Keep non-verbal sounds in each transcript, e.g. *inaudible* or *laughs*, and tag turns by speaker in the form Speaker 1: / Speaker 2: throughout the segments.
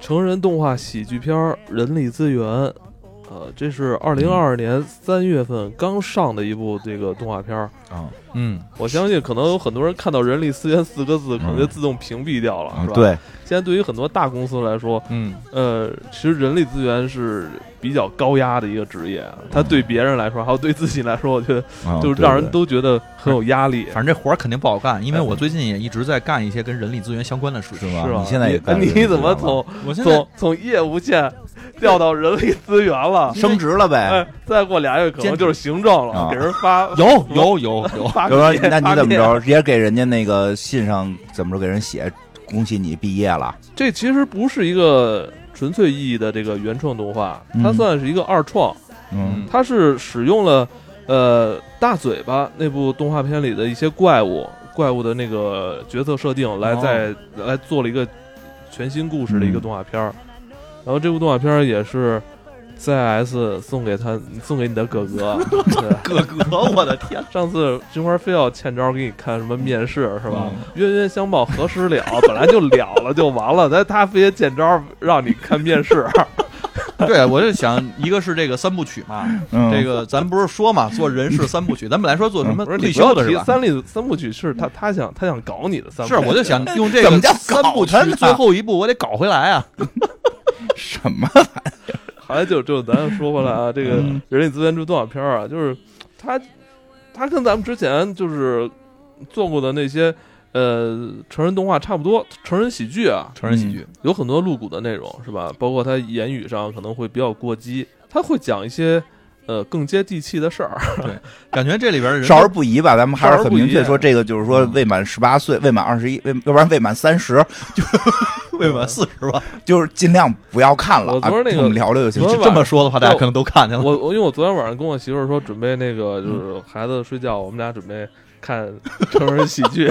Speaker 1: 成人动画喜剧片儿《人力资源》，呃，这是二零二二年三月份刚上的一部这个动画片儿。
Speaker 2: 啊，
Speaker 3: 嗯，
Speaker 1: 我相信可能有很多人看到“人力资源”四个字，可能就自动屏蔽掉了，
Speaker 2: 嗯
Speaker 1: 是吧？。
Speaker 2: 对，
Speaker 1: 现在对于很多大公司来说，
Speaker 3: 嗯，
Speaker 1: 呃，其实人力资源是比较高压的一个职业，啊它对别人来说，还有对自己来说，我觉得
Speaker 2: 啊
Speaker 1: 就是
Speaker 2: 嗯对
Speaker 1: 让人
Speaker 2: 对
Speaker 1: 都觉得很有压力。
Speaker 3: 反正这活儿肯定不好干，因为我最近也一直在干一些跟人力资源相关的事情。
Speaker 2: 是
Speaker 1: 是啊吧？
Speaker 2: 吧？你现在也干
Speaker 1: 你
Speaker 2: 人力
Speaker 1: 你
Speaker 2: 资
Speaker 1: 怎么
Speaker 2: 源了
Speaker 1: 从
Speaker 3: 我
Speaker 1: *laughs*
Speaker 3: 现在
Speaker 1: 从从业务线调到人力资源了？
Speaker 2: 升职了呗？
Speaker 1: 哎，再过俩月可能就是行政了，
Speaker 2: 啊
Speaker 1: 给人发
Speaker 3: 有有有有，
Speaker 1: 发
Speaker 2: 就说
Speaker 1: 帖
Speaker 2: 那
Speaker 1: *laughs*
Speaker 2: 你
Speaker 1: 发
Speaker 2: 怎么
Speaker 1: 帖
Speaker 2: 着，也给人家那个信上怎么着给人写，恭喜你毕业了，嗯
Speaker 1: 这其实不是一个纯粹意义的这个原创动画，
Speaker 2: 嗯
Speaker 1: 它算是一个二创，
Speaker 2: 嗯
Speaker 1: 它是使用了呃大嘴巴那部动画片里的一些怪物怪物的那个角色设定来
Speaker 3: 哦
Speaker 1: 在、来做了一个全新故事的一个动画片儿，
Speaker 3: 嗯
Speaker 1: 然后这部动画片儿也是 CIS 送给他送给你的哥
Speaker 3: *laughs*
Speaker 1: 哥，对
Speaker 3: 哥哥，我的天，
Speaker 1: 上次金花非要欠招给你看什么面试是
Speaker 3: 嗯
Speaker 1: 吧？冤冤相报何时了？本来就了了就完了，但他非得欠招让你看面试。
Speaker 3: *laughs* 对我就想，一个是这个三部曲嘛，
Speaker 2: 嗯
Speaker 3: 这个咱不是说嘛，做人事三部曲，咱本来说做什么
Speaker 1: 嗯不是啊
Speaker 3: 退
Speaker 1: 你不要
Speaker 3: 休的
Speaker 1: 提
Speaker 3: 是吧？
Speaker 1: 三立三部曲是他他想他想搞你的三部
Speaker 3: 是，
Speaker 1: 曲
Speaker 3: 我
Speaker 1: *laughs*
Speaker 3: 就想用这
Speaker 2: 怎
Speaker 3: 个
Speaker 2: 么叫
Speaker 3: 三部曲
Speaker 2: 搞他呢
Speaker 3: 最后一部，我得搞回来啊！
Speaker 2: *laughs*
Speaker 1: 嗯
Speaker 2: 什么？
Speaker 1: 后来就就咱说回来啊，这个人力资源这动画片啊，就是他他跟咱们之前就是做过的那些呃成人动画差不多，成人喜剧啊，
Speaker 3: 成人喜
Speaker 1: *laughs*
Speaker 3: 剧，
Speaker 1: 有很多露骨的内容，是吧？包括他言语上可能会比较过激，他会讲一些呃更接地气的事儿。
Speaker 3: 感觉这里边的人
Speaker 2: 少儿不宜吧，咱们还是很明
Speaker 1: 少儿
Speaker 2: 确
Speaker 1: 不宜
Speaker 2: 说，这个就是说未满十八岁、未满二十一、未要不然未满三十，
Speaker 3: 未满四十吧？
Speaker 2: 就是尽量不要看了。
Speaker 1: 我昨儿
Speaker 2: 啊
Speaker 1: 那个
Speaker 2: 跟我们聊聊就行
Speaker 1: 昨。
Speaker 3: 就
Speaker 1: 天晚
Speaker 3: 这么说的话，大家可能都看 *laughs* 见了。
Speaker 1: 我我因为我昨天晚上跟我媳妇儿说准备那个就是孩子睡觉，我们俩准备看成人喜剧。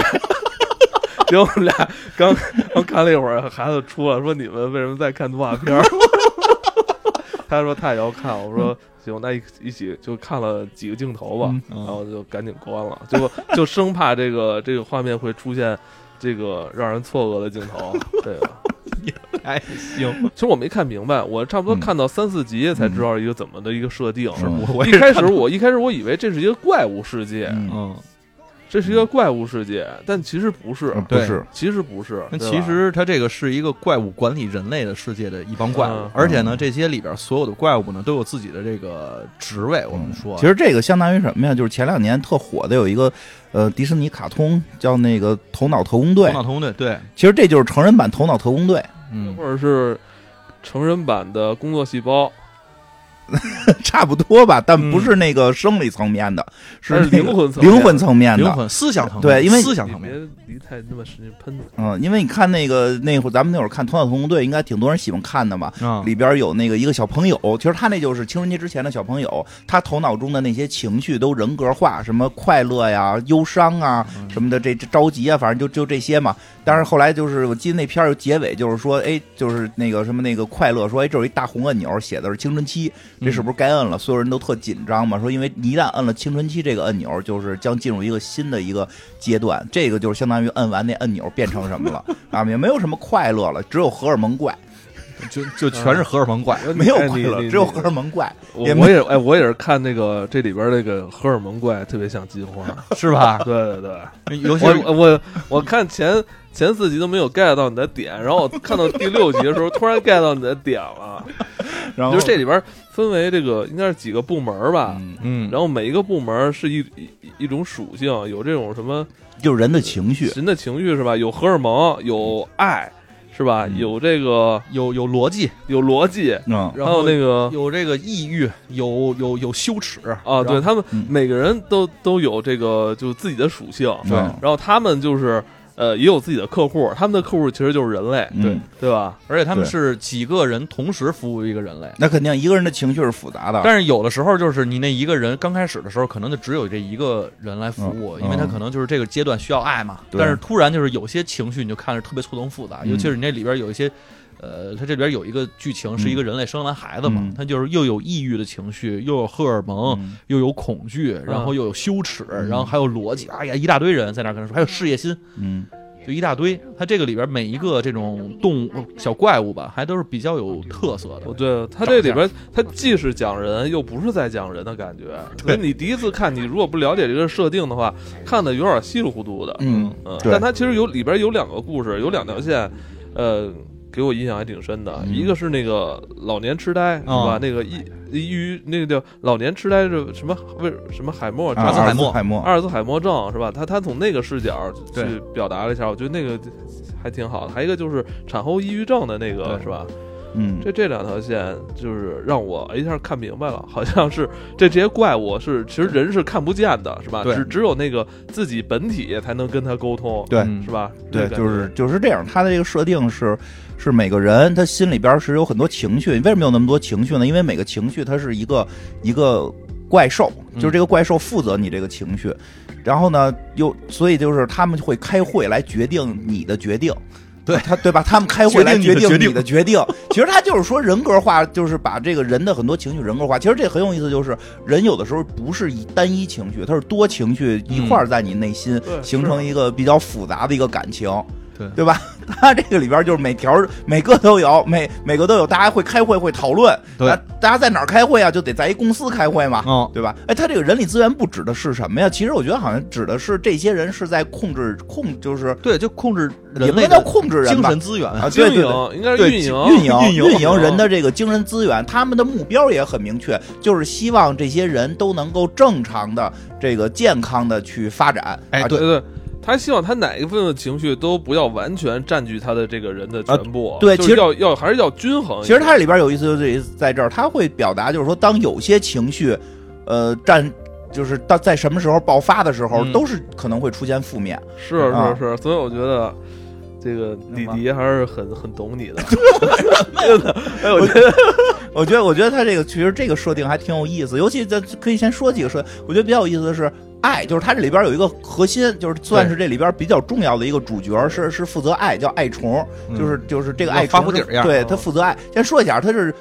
Speaker 1: 结果我们俩刚刚看了一会儿，孩子出来说：“你们为什么在看动画片儿？” *laughs* 他说他也要看，我说行，那一一起就看了几个镜头吧，
Speaker 2: 嗯
Speaker 3: 嗯
Speaker 1: 然后就赶紧关了，结果就生怕这个这个画面会出现这个让人错愕的镜头。对吧？
Speaker 3: 哎，行，
Speaker 1: 其实我没看明白，我差不多
Speaker 2: 嗯
Speaker 1: 看到三四集才知道一个怎么的一个设定。
Speaker 2: 是
Speaker 3: 我我
Speaker 1: 一
Speaker 3: 也
Speaker 1: 开始嗯我一开始我以为这是一个怪物世界，
Speaker 2: 嗯，
Speaker 3: 嗯，
Speaker 1: 这是一个怪物世界，但其实不是，
Speaker 2: 嗯不是，
Speaker 1: 其实不是。
Speaker 3: 那
Speaker 1: 对
Speaker 3: 其
Speaker 1: 吧
Speaker 3: 实它这个是一个怪物管理人类的世界的一帮怪物
Speaker 1: 嗯，
Speaker 3: 而且呢，这些里边所有的怪物呢都有自己的这个职位。我们说，
Speaker 2: 嗯
Speaker 3: 啊
Speaker 2: 其实这个相当于什么呀？就是前两年特火的有一个呃迪士尼卡通叫那个《头脑特工队
Speaker 3: 头》，脑通队对，
Speaker 2: 其实这就是成人版《头脑特工队
Speaker 3: 嗯
Speaker 1: 或，者是成人版的工作细胞，》，
Speaker 2: *laughs* 差不多吧，但不是那个生理层面的，
Speaker 1: 但是
Speaker 2: 那个
Speaker 1: 嗯呃灵魂层面
Speaker 2: 灵魂层面
Speaker 3: 灵
Speaker 2: 的。
Speaker 3: 魂思想层面，
Speaker 2: 对因为
Speaker 3: 思想
Speaker 1: 你
Speaker 3: 层面，
Speaker 1: 别离太那么使劲喷。
Speaker 2: 嗯，因为你看那个那会儿咱们那会儿看《头脑特工队》，应该挺多人喜欢看的嘛。
Speaker 3: 啊，
Speaker 2: 里边有那个一个小朋友，其实他那就是青春期之前的小朋友，他头脑中的那些情绪都人格化，什么快乐呀、忧伤啊
Speaker 3: 嗯
Speaker 2: 什么的，这这着急啊，反正就就这些嘛。但是后来就是我记得那片儿结尾就是说，哎，就是那个什么那个快乐，说哎这有一大红按钮，写的是青春期，这是不是该摁了？所有人都特紧张嘛，说因为你一旦摁了青春期这个按钮，就是将进入一个新的一个阶段，这个就是相当于摁完那按钮变成什么了啊？也没有什么快乐了，只有荷尔蒙怪。
Speaker 3: 就就全是荷尔蒙怪，
Speaker 2: *laughs* 没有
Speaker 1: 哎
Speaker 2: 快
Speaker 1: 你
Speaker 2: 乐，
Speaker 1: 你
Speaker 2: 只有
Speaker 1: 你
Speaker 2: 荷尔蒙怪。
Speaker 1: 我
Speaker 2: 也没
Speaker 1: 我也哎，我也是看那个这里边那个荷尔蒙怪，特别像金花。
Speaker 3: 是 *laughs* 吧？
Speaker 1: 对对对。
Speaker 3: 尤其是
Speaker 1: 我我我看前前四集都没有 get 到你的点，然后我看到第六集的时候，突然 get 到你的点了。
Speaker 2: 然
Speaker 1: 就是这里边分为这个应该是几个部门儿吧，
Speaker 2: 嗯，
Speaker 3: 嗯，
Speaker 1: 然后每一个部门是一一一种属性，有这种什么
Speaker 2: 就是人的情绪，
Speaker 1: 人的情绪是吧？有荷尔蒙，有爱是吧？
Speaker 2: 嗯
Speaker 1: 有这个
Speaker 3: 有有逻辑，
Speaker 1: 有逻辑，
Speaker 2: 嗯，
Speaker 3: 然
Speaker 1: 还有
Speaker 3: 后
Speaker 1: 那个
Speaker 3: 有这个抑郁，有有有羞耻
Speaker 1: 啊，对，他们
Speaker 2: 嗯
Speaker 1: 每个人都都有这个就自己的属性，
Speaker 2: 对
Speaker 1: 然后他们就是呃也有自己的客户，他们的客户其实就是人类，
Speaker 2: 嗯
Speaker 3: 对，
Speaker 1: 对吧？
Speaker 3: 而且他们
Speaker 2: 对
Speaker 3: 是几个人同时服务一个人类。
Speaker 2: 那肯定一个人的情绪是复杂的。
Speaker 3: 但是有的时候就是你那一个人刚开始的时候，可能就只有这一个人来服务，
Speaker 2: 嗯
Speaker 3: 因为他可能就是这个阶段需要爱嘛。
Speaker 2: 对
Speaker 3: 但是突然就是有些情绪你就看着特别错综复杂，
Speaker 2: 嗯
Speaker 3: 尤其是你那里边有一些，呃，他这里边有一个剧情是一个人类生完孩子嘛，
Speaker 2: 嗯
Speaker 3: 他就是又有抑郁的情绪，又有荷尔蒙，
Speaker 2: 嗯
Speaker 3: 又有恐惧，然后又有羞耻，
Speaker 2: 嗯
Speaker 3: 然后还有逻辑，哎呀，一大堆人在那儿跟他说，还有事业心，
Speaker 2: 嗯，
Speaker 3: 就一大堆。它这个里边每一个这种动物小怪物吧，还都是比较有特色的
Speaker 1: 我。对他这里边，他既是讲人，又不是在讲人的感觉。所以你第一次看，你如果不了解这个设定的话，看的有点稀里糊涂的。
Speaker 2: 嗯
Speaker 1: 嗯，
Speaker 2: 对
Speaker 1: 但它其实有里边有两个故事，有两条线，呃，给我印象还挺深的。
Speaker 3: 嗯
Speaker 1: 一个是那个老年痴呆，是吧
Speaker 3: 啊？
Speaker 1: 那个抑抑郁，那个叫老年痴呆是什么？为什么海默？
Speaker 2: 啊阿
Speaker 3: 阿兹啊海默
Speaker 2: 海默，
Speaker 1: 阿尔兹海默症是吧？他他从那个视角
Speaker 3: 对
Speaker 1: 去表达了一下，我觉得那个还挺好的。还有一个就是产后抑郁症的那个
Speaker 3: 对
Speaker 1: 是吧？
Speaker 2: 嗯，
Speaker 1: 这这两条线就是让我一下看明白了，好像是这这些怪物是其实人是看不见的，是吧？
Speaker 3: 对
Speaker 1: 只只有那个自己本体才能跟他沟通，
Speaker 2: 对
Speaker 3: 嗯
Speaker 1: 是吧？
Speaker 2: 对，
Speaker 1: 这感觉
Speaker 2: 就是就是这样。他的这个设定是，是每个人他心里边是有很多情绪。为什么有那么多情绪呢？因为每个情绪它是一个一个怪兽，
Speaker 3: 嗯
Speaker 2: 就是这个怪兽负责你这个情绪。然后呢，又所以就是他们会开会来决定你的决定。
Speaker 3: *laughs* 对
Speaker 2: 他，对吧？他们开会来决
Speaker 3: 决
Speaker 2: 定
Speaker 3: 定你的决定
Speaker 2: 你的决定。其实他就是说人格化，就是把这个人的很多情绪人格化。其实这很有意思，就是人有的时候不是以单一情绪，它是多情绪一块儿
Speaker 3: 嗯
Speaker 2: 在你内心
Speaker 1: 对
Speaker 2: 形
Speaker 1: 是
Speaker 2: 成一个比较复杂的一个感情。
Speaker 3: 呃对
Speaker 2: 对吧？ *laughs* 他这个里边就是每条每个都有，每每个都有，大家会开会会讨论。
Speaker 3: 对
Speaker 2: 大大家在哪儿开会啊？就得在一公司开会嘛，
Speaker 3: 哦
Speaker 2: 对吧？哎，他这个人力资源部指的是什么呀？其实我觉得好像指的是这些人是在控制控，就是
Speaker 3: 对，就控制
Speaker 2: 也
Speaker 3: 人
Speaker 2: 不
Speaker 3: 类
Speaker 2: 能叫
Speaker 3: 的
Speaker 2: 控制人
Speaker 3: 精
Speaker 2: 吧
Speaker 3: 神资源。
Speaker 2: 啊，
Speaker 1: 经
Speaker 2: 对对对
Speaker 1: 营应该是
Speaker 3: 对
Speaker 1: 运营
Speaker 2: 运营
Speaker 3: 运营嗯
Speaker 2: 运营人的这个精神资源，他们的目标也很明确，就是希望这些人都能够正常的、这个健康的去发展。
Speaker 3: 哎
Speaker 2: 啊
Speaker 1: 对对。他希望他哪一份情绪都不要完全占据他的这个人的全部，
Speaker 2: 啊
Speaker 1: 啊
Speaker 2: 对
Speaker 1: 就
Speaker 2: 其
Speaker 1: 是
Speaker 2: 实
Speaker 1: 要要还是要均衡一
Speaker 2: 其
Speaker 1: 点。
Speaker 2: 实它里边有意思就是在这儿，它会表达就是说，当有些情绪，呃，占就是到在什么时候爆发的时候，
Speaker 3: 嗯
Speaker 2: 都是可能会出现负面。
Speaker 1: 是
Speaker 2: 啊
Speaker 1: 是是，所以我觉得这个弟弟还是很很懂你的。
Speaker 2: 哎，我觉得，我觉得，我觉得他这个其实这个设定还挺有意思，尤其咱可以先说几个设定，我觉得比较有意思的是。爱就是它这里边有一个核心，就是算是这里边比较重要的一个主角，是是负责爱，叫爱虫，
Speaker 3: 嗯
Speaker 2: 就是就是这个爱
Speaker 3: 发
Speaker 2: 虫
Speaker 3: 乎
Speaker 2: 是
Speaker 3: 底儿样
Speaker 2: 对
Speaker 1: 嗯
Speaker 2: 他负责爱。先说一下，他是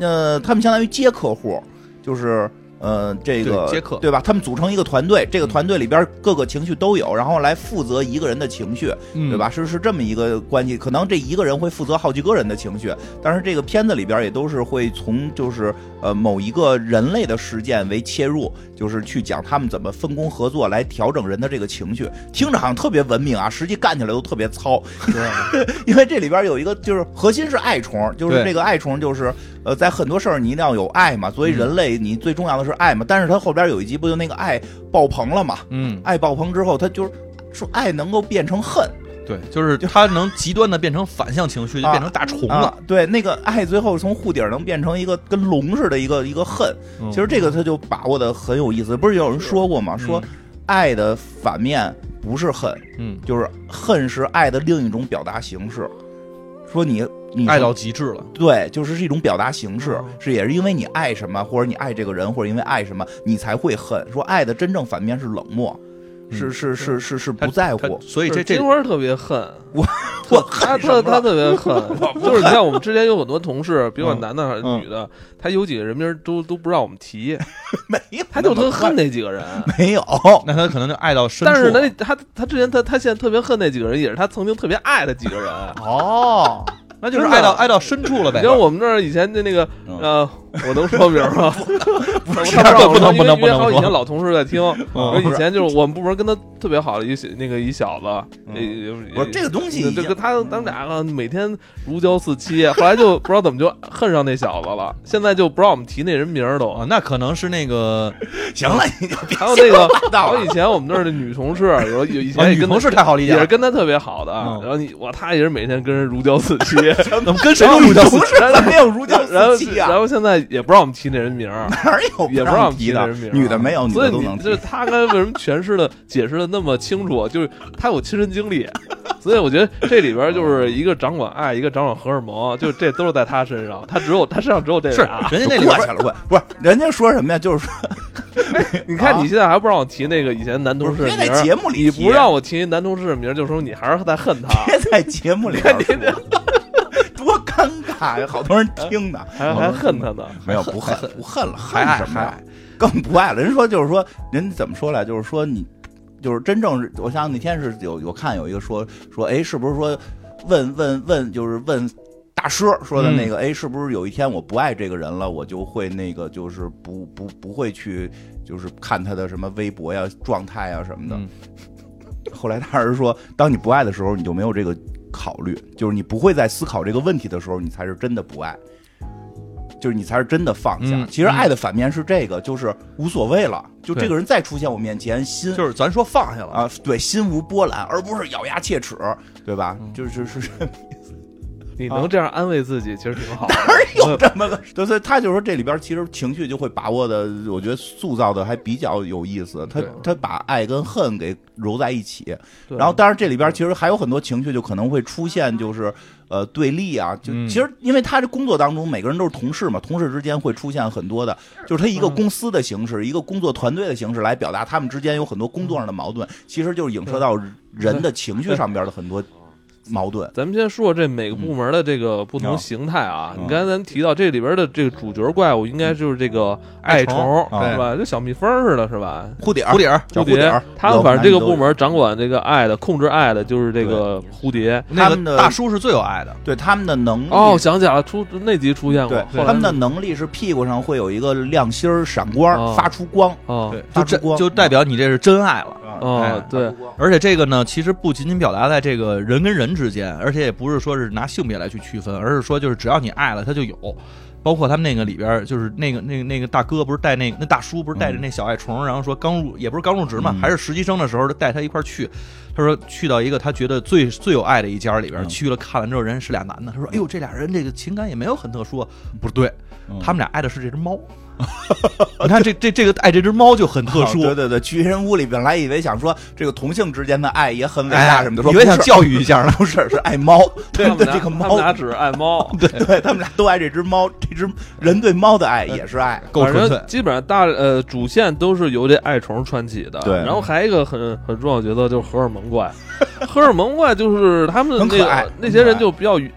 Speaker 2: 呃，他们相当于接客户，就是呃这个
Speaker 3: 对接客
Speaker 2: 对吧？他们组成一个团队，这个团队里边各个情绪都有，然后来负责一个人的情绪，
Speaker 3: 嗯
Speaker 2: 对吧？是是这么一个关系，可能这一个人会负责好几个人的情绪，但是这个片子里边也都是会从就是呃某一个人类的事件为切入，就是去讲他们怎么分工合作来调整人的这个情绪，听着好像特别文明啊，实际干起来都特别糙，因为这里边有一个就是核心是爱虫，就是
Speaker 3: 对
Speaker 2: 这个爱虫就是呃在很多事儿你一定要有爱嘛，作为
Speaker 3: 嗯
Speaker 2: 人类你最重要的是爱嘛，但是它后边有一集不就那个爱爆棚了嘛，
Speaker 3: 嗯，
Speaker 2: 爱爆棚之后它就是说爱能够变成恨。
Speaker 3: 对，就是它能极端的变成反向情绪，就
Speaker 2: 啊
Speaker 3: 变成大虫
Speaker 2: 啊
Speaker 3: 了。，
Speaker 2: 对，那个爱最后从护底儿能变成一个跟龙似的一个一个恨，
Speaker 3: 嗯
Speaker 2: 其实这个他就把握的很有意思。不是有人说过吗？说爱的反面不是恨，
Speaker 3: 嗯，
Speaker 2: 就是恨是爱的另一种表达形式。说你你
Speaker 3: 嗯爱到极致了。
Speaker 2: 对，就是是一种表达形式
Speaker 1: 哦，
Speaker 2: 是也是因为你爱什么，或者你爱这个人，或者因为爱什么，你才会恨。说爱的真正反面是冷漠，
Speaker 1: 嗯
Speaker 2: 是是是是是不在
Speaker 3: 它
Speaker 2: 乎。
Speaker 3: 所以这
Speaker 1: 是
Speaker 3: 这
Speaker 1: 金花特别恨
Speaker 2: *laughs* 我
Speaker 1: 特
Speaker 2: 我
Speaker 1: 他
Speaker 2: 恨什
Speaker 1: 特
Speaker 2: 么
Speaker 1: 他
Speaker 2: 了
Speaker 1: 特别
Speaker 2: *laughs*
Speaker 1: 恨，就是你看我们之前有很多同事，别管男的还是
Speaker 2: 嗯
Speaker 1: 女的，他有几个人名儿都都不让我们
Speaker 2: *laughs*
Speaker 1: 提，
Speaker 2: 没有，
Speaker 1: 他就特恨那几个人。
Speaker 2: 没有。
Speaker 3: 那他可能就爱到深处
Speaker 1: 但
Speaker 3: 了。
Speaker 1: 是呢，他他之前他他现在特别恨那几个人，也是他曾经特别爱的几个人。啊
Speaker 3: 哦，那就是爱到爱到深处了
Speaker 1: 你
Speaker 3: 呗。 *laughs*
Speaker 1: 像我们这儿以前的那个
Speaker 2: 嗯
Speaker 1: 呃，我能说名儿吗？不
Speaker 2: 是
Speaker 3: 不能不能不能嗯
Speaker 1: 好
Speaker 3: 不
Speaker 1: 以
Speaker 3: 能
Speaker 1: 前老同事在听，我
Speaker 2: 不
Speaker 1: 以
Speaker 2: 是
Speaker 1: 前就是我们部门跟他特别好的一小那个一小子，
Speaker 2: 嗯
Speaker 1: 呃
Speaker 2: 我说这个东西已经
Speaker 1: 这个他他们俩啊每天如胶似漆，后来就不知道怎么就恨上那小子了，现在就不让我们提那人名儿都
Speaker 3: 啊，。那可能是那个
Speaker 2: *laughs* 行了，你就别
Speaker 1: 还有那
Speaker 3: *laughs*
Speaker 1: 个，
Speaker 2: 道
Speaker 1: 还有以前我们那儿的女同事，有有以
Speaker 3: 啊
Speaker 1: 前也
Speaker 3: 女
Speaker 1: 跟他
Speaker 3: 同事太好理解
Speaker 1: 也是
Speaker 3: 了，
Speaker 1: 跟他特别好的，啊
Speaker 3: 嗯
Speaker 1: 然后你哇，他也是每天跟人如胶似
Speaker 2: *laughs*
Speaker 1: 漆，
Speaker 3: 怎么跟谁
Speaker 1: 然后
Speaker 3: 都
Speaker 1: 你 *laughs*
Speaker 3: 如胶
Speaker 1: 不
Speaker 3: 似
Speaker 2: 不
Speaker 3: 漆？
Speaker 2: 是 *laughs* 咱没有如胶
Speaker 1: *laughs* 然后
Speaker 2: 似漆
Speaker 1: 然
Speaker 2: 啊，
Speaker 1: 后现在也不让我们提那人名儿，
Speaker 2: 哪儿有
Speaker 1: 也不
Speaker 2: 让
Speaker 1: 让
Speaker 2: 提
Speaker 1: 提
Speaker 2: 的
Speaker 1: 这人名？儿啊
Speaker 2: 女的没有，女
Speaker 1: 所
Speaker 2: 的
Speaker 1: 以
Speaker 2: 都
Speaker 1: 你
Speaker 2: 能提
Speaker 1: 就是。他刚才为什么诠释的解释的那么清楚，啊就是他有亲身经
Speaker 2: *laughs*
Speaker 1: 历，所以我觉得这里边就是一个掌管爱，一个掌管荷尔蒙，啊就这都是在他身上，他只有他身上只有这
Speaker 3: 是
Speaker 1: 俩。
Speaker 3: 人家那里
Speaker 2: *laughs* 过
Speaker 3: 边
Speaker 2: 去了，过不是人家说什么呀？就是说
Speaker 1: 你看
Speaker 2: 啊
Speaker 1: 你现在还不让我提那个以前男同事
Speaker 2: 不
Speaker 1: 的
Speaker 2: 是
Speaker 1: 名
Speaker 2: 别
Speaker 1: 儿，
Speaker 2: 在节目里
Speaker 1: 你
Speaker 2: 提啊
Speaker 1: 不让我提男同事的名儿，就说你还是在恨他，
Speaker 2: *laughs* 别在节目里边说， *laughs* 多尴尬呀！好多人听呢，
Speaker 1: 还还恨他呢。
Speaker 2: *laughs* 没有不恨不恨了，
Speaker 3: 还爱
Speaker 2: 恨什么
Speaker 3: 还
Speaker 2: 呀？更不爱了。人说就是说，人怎么说来？就是说你就是真正是，我想那天是有有看有一个说说，哎，是不是说问问问，就是问大师说的那个，哎、是不是有一天我不爱这个人了，我就会那个就是不不不会去就是看他的什么微博呀、状态呀什么的。
Speaker 3: 嗯
Speaker 2: 后来大师说，当你不爱的时候，你就没有这个考虑，就是你不会在思考这个问题的时候，你才是真的不爱。就是你才是真的放下。
Speaker 3: 嗯
Speaker 2: 其实爱的反面是这个，就是无所谓了。就
Speaker 3: 对
Speaker 2: 这个人再出现我面前，心
Speaker 3: 就是咱说放下了，
Speaker 2: 啊，对，心无波澜，而不是咬牙切齿，对吧？
Speaker 3: 嗯
Speaker 2: 就是
Speaker 3: *laughs*
Speaker 2: 是是，
Speaker 1: 你能这样安慰自己，其实挺好的。
Speaker 2: 哪有这么个？对， *laughs* 所以他就说这里边其实情绪就会把握的，我觉得塑造的还比较有意思。他
Speaker 1: 对
Speaker 2: 他把爱跟恨给揉在一起，
Speaker 1: 对
Speaker 2: 然后当然这里边其实还有很多情绪就可能会出现，就是呃对立啊，就
Speaker 3: 嗯
Speaker 2: 其实因为他这工作当中每个人都是同事嘛，同事之间会出现很多的，就是他一个公司的形式，一个工作团队的形式来表达他们之间有很多工作上的矛盾，其实就是影射到人的情绪上边的很多矛盾。
Speaker 1: 咱们先说这每个部门的这个不同形态啊。
Speaker 2: 嗯
Speaker 1: 你刚才咱提到这里边的这个主角怪物，应该就是这
Speaker 2: 嗯
Speaker 1: 个
Speaker 3: 爱
Speaker 1: 爱
Speaker 3: 虫
Speaker 1: 虫，
Speaker 2: 啊对
Speaker 1: 是吧？就小蜜蜂似的，是吧？
Speaker 2: 蝴蝶儿，
Speaker 3: 蝴蝶儿
Speaker 2: 小
Speaker 1: 蝴
Speaker 2: 蝴蝶儿，
Speaker 1: 他们反正这个部门掌管这个爱的、控制爱的，就是这个蝴蝶。
Speaker 3: 那
Speaker 2: 他们
Speaker 3: 个
Speaker 2: 的
Speaker 3: 大叔是最有爱的，
Speaker 2: 对他们的能力
Speaker 1: 哦，想起来了，出那集出现过。
Speaker 2: 嗯对
Speaker 1: 后来
Speaker 2: 他们的能力是屁股上会有一个亮星儿闪光，
Speaker 1: 哦
Speaker 2: 发出光，啊
Speaker 1: 哦
Speaker 3: 对，就
Speaker 2: 发
Speaker 3: 这
Speaker 2: 出光
Speaker 3: 就代表你这是真爱了。哎
Speaker 1: 哦，对，
Speaker 3: 而且这个呢，其实不仅仅表达在这个人跟人之间，而且也不是说是拿性别来去区分，而是说就是只要你爱了，他就有。包括他们那个里边儿，就是那个那个那个大哥不是带那个那大叔不是带着那小爱虫，然后说刚入也不是刚入职嘛，
Speaker 2: 嗯
Speaker 3: 还是实习生的时候就带他一块儿去。他说去到一个他觉得最最有爱的一家里边儿，
Speaker 2: 嗯
Speaker 3: 去了看完之后人是俩男的，他说哎呦这俩人这个情感也没有很特殊，不对，
Speaker 2: 嗯
Speaker 3: 他们俩爱的是这只猫。 *laughs* 你看这这这个爱这只猫就很特殊，
Speaker 2: 哦对对对，去人屋里本来以为想说这个同性之间的爱也很伟大
Speaker 3: 哎
Speaker 2: 什么的，说
Speaker 3: 以为想
Speaker 2: 不是
Speaker 3: 教育一下呢。
Speaker 2: *laughs* 不是是爱
Speaker 3: *laughs*
Speaker 2: 猫，对
Speaker 1: 他们
Speaker 2: 对，
Speaker 1: 俩
Speaker 2: 这个
Speaker 1: 他们
Speaker 2: 猫，
Speaker 1: 俩只是爱猫。
Speaker 2: 对他们俩都爱这只猫，这只人对猫的爱也是爱，
Speaker 3: 呃够
Speaker 1: 反
Speaker 3: 纯粹
Speaker 1: 正，基本上大呃主线都是由这爱虫串起的，
Speaker 2: 对
Speaker 1: 然后还有一个很很重要的角色就是荷尔蒙怪， *laughs* 荷尔蒙怪就是他们
Speaker 2: 很
Speaker 1: 那
Speaker 2: 可爱
Speaker 1: 个那些
Speaker 2: 很可
Speaker 1: 人
Speaker 2: 爱
Speaker 1: 就比较原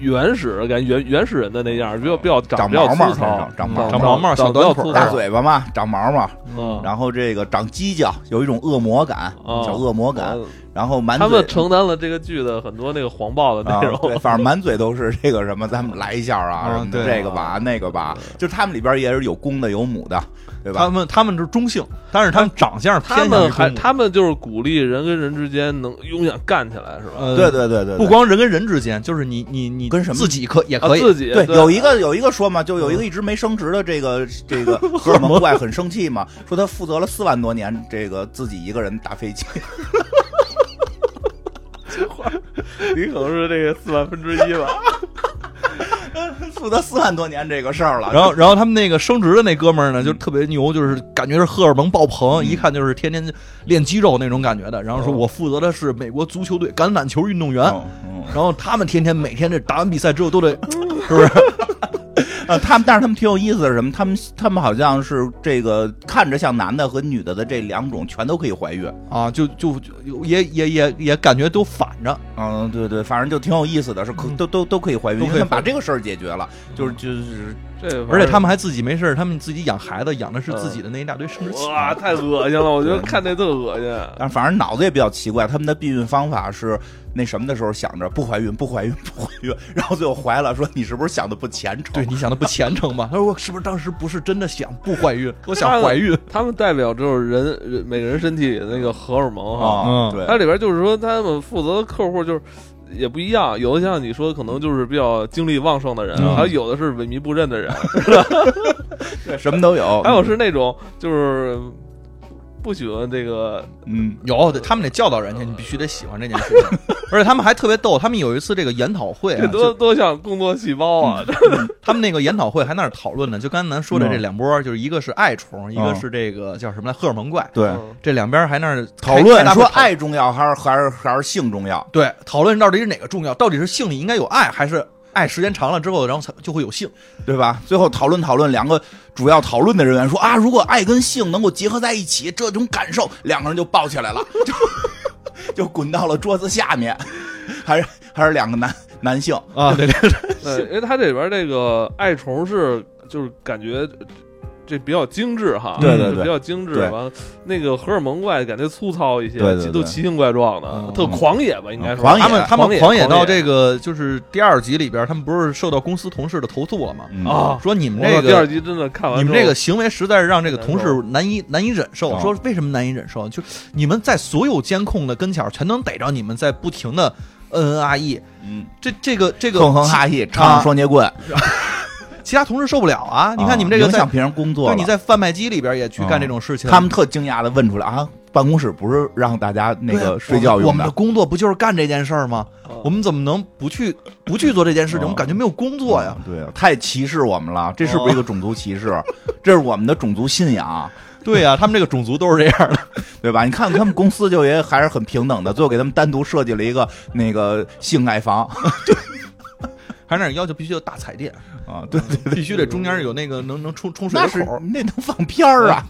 Speaker 1: 原始，感觉原原始人的那样，比较比较长
Speaker 2: 长
Speaker 1: 比较
Speaker 2: 毛毛
Speaker 1: 粗糙，
Speaker 2: 长毛
Speaker 1: 嗯
Speaker 2: 长
Speaker 3: 毛毛小
Speaker 1: 比较
Speaker 3: 短腿
Speaker 1: 粗
Speaker 3: 儿
Speaker 2: 大
Speaker 1: 糙，
Speaker 2: 嘴巴嘛，长毛毛，
Speaker 1: 嗯，
Speaker 2: 然后这个长犄角，有一种恶魔感，
Speaker 1: 哦
Speaker 2: 小恶魔感，然后满
Speaker 1: 他们
Speaker 2: 嘴。
Speaker 1: 承担了这个剧的很多那个黄暴的
Speaker 2: 啊
Speaker 1: 内，容
Speaker 2: 对，，反正满嘴都是这个什么，咱们来一下
Speaker 3: 啊
Speaker 2: 啊，什么的
Speaker 3: 对嗯
Speaker 2: 这个吧，那个吧，就是他们里边也是有公的有母的，对
Speaker 3: 他
Speaker 2: 吧？
Speaker 3: 们他们是中性，但是他们长相
Speaker 1: *laughs*
Speaker 3: 偏
Speaker 1: 他
Speaker 3: 向于
Speaker 1: 们
Speaker 3: 中
Speaker 1: 还
Speaker 3: 性
Speaker 1: 他们就是鼓励人跟人之间能永远干起来，是吧？
Speaker 3: 呃
Speaker 2: 对对对对，
Speaker 3: 不光人跟人之间，就是你你你
Speaker 2: 跟什么
Speaker 3: 自己可也嗯可
Speaker 1: 啊自
Speaker 3: 以，
Speaker 1: 己
Speaker 2: 对，
Speaker 1: 对
Speaker 2: 有一个有一个说嘛，就有一个一直没升职的这个这个
Speaker 3: *laughs*
Speaker 2: 荷尔蒙怪很生气嘛，说他负责了四万多年，这个自己一个人打飞机， *laughs*
Speaker 1: 你可能是这个四万分之一吧。
Speaker 2: 负责四万多年这个事儿了。
Speaker 3: 然后然后他们那个升职的那哥
Speaker 2: 嗯
Speaker 3: 们儿呢，就特别牛，就是感觉是荷尔蒙爆棚，一看就是天天练肌肉那种感觉的。然后
Speaker 2: 哦
Speaker 3: 说我负责的是美国足球队橄榄球运动员，
Speaker 2: 嗯嗯
Speaker 3: 然后他们天天每天这打完比赛之后
Speaker 2: *laughs*
Speaker 3: 都得，是不是？
Speaker 2: 呃，他们但是他们挺有意思的是什么？他们他们好像是这个看着像男的和女的的这两种全都可以怀孕。
Speaker 3: 啊，就就就也也也也感觉都反着，
Speaker 2: 嗯，对对，反正就挺有意思的，是可都都都可以怀孕，
Speaker 3: 嗯都可以
Speaker 2: 因为他们
Speaker 3: 怀
Speaker 2: 把
Speaker 3: 孕
Speaker 2: 这个事儿解决了，就是就是
Speaker 1: 这
Speaker 3: 而且他
Speaker 1: 们
Speaker 3: 们还自己没事儿，他们自己养孩子，养的是自己的那一大堆生殖器。
Speaker 1: 哇，太恶心了！我觉得看这特恶心。
Speaker 2: 但反正脑子也比较奇怪，他们的避孕方法是那什么的时候想着不怀孕，不怀孕，不怀孕，然后最后怀了，说你是不是想的不虔诚？
Speaker 3: 对，你想的不虔诚 *laughs* 吧？他说我是不是当时不是真的想不怀孕，我想怀孕。
Speaker 1: 他们代表就是人人每个人身体里的那个荷尔蒙哈，
Speaker 2: 啊，
Speaker 3: 嗯
Speaker 2: 对，
Speaker 1: 它里边就是说他们负责的客户就是。也不一样，有的像你说，可能就是比较精力旺盛的人，
Speaker 2: 啊
Speaker 3: 嗯
Speaker 1: 还有有的是萎靡不振的人，
Speaker 2: 对什么都有。
Speaker 1: 还有是那种就是不喜欢这个
Speaker 2: 嗯，
Speaker 3: 有，得他们得教导人家，你必须得喜欢这件事情。 *laughs* 而且他们还特别逗，他们有一次这个研讨会、啊
Speaker 2: 哎
Speaker 1: 这，多
Speaker 3: 就
Speaker 1: 多像工作细胞
Speaker 3: 哦
Speaker 2: 嗯
Speaker 1: 啊！
Speaker 3: 他们那个研讨会还那儿讨论呢，就刚才咱说的这两波，就是一个是爱虫，一个
Speaker 2: 嗯
Speaker 3: 是这个叫什么来荷尔蒙怪，
Speaker 2: 对，
Speaker 1: 嗯
Speaker 3: 这两边还那儿
Speaker 2: 讨
Speaker 3: 开开
Speaker 2: 论
Speaker 3: 大会
Speaker 2: 说
Speaker 3: 讨
Speaker 2: 爱重要还是还是还是性重要？
Speaker 3: 对讨论到底是哪个重要，到底是性里应该有爱，还是爱时间长了之后，然后才就会有性。
Speaker 2: 对吧？最后讨论讨论，两个主要讨论的人员说啊，如果爱跟性能够结合在一起，这种感受，两个人就抱起来了，就 *laughs* 就滚到了桌子下面，还是还是两个男男性，
Speaker 3: 啊，对对，
Speaker 1: 哎对，因为它这里边这个爱虫是就是感觉这比较精致哈，
Speaker 2: 对对
Speaker 1: 就
Speaker 2: 对
Speaker 1: 比较精致。
Speaker 2: 对
Speaker 1: 完了，那个荷尔蒙怪感觉粗糙一些，
Speaker 2: 对对对
Speaker 1: 都奇形怪状的，
Speaker 3: 嗯
Speaker 1: 特狂野吧，应该说
Speaker 2: 狂野
Speaker 3: 他们他们
Speaker 1: 狂
Speaker 3: 狂野
Speaker 1: 野
Speaker 3: 到这个就是第二集里边，他们不是受到公司同事的投诉了吗？
Speaker 2: 嗯
Speaker 1: 啊，
Speaker 3: 说你们
Speaker 1: 我操
Speaker 3: 这
Speaker 1: 第二
Speaker 3: 个
Speaker 1: 集真的看完
Speaker 3: 你
Speaker 1: 之后，
Speaker 3: 们这个行为实在是让这个同
Speaker 1: 难
Speaker 3: 事难以难以忍受。
Speaker 2: 啊
Speaker 3: 说为什么难以忍受？就是你们在所有监控的跟前儿全能逮着你们在不停的恩恩爱意，
Speaker 2: 嗯，
Speaker 3: E 这这个这个啊
Speaker 2: 哼哼哈嘿，唱着双截棍，
Speaker 3: 其其他同事受不了啊！你
Speaker 2: 啊
Speaker 3: 看你们这个
Speaker 2: 影
Speaker 3: 在
Speaker 2: 响平常工作
Speaker 3: 对
Speaker 2: 了，啊
Speaker 3: 你在贩卖机里边也去干这种事情，
Speaker 2: 他们特惊讶的问出来啊，办公室不是让大家那
Speaker 3: 对啊
Speaker 2: 个睡觉
Speaker 3: 我们我
Speaker 2: 用
Speaker 3: 们的
Speaker 2: 的，
Speaker 3: 工作不就是干这件事儿吗？
Speaker 1: 啊
Speaker 3: 我们怎么能不去不去做这件事情？
Speaker 2: 啊
Speaker 3: 我们感觉没有工作呀。
Speaker 2: 嗯对啊，太歧视我们了，这是不是一个种族歧视？ *laughs* 这是我们的种族信仰，
Speaker 3: 对呀、他们这个种族都是这样的。
Speaker 2: 对吧？你看他们公司就也还是很平等的，最后给他们单独设计了一个那个性爱房
Speaker 3: 还是那种要求必须有大彩电，
Speaker 2: 啊，对对对，
Speaker 3: 必须得中间有那个能能冲冲水
Speaker 2: 那
Speaker 3: 的
Speaker 2: 是
Speaker 3: 口儿。
Speaker 2: 那能放片儿啊，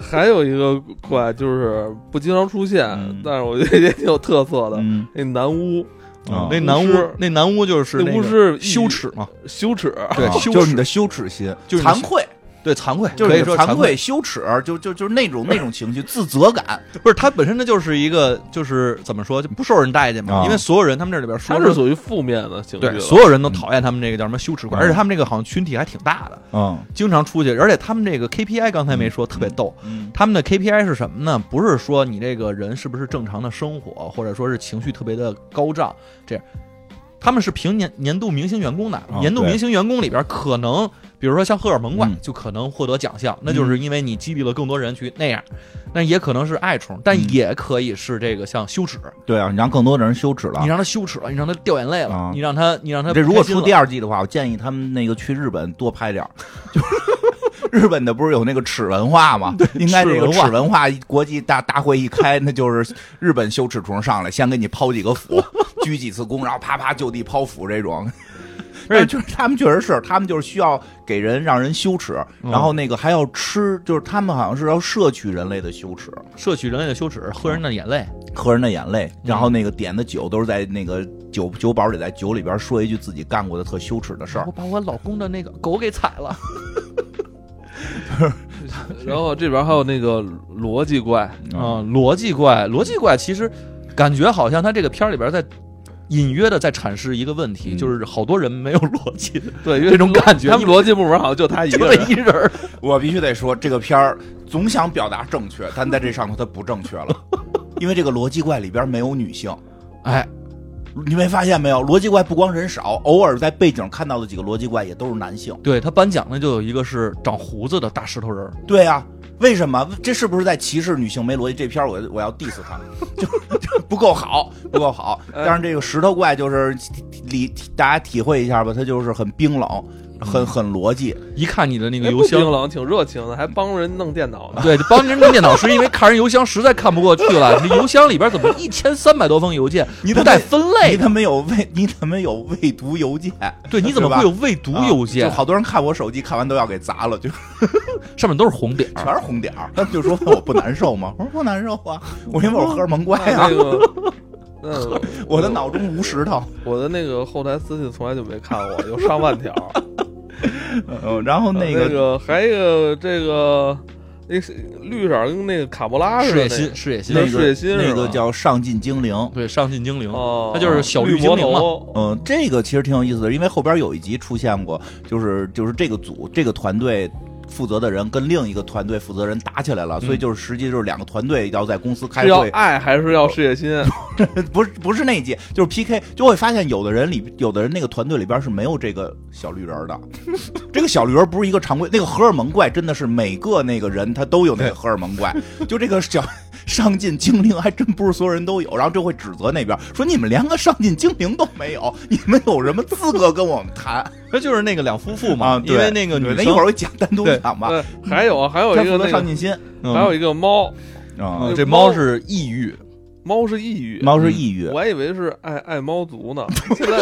Speaker 1: 还有一个怪就是不经常出现，
Speaker 2: 嗯
Speaker 1: 但是我觉得也挺有特色的。
Speaker 2: 嗯
Speaker 1: 那男巫
Speaker 2: 啊
Speaker 3: 嗯那男
Speaker 1: 巫
Speaker 3: 巫
Speaker 1: 师，
Speaker 3: 那男巫就是
Speaker 1: 那
Speaker 3: 那
Speaker 1: 巫
Speaker 3: 个
Speaker 1: 师
Speaker 3: 羞耻嘛，
Speaker 1: 羞耻，
Speaker 3: 对
Speaker 2: 啊
Speaker 3: 羞耻
Speaker 2: 就是你的 *laughs* 羞耻心，
Speaker 3: 就是你的
Speaker 2: 惭愧，
Speaker 3: 对惭愧，
Speaker 2: 就
Speaker 3: 可
Speaker 2: 是
Speaker 3: 以
Speaker 2: 你的
Speaker 3: 说
Speaker 2: 惭
Speaker 3: 愧。
Speaker 2: 愧、羞耻，就就就是那种那种情绪，自责感。
Speaker 3: 不是他本身呢，就是一个就是怎么说，就不受人待见嘛。
Speaker 2: 啊
Speaker 3: 因为所有人他们这里边
Speaker 1: 它
Speaker 3: 说
Speaker 1: 是属于负面的情绪
Speaker 3: 对，
Speaker 1: 了
Speaker 3: 所有人都讨厌他们这个叫什么羞耻怪，
Speaker 2: 嗯
Speaker 3: 而且他们这个好像群体还挺大的，
Speaker 2: 嗯
Speaker 3: 经常出去，而且他们这个 KPI 刚才没说，特别逗。
Speaker 2: 嗯
Speaker 3: 他们的 KPI 是什么呢？不是说你这个人是不是正常的生活，或者说是情绪特别的高涨，这样，他们是评年年度明星员工的。
Speaker 2: 啊
Speaker 3: 年度
Speaker 2: 对
Speaker 3: 明星员工里边，可能比如说像荷尔蒙怪，
Speaker 2: 嗯
Speaker 3: 就可能获得奖项，那就是因为你激励了更多人去那样。那也可能是爱宠，但
Speaker 2: 嗯
Speaker 3: 也可以是这个像羞耻，
Speaker 2: 对啊，你让更多的人羞耻了
Speaker 3: 你。让他羞耻了，你让他掉眼泪了，
Speaker 2: 啊
Speaker 3: 你让他你让他
Speaker 2: 这如果
Speaker 3: 不开心
Speaker 2: 出
Speaker 3: 了
Speaker 2: 第二季的话，我建议他们那个去日本多拍点儿。就是 *laughs* 日本的不是有那个耻文化吗？应该这个
Speaker 3: 耻文化
Speaker 2: 耻文化国际大大会一开，那就是日本羞耻虫上来，先给你抛几个
Speaker 3: *laughs*
Speaker 2: 斧，鞠几次躬，然后啪啪就地抛斧这种。
Speaker 3: 而且
Speaker 2: 但就是他们确实是，他们就是需要给人让人羞耻，
Speaker 3: 嗯
Speaker 2: 然后那个还要吃，就是他们好像是要摄取人类的羞耻
Speaker 3: 摄取人类的羞耻，喝人的眼泪，
Speaker 2: 和人的眼泪，然后那个点的酒都是在那个酒酒保里，在酒里边说一句自己干过的特羞耻的事儿
Speaker 3: 我。把我老公的那个狗给踩了。
Speaker 1: 然后这边还有那个逻辑怪，
Speaker 3: 啊、逻辑怪，逻辑怪其实感觉好像他这个片儿里边在隐约的在阐释一个问题，
Speaker 2: 嗯
Speaker 3: 就是好多人没有逻辑的，
Speaker 1: 对，因为
Speaker 3: 这种感觉
Speaker 1: 他们逻辑部门好像就他一
Speaker 3: 就
Speaker 1: 个
Speaker 3: 这
Speaker 1: 人，
Speaker 3: 一人儿。
Speaker 2: 我必须得说，这个片儿总想表达正确，但在这上头它不正确了，因为这个逻辑怪里边没有女性。
Speaker 3: *laughs* 哎，
Speaker 2: 你没发现没有？逻辑怪不光人少，偶尔在背景看到的几个逻辑怪也都是男性。
Speaker 3: 对他颁奖的就有一个是长胡子的大石头人儿，
Speaker 2: 对啊，为什么？这是不是在歧视女性没逻辑？这片儿我我要 diss 他， *laughs* 就就不够好，不够好。
Speaker 1: 呃
Speaker 2: 但是这个石头怪就是理大家体会一下吧，它就是很冰冷，
Speaker 1: 嗯
Speaker 2: 很很逻辑。
Speaker 3: 一看你的那个
Speaker 1: 哎
Speaker 3: *laughs* 邮
Speaker 1: 不冰
Speaker 3: 箱，
Speaker 1: 冷，挺热情的，还帮人弄电脑
Speaker 3: *laughs*
Speaker 1: 呢。
Speaker 3: 对，就帮人弄电脑是因为看人邮箱实在看不过去了， *laughs* 你邮箱里边怎么一千三百多封邮件，
Speaker 2: 你怎
Speaker 3: 不
Speaker 2: 么
Speaker 3: 带分
Speaker 2: 你
Speaker 3: 类？
Speaker 2: 他妈有未， *laughs* 你他妈有未读邮件？
Speaker 3: 对，你怎么
Speaker 2: 对吧
Speaker 3: 会有未读邮件？
Speaker 2: 啊就好多人看我手机，看完都要给
Speaker 1: *laughs*
Speaker 2: 砸了，就
Speaker 3: 上面都是红点儿。
Speaker 2: 全是红点儿。他们就说问我不难受吗？我说不难受
Speaker 1: *laughs*
Speaker 2: 啊，我因为我荷尔蒙怪啊
Speaker 1: 那，个，那
Speaker 2: *laughs* 我的脑中无石头。
Speaker 1: 我的那个后台私信从来就没看过，有上万条。
Speaker 2: 嗯，然后那
Speaker 1: 个、
Speaker 2: 个
Speaker 1: 还有一个这个那是绿色儿跟那个卡波拉似
Speaker 3: 事
Speaker 1: 的
Speaker 3: 业
Speaker 1: 那个，
Speaker 3: 心，事业心，
Speaker 1: 那
Speaker 2: 那
Speaker 1: 水
Speaker 2: 个
Speaker 1: 心是吧
Speaker 2: 那个叫上进精灵。
Speaker 3: 对，上进精灵，
Speaker 1: 哦，
Speaker 3: 它就是小
Speaker 1: 绿
Speaker 3: 绿精
Speaker 1: 魔
Speaker 3: 灵嘛。
Speaker 1: 头，
Speaker 2: 嗯，这个其实挺有意思的，因为后边有一集出现过，就是就是这个组这个团队负责的人跟另一个团队负责人打起来了，所以就是实际就是两个团队要在公司开
Speaker 1: 嗯是要
Speaker 2: 会，
Speaker 1: 爱还是要事业心？
Speaker 2: 不是不是那一集，就是 PK，就会发现有的人里有的人那个团队里边是没有这个小绿人的，这个小绿人不是一个常规，那个荷尔蒙怪真的是每个那个人他都有那个荷尔蒙怪，就这个小。上进精灵还真不是所有人都有，然后就会指责那边说你们连个上进精灵都没有，你们有什么资格跟我们
Speaker 1: *laughs*
Speaker 2: 谈？
Speaker 3: 那就是那个两夫妇嘛，
Speaker 2: 啊，
Speaker 3: 因为那个女
Speaker 2: 对
Speaker 3: 生
Speaker 2: 那一会儿我讲单独讲吧。
Speaker 1: 对，还有啊还有
Speaker 2: 他
Speaker 1: 一
Speaker 2: 负
Speaker 1: 个
Speaker 2: 责
Speaker 1: 那
Speaker 2: 上
Speaker 1: 个，
Speaker 2: 进心
Speaker 3: 嗯
Speaker 1: 还有一个猫，
Speaker 2: 啊
Speaker 3: 嗯这猫是抑郁，
Speaker 1: 猫是抑郁，
Speaker 2: 猫是抑郁，
Speaker 1: 我还以为是爱爱猫族
Speaker 2: *laughs*
Speaker 1: 呢，现在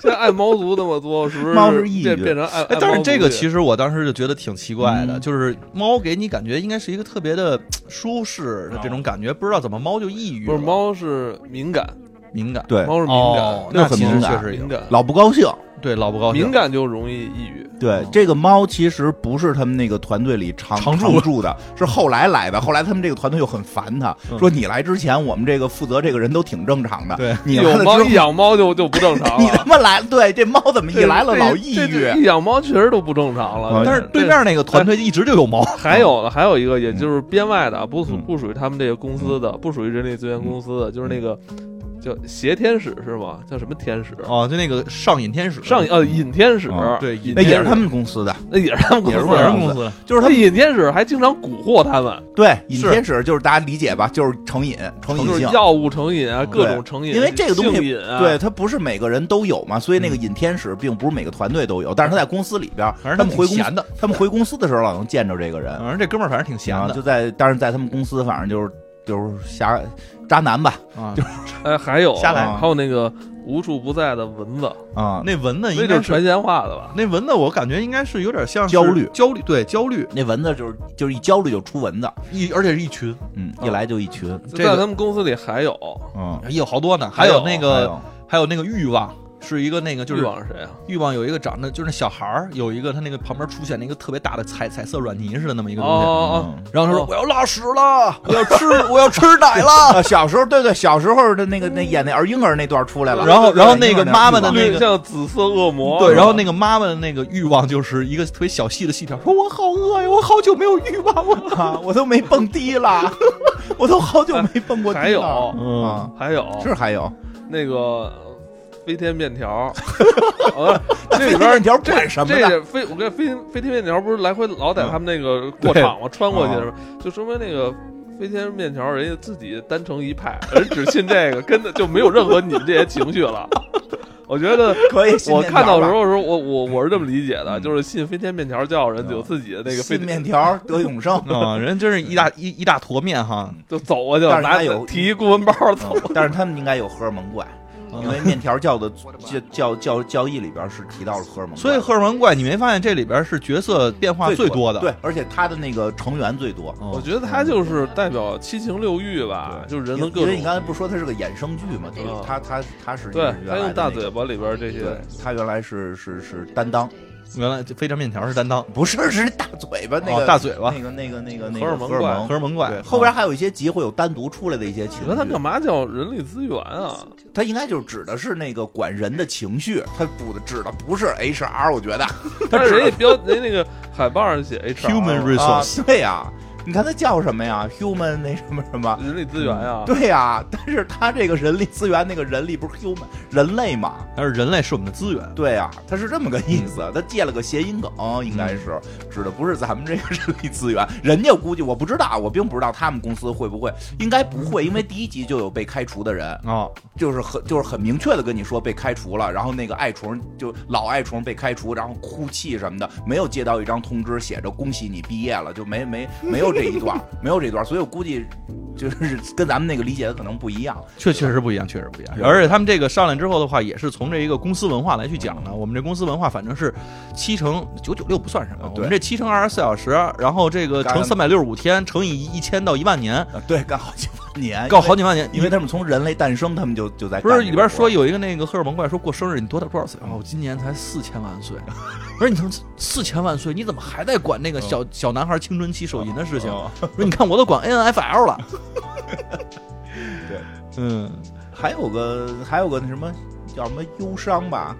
Speaker 1: 现在爱猫族那么多，是不是
Speaker 2: 猫是抑郁
Speaker 1: 变变成爱？
Speaker 3: 哎
Speaker 1: 爱
Speaker 3: 但
Speaker 1: 猫
Speaker 3: 是
Speaker 1: 族
Speaker 3: 这个其
Speaker 1: 去
Speaker 3: 实我当时就觉得挺奇怪的，
Speaker 2: 嗯
Speaker 3: 就是猫给你感觉应该是一个特啊别的嘖舒适的这种感觉，不知道怎么猫就抑郁
Speaker 1: 不
Speaker 3: 了。
Speaker 1: 是猫是敏感，
Speaker 3: 敏感，
Speaker 2: 对，
Speaker 1: 猫是敏
Speaker 3: 哦，
Speaker 1: 感，
Speaker 2: 那
Speaker 3: 那
Speaker 2: 很
Speaker 3: 其实
Speaker 2: 敏感
Speaker 3: 确实有
Speaker 1: 敏，感，
Speaker 2: 老不高兴。
Speaker 3: 对，老不高兴，
Speaker 1: 敏感就容易抑郁。
Speaker 2: 对
Speaker 3: 哦，
Speaker 2: 这个猫其实不是他们那个团队里常
Speaker 3: 常
Speaker 2: 常
Speaker 3: 驻
Speaker 2: 驻的，是后来来的。后来他们这个团队又很烦他，
Speaker 3: 嗯
Speaker 2: 说你来之前，我们这个负责这个人都挺正常的，
Speaker 3: *laughs* 对
Speaker 2: 你来
Speaker 1: 有
Speaker 2: 了
Speaker 1: 猫
Speaker 2: 之
Speaker 1: 一
Speaker 2: 后，
Speaker 1: 养猫就就不正常
Speaker 2: 你他
Speaker 1: 了。
Speaker 2: 妈来了，对，这猫怎么一来了
Speaker 1: 这
Speaker 2: 老
Speaker 1: *laughs*
Speaker 2: 抑
Speaker 1: 这
Speaker 2: 郁
Speaker 1: 这？一养猫确实都不正常了
Speaker 2: 嗯。
Speaker 3: 但是对面那个团队一直就有 *laughs* 毛，
Speaker 1: 还有还有一个，也就是编外的，不属
Speaker 2: 嗯
Speaker 1: 不属于他们这个公司的，不属于人力资源公司的，就是那个叫挟天使是吗？叫什么天使？
Speaker 3: 哦，就那个上瘾天使，
Speaker 1: 上呃引天使
Speaker 2: 哦，
Speaker 3: 对引
Speaker 2: 那也是他
Speaker 1: 们，
Speaker 2: 们公司的，
Speaker 1: 那也是他们公
Speaker 2: 也是
Speaker 1: 司啊
Speaker 2: 他
Speaker 3: 也
Speaker 2: 们
Speaker 3: 是
Speaker 1: 的。
Speaker 3: 公司，
Speaker 2: 就是他
Speaker 1: 那
Speaker 2: 们
Speaker 1: 引天使还经常蛊惑他们，
Speaker 2: 对尹
Speaker 3: 是
Speaker 2: 天使，就是大家理解吧，就是成瘾，成瘾
Speaker 1: 就是
Speaker 2: 性。
Speaker 1: 药物成瘾啊，各种成瘾，
Speaker 2: 因为这个东西
Speaker 1: 性瘾啊，
Speaker 2: 对，，它不是每个人都有嘛，所以那个尹天使并不是每个团队都有，但是他在公司里边，
Speaker 3: 反正
Speaker 2: 他们回公
Speaker 3: 闲
Speaker 2: 司，
Speaker 3: 的，
Speaker 2: 他们回公司的时候老能见着这个人，
Speaker 3: 反正这哥们儿反正挺闲
Speaker 2: 然后
Speaker 3: 的
Speaker 2: 啊就在，但是在他们公司，反正就是就是瞎渣男吧，
Speaker 3: 啊。
Speaker 1: 哎，还有
Speaker 3: 下来
Speaker 1: 啊还有那个无处不在的蚊子，
Speaker 2: 啊、
Speaker 3: 那蚊子
Speaker 1: 那
Speaker 3: 应
Speaker 1: 就是
Speaker 3: 该
Speaker 1: 传
Speaker 3: 是
Speaker 1: 闲话的吧？
Speaker 3: 那蚊子，我感觉应该是有点像是
Speaker 2: 焦虑
Speaker 3: 焦虑对焦虑
Speaker 2: 那蚊子就是就是一焦虑就出蚊子，
Speaker 3: 一，而且是一群，
Speaker 2: 嗯，
Speaker 1: 啊
Speaker 2: 一来就一群，
Speaker 3: 这
Speaker 1: 在
Speaker 3: 个
Speaker 1: 他们公司里还有，
Speaker 2: 嗯，
Speaker 1: 哎
Speaker 3: 也哎有好多呢，
Speaker 1: 还有
Speaker 3: 有那
Speaker 2: 还
Speaker 3: 个
Speaker 2: 有
Speaker 3: 还有那个欲望，是一个那个就
Speaker 1: 欲
Speaker 3: 是
Speaker 1: 望是谁啊？
Speaker 3: 欲望有一个长得就是那小孩儿有一个他那个旁边出现了一个特别大的彩彩色软泥似的那么一个
Speaker 1: 哦
Speaker 3: 东西，
Speaker 1: 哦
Speaker 2: 嗯
Speaker 3: 然后他说、
Speaker 1: 哦
Speaker 3: 我要拉屎 *laughs* 了，我要吃我要吃奶了，
Speaker 2: 啊，小时候对对，小时候的那个那演那儿婴儿那段出来了，
Speaker 3: 然后然后那个
Speaker 2: 婴儿
Speaker 3: 妈妈
Speaker 1: 哦，
Speaker 3: 的
Speaker 2: 欲
Speaker 3: 那
Speaker 1: 面
Speaker 3: 个
Speaker 1: 像紫色恶魔，
Speaker 3: 对，然后
Speaker 1: 那
Speaker 3: 那个妈妈的那个欲望就是一个特别小细的细条，说我好饿呀，我好久没有欲望 *laughs* 了，
Speaker 2: 望啊， *laughs* 我都没蹦迪了， *laughs* 我都好久没蹦过迪了，
Speaker 1: 哎还有哦
Speaker 2: 啊，
Speaker 1: 还有
Speaker 2: 是还有，
Speaker 1: 那个飞天面
Speaker 3: *laughs*
Speaker 1: 条，呃，这里
Speaker 2: 飞天
Speaker 1: 边
Speaker 2: 面条管什么
Speaker 1: 这
Speaker 2: 的？
Speaker 1: 个飞，我跟飞飞天面条不是来回老
Speaker 2: 嗯
Speaker 1: 在他们那个过场嘛，穿
Speaker 2: 啊
Speaker 1: 过去是吧，就说明那个。飞天面条，人家自己单成一派，人只信这个，跟的就没有任何你们这些情绪了。我觉
Speaker 2: *laughs*
Speaker 1: 得
Speaker 2: 可以，
Speaker 1: 我看到的
Speaker 2: 的
Speaker 1: 时候说，我我我是这么理解的，
Speaker 2: 嗯
Speaker 1: 就是信飞天面条教人有自己的那个飞
Speaker 2: 信面条得永生，
Speaker 1: *laughs*
Speaker 3: 啊、人真是一 *laughs* 大一一大坨面哈，
Speaker 1: 就走过去
Speaker 2: 但
Speaker 1: 了，
Speaker 2: 是他
Speaker 1: 拿
Speaker 2: 有
Speaker 1: 提一公文包走。嗯
Speaker 2: 嗯但是他们应该有荷尔蒙怪，因为面条教的教教教教义里边是提到了荷尔蒙怪，
Speaker 3: 所以荷尔蒙怪你没发现这里边是角色变化最多的，
Speaker 2: 对，而且他的那个成员最多。
Speaker 3: 哦
Speaker 1: 我觉得他就是代表七情六欲吧，就是人的各
Speaker 2: 因为
Speaker 1: 种
Speaker 2: 你刚才不是说它是个衍生剧嘛，就是
Speaker 1: 嗯
Speaker 2: 他他他是
Speaker 1: 对，
Speaker 2: 原
Speaker 1: 他
Speaker 2: 来
Speaker 1: 用
Speaker 2: 的
Speaker 1: 大
Speaker 2: 那个
Speaker 1: 嘴，巴里边这些
Speaker 2: 对，他原来是是是担当，
Speaker 3: 原来这非常面条是担当，
Speaker 2: 不是是大嘴巴那
Speaker 3: 哦
Speaker 2: 个
Speaker 3: 大嘴巴
Speaker 2: 那个那个那个那
Speaker 1: 荷尔
Speaker 2: 个
Speaker 1: 蒙
Speaker 2: 荷尔
Speaker 1: 怪
Speaker 2: 蒙
Speaker 3: 荷尔蒙怪嗯哦
Speaker 2: 对，后边还有一些集会有单独出来的一些情
Speaker 1: 你说他
Speaker 2: 绪
Speaker 1: 干，嘛叫人力资源啊？
Speaker 2: 他应该就是指的是那个管人的情绪，他补的指的不是 HR，我觉得
Speaker 1: *laughs* 但是人家标人家那个海报上写 HR
Speaker 3: Human resource
Speaker 2: 啊，对呀，你看他叫什么呀？Human 那什么什么，
Speaker 1: 人力资源啊，
Speaker 2: 对呀、但是他这个人力资源，那个人力不是 human 人类嘛？
Speaker 3: 但是人类是我们的资源，
Speaker 2: 对呀、他是这么个意思，他借了个谐音梗，应该是指的不是咱们这个人力资源。人家估计我不知道，我并不知道他们公司会不会，应该不会，因为第一集就有被开除的人，
Speaker 3: 哦，
Speaker 2: 就是很就是很明确的跟你说被开除了，然后那个爱虫就老爱虫被开除，然后哭泣什么的，没有接到一张通知写着恭喜你毕业了，就没没没有这一段，没有这一段，所以我估计就是 *laughs* 跟咱们那个理解的可能不一样。
Speaker 3: 确确实不一样，确实不一样。而且他们这个上来之后的话，也是从这一个公司文化来去讲的。我们这公司文化反正是七乘九九六不算什么
Speaker 2: 呃，
Speaker 3: 我
Speaker 2: 对
Speaker 3: 们这七乘二十四小时，然后这个
Speaker 2: 干
Speaker 3: 乘三百六十五天，乘以一千到一万年，
Speaker 2: 啊，对，干好几万年，
Speaker 3: 告好几万年，
Speaker 2: 因为，因为他们从人类诞生，他们就就在
Speaker 3: 不是
Speaker 2: 干这
Speaker 3: 里
Speaker 2: 个
Speaker 3: 边
Speaker 2: 活
Speaker 3: 说有一个那个荷尔蒙怪说过生日你多大多少岁啊？我今年才四千万
Speaker 2: *laughs*
Speaker 3: 岁。我说你从四千万岁，你怎么还在管那
Speaker 2: 嗯
Speaker 3: 个小小男孩青春期手淫的事情？
Speaker 2: 哦 *laughs*
Speaker 3: 我说你看我都管 NFL 了。
Speaker 2: 对，
Speaker 3: 嗯，
Speaker 2: 还有个还有个那什么叫什么忧伤吧，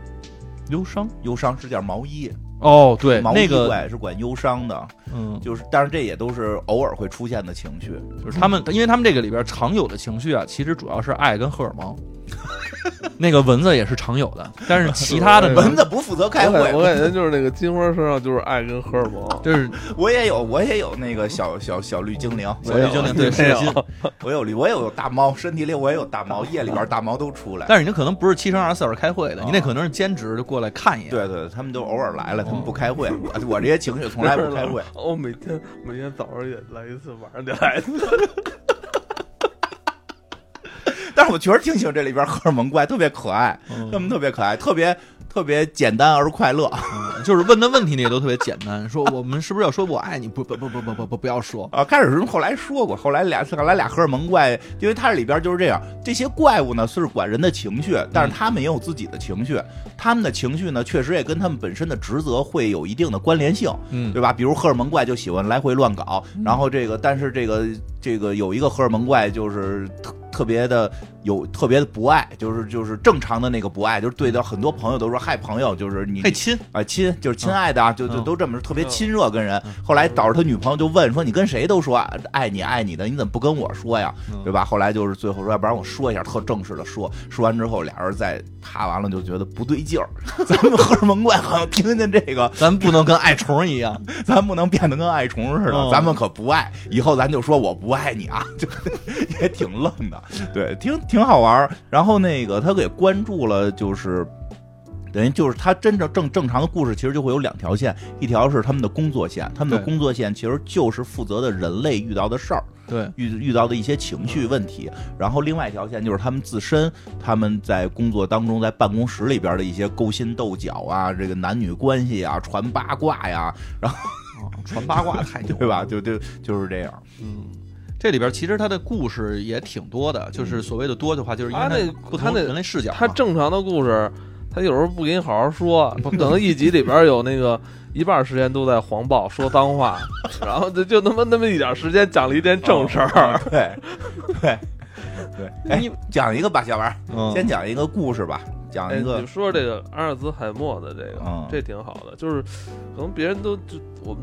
Speaker 3: 忧伤
Speaker 2: 忧伤是叫毛衣，
Speaker 3: 哦，对，
Speaker 2: 毛
Speaker 3: 那
Speaker 2: 衣
Speaker 3: 个
Speaker 2: 怪是管忧伤的，
Speaker 3: 嗯，
Speaker 2: 就是但是这也都是偶尔会出现的情绪，
Speaker 3: 就是他们，因为他们这个里边常有的情绪啊，其实主要是爱跟荷尔蒙。 *laughs* 那个蚊子也是常有的，但是其
Speaker 1: *laughs*
Speaker 3: 他 *laughs* 的呢
Speaker 2: 蚊子不负责开
Speaker 1: 我感我
Speaker 2: 会，
Speaker 1: 感觉就是那个金花身上就是爱跟荷尔
Speaker 2: *laughs*
Speaker 1: 蒙，
Speaker 3: 就是
Speaker 2: 我也有我也有那个小小小绿精灵，
Speaker 3: 小绿精灵对
Speaker 1: 没
Speaker 3: 是
Speaker 1: 有
Speaker 3: 金，
Speaker 2: 我有绿我也有大猫，身体里我也有大猫，夜里边大猫都出来。
Speaker 3: 但是你那可能不是七乘二十四小时开会的，
Speaker 2: 啊
Speaker 3: 你那可能是兼职就过来看一眼。
Speaker 2: 对对，他们都偶尔来了，他们不开
Speaker 1: 哦
Speaker 2: 会。我我这些情绪从来不开会。
Speaker 1: *laughs* 我每天每天早上也来一次，晚上得来一次。
Speaker 2: 但是我确实挺喜欢这
Speaker 1: 嗯
Speaker 2: 里边荷尔蒙怪，特别可爱，他们特别可爱，特别特别简单而快乐。
Speaker 3: 嗯，就是问的问题那也都特别简单，说我们是不是要说我哎爱你？不不不不不不不不要说，
Speaker 2: 啊，开始是后来说过，后来俩后来俩荷尔蒙怪，因为它里边就是这样，这些怪物呢是管人的情绪，但是他们也有自己的情绪，他们的情绪呢确实也跟他们本身的职责会有一定的关联性，
Speaker 3: 嗯
Speaker 2: 对吧？比如荷尔蒙怪就喜欢来回乱搞，然后这个但是这个这个有一个荷尔蒙怪就是特特别的有特别的不爱，就是就是正常的那个不爱，就是对到很多朋友都说嗨朋友，就是你
Speaker 3: 爱亲，
Speaker 2: 啊，亲就是亲爱的啊，就就
Speaker 3: 嗯
Speaker 2: 都这么特别亲热跟人。后来导致他女朋友就问说：“你跟谁都说啊爱你爱你的，你怎么不跟我说呀？
Speaker 3: 嗯
Speaker 2: 对吧？”后来就是最后说：“要不然我说一下，特正式的说。”说完之后，俩人再啪完了就觉得不对劲儿， *laughs* 咱们荷尔蒙怪好像听见这个，
Speaker 3: 咱不能跟爱虫一样，
Speaker 2: 咱不能变得跟爱虫似
Speaker 3: 嗯
Speaker 2: 的，咱们可不爱，以后咱就说我不爱你啊， *laughs* 就也挺愣的，对，挺挺好玩儿。然后那个他给关注了，就是。等于就是他真正正正常的故事，其实就会有两条线，一条是他们的工作线，他们的
Speaker 3: 对
Speaker 2: 工作线其实就是负责的人类遇到的事儿，
Speaker 3: *laughs* 对，
Speaker 2: 遇遇到的一些情
Speaker 3: 嗯
Speaker 2: 绪问题，然后另外一条线就是他们自身，他们在工作当中，在办公室里边的一些勾心斗角啊，这个男女关系啊，传八卦呀，
Speaker 3: 哦传八卦太牛
Speaker 2: *laughs*
Speaker 3: 了
Speaker 2: 对吧？？就就就是这样。
Speaker 3: 嗯，这里边其实它的故事也挺多的，就是所谓的多的话，就是因为
Speaker 1: 他那
Speaker 3: 嗯它不
Speaker 1: 他
Speaker 3: 同
Speaker 1: 那
Speaker 3: 人类视角嘛，
Speaker 1: *laughs* 他正常的故事，他有时候不给你好好说，可能一集里边有那个一半时间都在黄暴说脏话，然后就就那么那么一点时间讲了一件正事 *laughs* 儿。
Speaker 2: 对，对，对。哦哎
Speaker 3: 你，
Speaker 2: 讲一个吧，小王，
Speaker 3: 嗯
Speaker 2: 先讲一个故事吧，讲
Speaker 1: 哎，
Speaker 2: 一
Speaker 1: 你
Speaker 2: 个
Speaker 1: 说，说这个阿尔兹海默的这个，
Speaker 2: 嗯
Speaker 1: 这挺好的，就是可能别人都就我们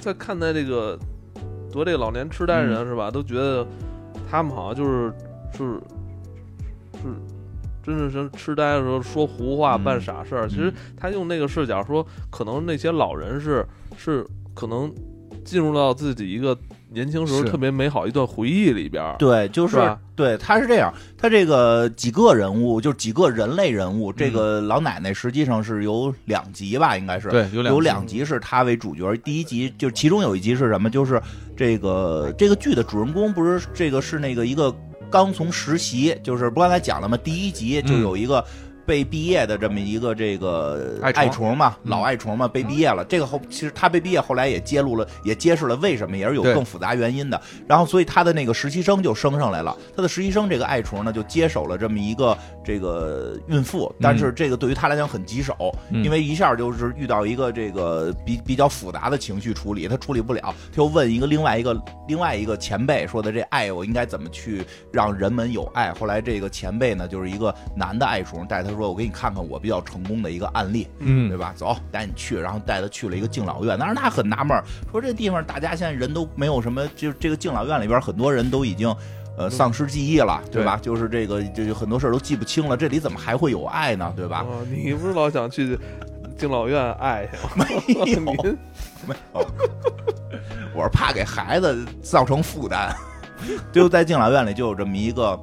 Speaker 1: 在看待这个得这个老年痴呆
Speaker 2: 嗯
Speaker 1: 人、是吧，都觉得他们好像就是就是是真是是痴呆的时候说胡话、
Speaker 2: 嗯
Speaker 1: 办傻事儿。其实他用那个视角说，可能那些老人是是可能进入到自己一个年轻时候
Speaker 3: 是
Speaker 1: 特别美好一段回忆里边儿，
Speaker 2: 对，就是
Speaker 1: 吧
Speaker 2: 对，他是这样，他这个几个人物，就是几个人类人物，
Speaker 3: 嗯
Speaker 2: 这个老奶奶实际上是有两集吧，应该是。
Speaker 3: 对有两
Speaker 2: 有
Speaker 3: 集
Speaker 2: 两集是她为主角，第一集就其中有一集是什么？就是这个这个剧的主人公不是这个是那个一个刚从实习，就是不刚才讲了吗？第一集就
Speaker 3: 嗯
Speaker 2: 有一个被毕业的这么一个这个
Speaker 3: 爱虫
Speaker 2: 爱虫嘛，
Speaker 3: 嗯
Speaker 2: 老爱虫嘛，被毕业了。这个后其实他被毕业，后来也揭露了，也揭示了为什么，也是有
Speaker 3: 对
Speaker 2: 更复杂原因的。然后所以他的那个实习生就升上来了，他的实习生这个爱虫呢就接手了这么一个这个孕妇，但是这个对于他来讲很棘手，
Speaker 3: 嗯
Speaker 2: 因为一下就是遇到一个这个比比较复杂的情绪处理，他处理不了，他又问一个另外一个另外一个前辈说的这爱我应该怎么去让人们有爱？后来这个前辈呢就是一个男的爱虫，带他说我给你看看我比较成功的一个案例，
Speaker 3: 嗯
Speaker 2: 对吧？走，带你去，然后带他去了一个敬老院。当时他很纳闷儿，说这地方大家现在人都没有什么，就是这个敬老院里边很多人都已经。呃，丧失记忆了，对吧？就是这个，这就很多事儿都记不清了，这里怎么还会有爱呢？对吧？
Speaker 1: 哦，你不是老想去敬老院爱去吗？
Speaker 2: 没
Speaker 1: *laughs*
Speaker 2: 有
Speaker 1: 您
Speaker 2: 没有，我是怕给孩子造成负担。 *laughs* 就在敬老院里就有这么一个，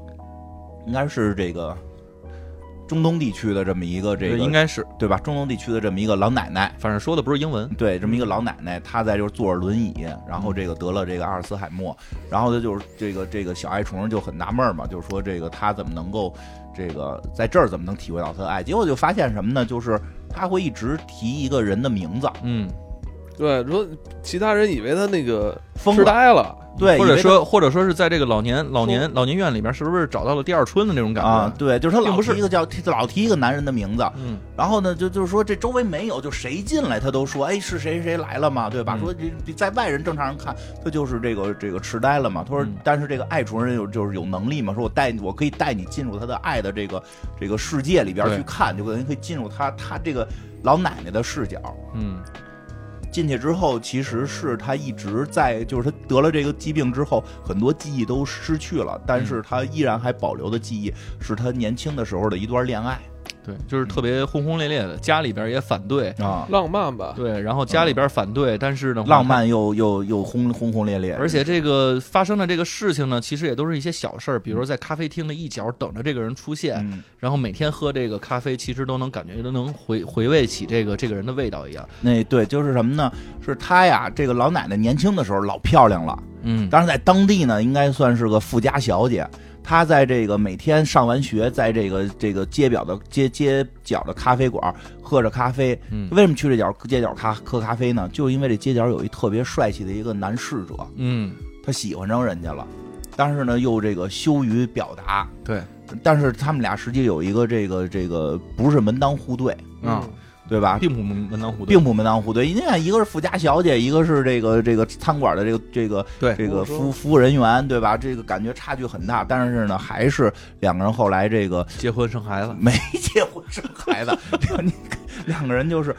Speaker 2: 应该是这个中东地区的这么一个这个，
Speaker 3: 对应该是，
Speaker 2: 对吧？中东地区的这么一个老奶奶，
Speaker 3: 反正说的不是英文，
Speaker 2: 对，这么一个老奶奶，她在就是坐着轮椅，然后这个得了这个阿尔茨海默，然后她就是这个这个小爱虫就很纳闷儿嘛，就是说这个她怎么能够这个在这儿怎么能体会到她的爱？结果就发现什么呢？就是她会一直提一个人的名字，
Speaker 3: 嗯，
Speaker 1: 对，说其他人以为他那个
Speaker 2: 疯
Speaker 1: 痴
Speaker 2: 了，
Speaker 1: 呆了，
Speaker 2: 对，
Speaker 3: 或
Speaker 2: 以
Speaker 3: 者
Speaker 2: 为
Speaker 3: 说或者说是在这个老年老年老年院里边，是不是找到了第二春的那种
Speaker 2: 她
Speaker 3: 感觉？
Speaker 2: 啊，对，就是她
Speaker 3: 并
Speaker 2: 老
Speaker 3: 不是
Speaker 2: 提一个叫老提一个男人的名字，
Speaker 3: 嗯，
Speaker 2: 然后呢，就就是说这周围没有，就谁进来他都说，哎，是谁谁谁来了嘛，对吧？
Speaker 3: 嗯
Speaker 2: 说这这在外人正常人看，他就是这个这个痴呆了嘛。他说
Speaker 3: 嗯，
Speaker 2: 但是这个爱虫人有就是有能力嘛，说我带你，我可以带你进入他的爱的这个这个世界里边
Speaker 3: 对
Speaker 2: 去看，就等于可以进入他他这个老奶奶的视角。
Speaker 3: 嗯，
Speaker 2: 进去之后，其实是他一直在，就是他得了这个疾病之后，很多记忆都失去了，但
Speaker 3: 嗯
Speaker 2: 是他依然还保留的记忆是他年轻的时候的一段恋爱
Speaker 3: 对，就是特别轰轰烈烈的，家里边也反对，
Speaker 2: 啊。
Speaker 1: 浪漫吧？
Speaker 3: 对，然后家里边反对，但是呢，
Speaker 2: 浪漫又又又轰轰轰烈烈，
Speaker 3: 而且这个发生的这个事情呢，其实也都是一些小事儿，比如在咖啡厅的一角等着这个人出现，
Speaker 2: 嗯
Speaker 3: 然后每天喝这个咖啡，其实都能感觉都能回回味起这个这个人的味道一样。
Speaker 2: 那对就是什么呢？是她呀，这个老奶奶年轻的时候老漂亮了，
Speaker 3: 嗯，
Speaker 2: 当然在当地呢，应该算是个富家小姐。他在这个每天上完学，在这个这个街角的街街角的咖啡馆喝着咖啡。
Speaker 3: 嗯
Speaker 2: 为什么去这角街角咖喝咖啡呢？就因为这街角有一特别帅气的一个男侍者，
Speaker 3: 嗯，
Speaker 2: 他喜欢上人家了，但是呢又这个羞于表达。
Speaker 3: 对，
Speaker 2: 但是他们俩实际有一个这个这个不是门当户对，
Speaker 3: 啊
Speaker 1: 嗯
Speaker 2: 对吧？
Speaker 3: 并不门当户对，
Speaker 2: 并不门当户对，因为一个是富家小姐，一个是这个这个餐馆的这个这个
Speaker 3: 对
Speaker 2: 这个
Speaker 1: 服务
Speaker 2: 服服务人员，对吧？这个感觉差距很大，但是呢，还是两个人后来这个
Speaker 3: 结婚生孩子，
Speaker 2: 没结婚生孩子，两 *laughs* 你两个人就是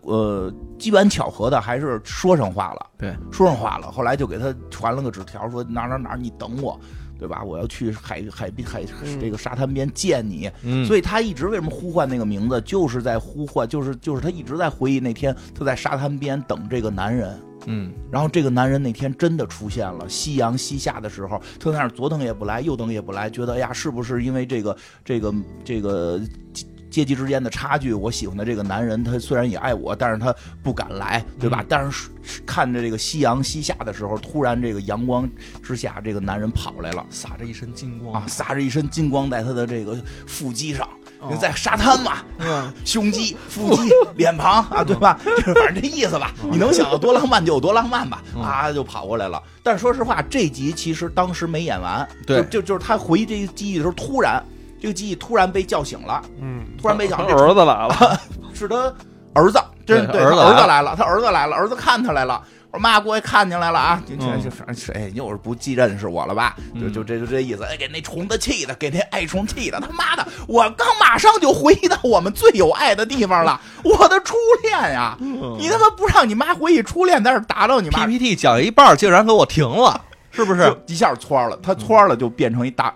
Speaker 2: 呃机缘巧合的，还是说上话了，
Speaker 3: 对，
Speaker 2: 说上话了，后来就给他传了个纸条，说哪儿哪儿哪儿你等我。对吧？我要去海海滨海
Speaker 1: 嗯
Speaker 2: 这个沙滩边见你，
Speaker 3: 嗯，
Speaker 2: 所
Speaker 3: 以
Speaker 2: 以他一直为什么呼唤那个名字，就是在呼唤，就是就是他一直在回忆那天他在沙滩边等这个男人，
Speaker 3: 嗯，
Speaker 2: 然后这个男人那天真的出现了。夕阳西下的时候，他在那儿左等也不来，右等也不来，觉得哎呀，是不是因为这个这个这个阶阶级之间的差距，我喜欢的这个男人，他虽然也爱我，但是他不敢来，对吧？
Speaker 3: 嗯
Speaker 2: 但是看着这个夕阳西下的时候，突然这个阳光之下，这个男人跑来了。
Speaker 3: 洒着一身金光
Speaker 2: 啊，撒着一身金光在他的这个腹肌上
Speaker 3: 哦，
Speaker 2: 在沙滩嘛，
Speaker 3: 嗯
Speaker 2: 胸肌、腹肌、脸庞啊，对吧？就是反正这意思吧，
Speaker 3: 嗯
Speaker 2: 你能想到多浪漫就有多浪漫吧，啊，就跑过来了。但是说实话，这集其实当时没演完，
Speaker 3: 对
Speaker 2: 就就就是他回忆这个记忆的时候，突然这个记忆突然被叫醒了，
Speaker 1: 嗯，
Speaker 2: 突然没想
Speaker 1: 他
Speaker 2: 到
Speaker 1: 他
Speaker 2: 这
Speaker 1: 儿子来 *laughs* 了，
Speaker 2: 是他儿子，真是对
Speaker 3: 对儿
Speaker 2: 他
Speaker 3: 子
Speaker 2: 儿
Speaker 3: 来
Speaker 2: 子来了，他儿子来了，儿子看他来了。我说妈，过来看您来了啊！就
Speaker 3: 嗯
Speaker 2: 就反正谁又是不记认识我了吧？就
Speaker 3: 嗯
Speaker 2: 就这就这意思。哎，给那虫子气的，给那爱虫气的，他妈的！我刚马上就回忆到我们最有爱的地方了，我的初恋呀！
Speaker 3: 嗯
Speaker 2: 你他妈不让你妈回忆初恋，在这儿打扰你妈，
Speaker 3: PPT 讲一半儿竟然给我停了，是不是？
Speaker 2: 就一下窜了，他窜了就变成一大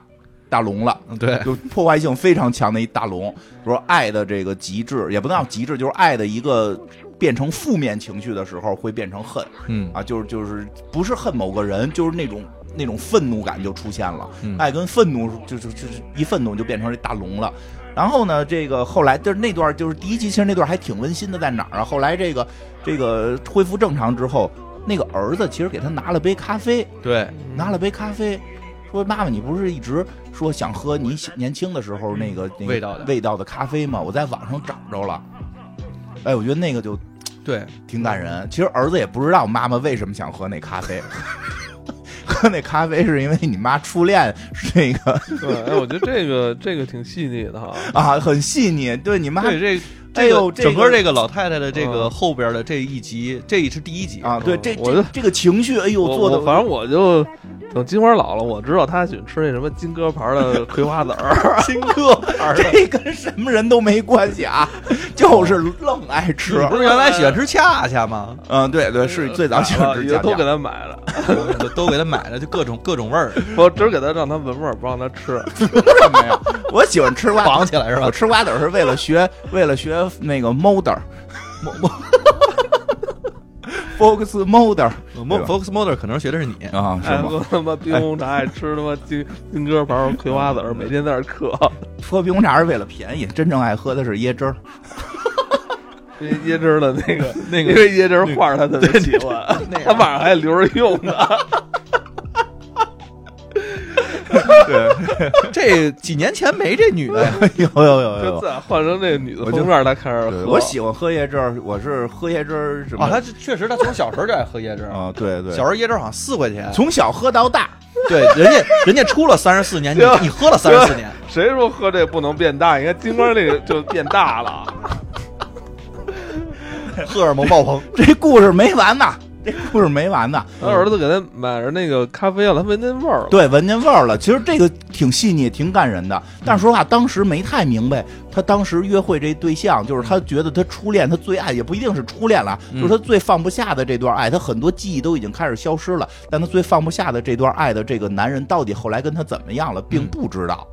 Speaker 2: 大龙了。
Speaker 3: 嗯对，
Speaker 2: 就破坏性非常强的一大龙，说爱的这个极致，也不能叫极致，就是爱的一个变成负面情绪的时候，会变成恨
Speaker 3: 嗯
Speaker 2: 啊，就是就是不是恨某个人，就是那种那种愤怒感就出现了，
Speaker 3: 嗯
Speaker 2: 爱跟愤怒就是就是一愤怒就变成这大龙了。然后呢，这个后来就是那段就是第一集，其实那段还挺温馨的，在哪儿啊？后来这个这个恢复正常之后，那个儿子其实给他拿了杯咖啡，
Speaker 3: 对，
Speaker 2: 拿了杯咖啡，说：“妈妈，你不是一直说想喝你小年轻的时候那个、那个
Speaker 3: 嗯味道的
Speaker 2: 味道的咖啡吗？我在网上找着了。”哎，我觉得那个就 *laughs*
Speaker 3: 对，
Speaker 2: 挺感人。其实儿子也不知道妈妈为什么想喝那咖啡， *laughs* 喝那咖啡是因为你妈初恋是那个
Speaker 1: 对，哎，我觉得这个这个挺细腻
Speaker 2: *laughs*
Speaker 1: 的哈，
Speaker 2: 啊，很细腻。对你妈
Speaker 3: 对这
Speaker 2: 哎
Speaker 3: 这
Speaker 2: 呦
Speaker 3: 个
Speaker 2: 这
Speaker 3: 整个
Speaker 2: 个
Speaker 3: 这个老太太的这个
Speaker 1: 嗯
Speaker 3: 后边的这一集，这也是第一集
Speaker 2: 啊，对这
Speaker 1: 我就
Speaker 2: 这这个情绪，哎呦，
Speaker 1: 我
Speaker 2: 做的
Speaker 1: 我反正我就等金花老了，我知道他喜欢吃那什么金鸽牌的葵花籽
Speaker 2: *laughs*
Speaker 1: 儿，
Speaker 3: 新歌，
Speaker 2: 这跟什么人都没关系啊，就是愣爱吃。
Speaker 3: 不是原来喜欢吃恰啊恰吗？ *laughs*
Speaker 2: 嗯，对对，是最早喜欢吃
Speaker 1: 啊也
Speaker 2: 酱
Speaker 1: 都
Speaker 2: 酱
Speaker 1: 给他买了，
Speaker 3: 都都给她买了，就各种各种 *laughs* 味儿，
Speaker 1: 我只是给他让他闻味儿，不让他
Speaker 2: *laughs*
Speaker 1: 吃。
Speaker 2: 为
Speaker 3: *laughs*
Speaker 2: 什么呀？我喜欢吃瓜子儿
Speaker 3: 绑起来是吧
Speaker 2: 我？吃瓜子儿是为了学， *laughs* 为了学那个
Speaker 3: *laughs*
Speaker 2: modder，
Speaker 3: 某某
Speaker 2: focus
Speaker 3: *laughs*
Speaker 2: modder
Speaker 3: 某嗯 Fox Motor 可能学的是你，
Speaker 2: 啊，是
Speaker 1: 爱
Speaker 2: 吗？
Speaker 1: 喝哎他妈冰红茶，爱吃他妈金 *laughs* 金鸽牌葵花籽儿，每天在那儿嗑， *laughs*
Speaker 3: 哎
Speaker 2: 喝冰红茶是为了便宜，真正爱喝的是椰汁儿。
Speaker 1: 那椰汁儿的那
Speaker 2: *laughs*
Speaker 1: 个
Speaker 3: 那
Speaker 1: 因
Speaker 3: 个
Speaker 1: 为椰汁儿画儿他特别喜欢，他晚上还留着用呢。
Speaker 3: 这几年前没这女的呀，
Speaker 2: *laughs* 有有有
Speaker 1: 就。再换成这女的
Speaker 2: 哎我就
Speaker 1: 封面，他开始
Speaker 2: 对
Speaker 1: 喝。
Speaker 2: 我喜欢喝椰汁儿，我是喝椰汁儿什么
Speaker 3: 啊，？她确实她从小时候就爱喝椰汁儿，
Speaker 2: 啊，对对，
Speaker 3: 哦小时候椰汁儿好像四块钱，
Speaker 2: 从小喝到大，
Speaker 3: 对，人家 *laughs* 人家出了三十四年，你
Speaker 1: 对
Speaker 3: 你喝了三十四年，
Speaker 1: 谁说喝这不能变大？你看金光那个就变大
Speaker 2: *laughs* 嗯
Speaker 1: 了。
Speaker 3: 荷尔蒙爆棚，
Speaker 2: *laughs* 这故事没完呐，这故事没完呐。
Speaker 1: 他儿子给他买着那个咖啡了，他闻那味儿了。
Speaker 2: 对，闻见味儿了。其实这个挺细腻，挺感人的。
Speaker 1: 嗯
Speaker 2: 但是说实话，当时没太明白，他当时约会这对象，就是他觉得他初恋，他最爱，也不一定是初恋了，
Speaker 3: 嗯
Speaker 2: 就是他最放不下的这段爱，他很多记忆都已经开始消失了。但他最放不下的这段爱的这个男人，到底后来跟他怎么样了，
Speaker 1: 嗯
Speaker 2: 并不知道。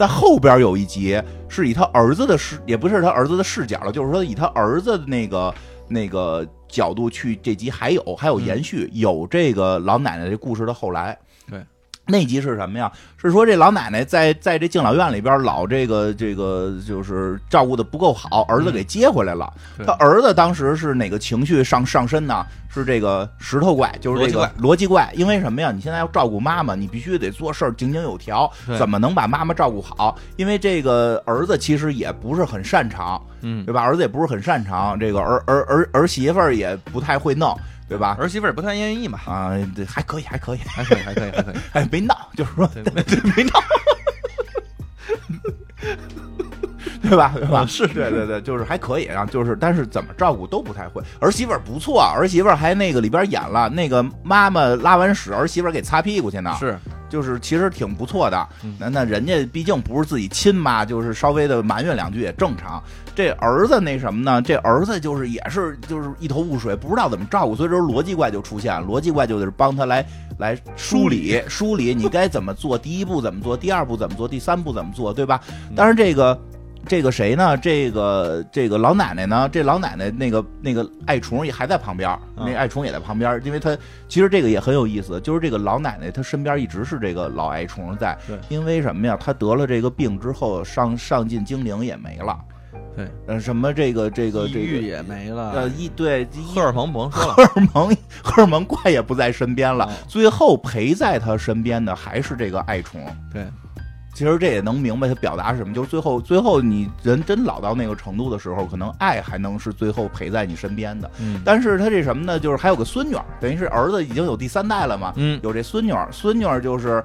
Speaker 2: 但后边有一集是以他儿子的视，也不是他儿子的视角了，就是说以他儿子的那个那个角
Speaker 1: 嗯
Speaker 2: 度去这集还有还有延续，有这个老奶奶这故事的后来。 *clears throat* 那集是什么呀？是说这老奶奶在在这敬老院里边老这个这个就是照顾的不够好，儿子给接回来了。
Speaker 3: 对
Speaker 2: 他儿子当时是哪个情绪上上身呢？是这个石头怪，就是这个逻辑怪。因为什么呀？你现在要照顾妈妈，你必须得做事儿井井有条
Speaker 3: 对，
Speaker 2: 怎么能把妈妈照顾好？因为这个儿子其实也不是很擅长，
Speaker 3: 嗯，
Speaker 2: 对吧？儿子也不是很擅长，这个儿儿儿儿媳妇儿也不太会弄，对吧？
Speaker 3: 儿媳妇儿也不太愿意嘛，
Speaker 2: 啊、对，还可以，还可以， *laughs*
Speaker 3: 还可以，还可以，还可以。
Speaker 2: 哎，没闹，就是说
Speaker 3: *laughs* 对
Speaker 2: 没闹，对吧？对吧？
Speaker 3: 啊是
Speaker 2: 对对对，就是还可以啊，就是但是怎么照顾都不太会。儿媳妇儿不错，啊儿媳妇儿还那个里边演了那个妈妈拉完屎，儿媳妇儿给擦屁股去呢，
Speaker 3: 是，
Speaker 2: 就是其实挺不错的
Speaker 3: 嗯。
Speaker 2: 那那人家毕竟不是自己亲妈，就是稍微的埋怨两句也正常。这儿子那什么呢？这儿子就是也是就是一头雾水，不知道怎么照顾，所以说逻辑怪就出现了。逻辑怪就得帮他来来梳理梳理你该怎么做，第一步怎么做，第二步怎么做，第三步怎么做，对吧？
Speaker 3: 嗯
Speaker 2: 当然这个。这个谁呢？这个这个老奶奶呢？这老奶奶那个那个爱虫也还在旁边儿，
Speaker 3: 嗯
Speaker 2: 那爱虫也在旁边儿，因为她其实这个也很有意思，就是这个老奶奶她身边一直是这个老爱虫在
Speaker 3: 对，
Speaker 2: 因为什么呀？她得了这个病之后，上上进精灵也没了，
Speaker 3: 对，
Speaker 2: 呃，什么这个这个
Speaker 3: 抑
Speaker 2: 这
Speaker 3: 郁啊
Speaker 2: 个
Speaker 3: 也没
Speaker 2: 呃
Speaker 3: 了，
Speaker 2: 一对啊一
Speaker 3: 荷尔蒙甭说了，
Speaker 2: 荷尔蒙 *laughs* 荷尔蒙怪也不在身边了
Speaker 3: 哦，
Speaker 2: 最后陪在她身边的还是这个爱虫。
Speaker 3: 对，
Speaker 2: 其实这也能明白他表达是什么，就是最后最后你人真老到那个程度的时候，可能爱还能是最后陪在你身边的。
Speaker 3: 嗯
Speaker 2: 但是他这什么呢？就是还有个孙女儿，等于是儿子已经有第三代了嘛，
Speaker 3: 嗯，
Speaker 2: 有这孙女儿，孙女儿就是，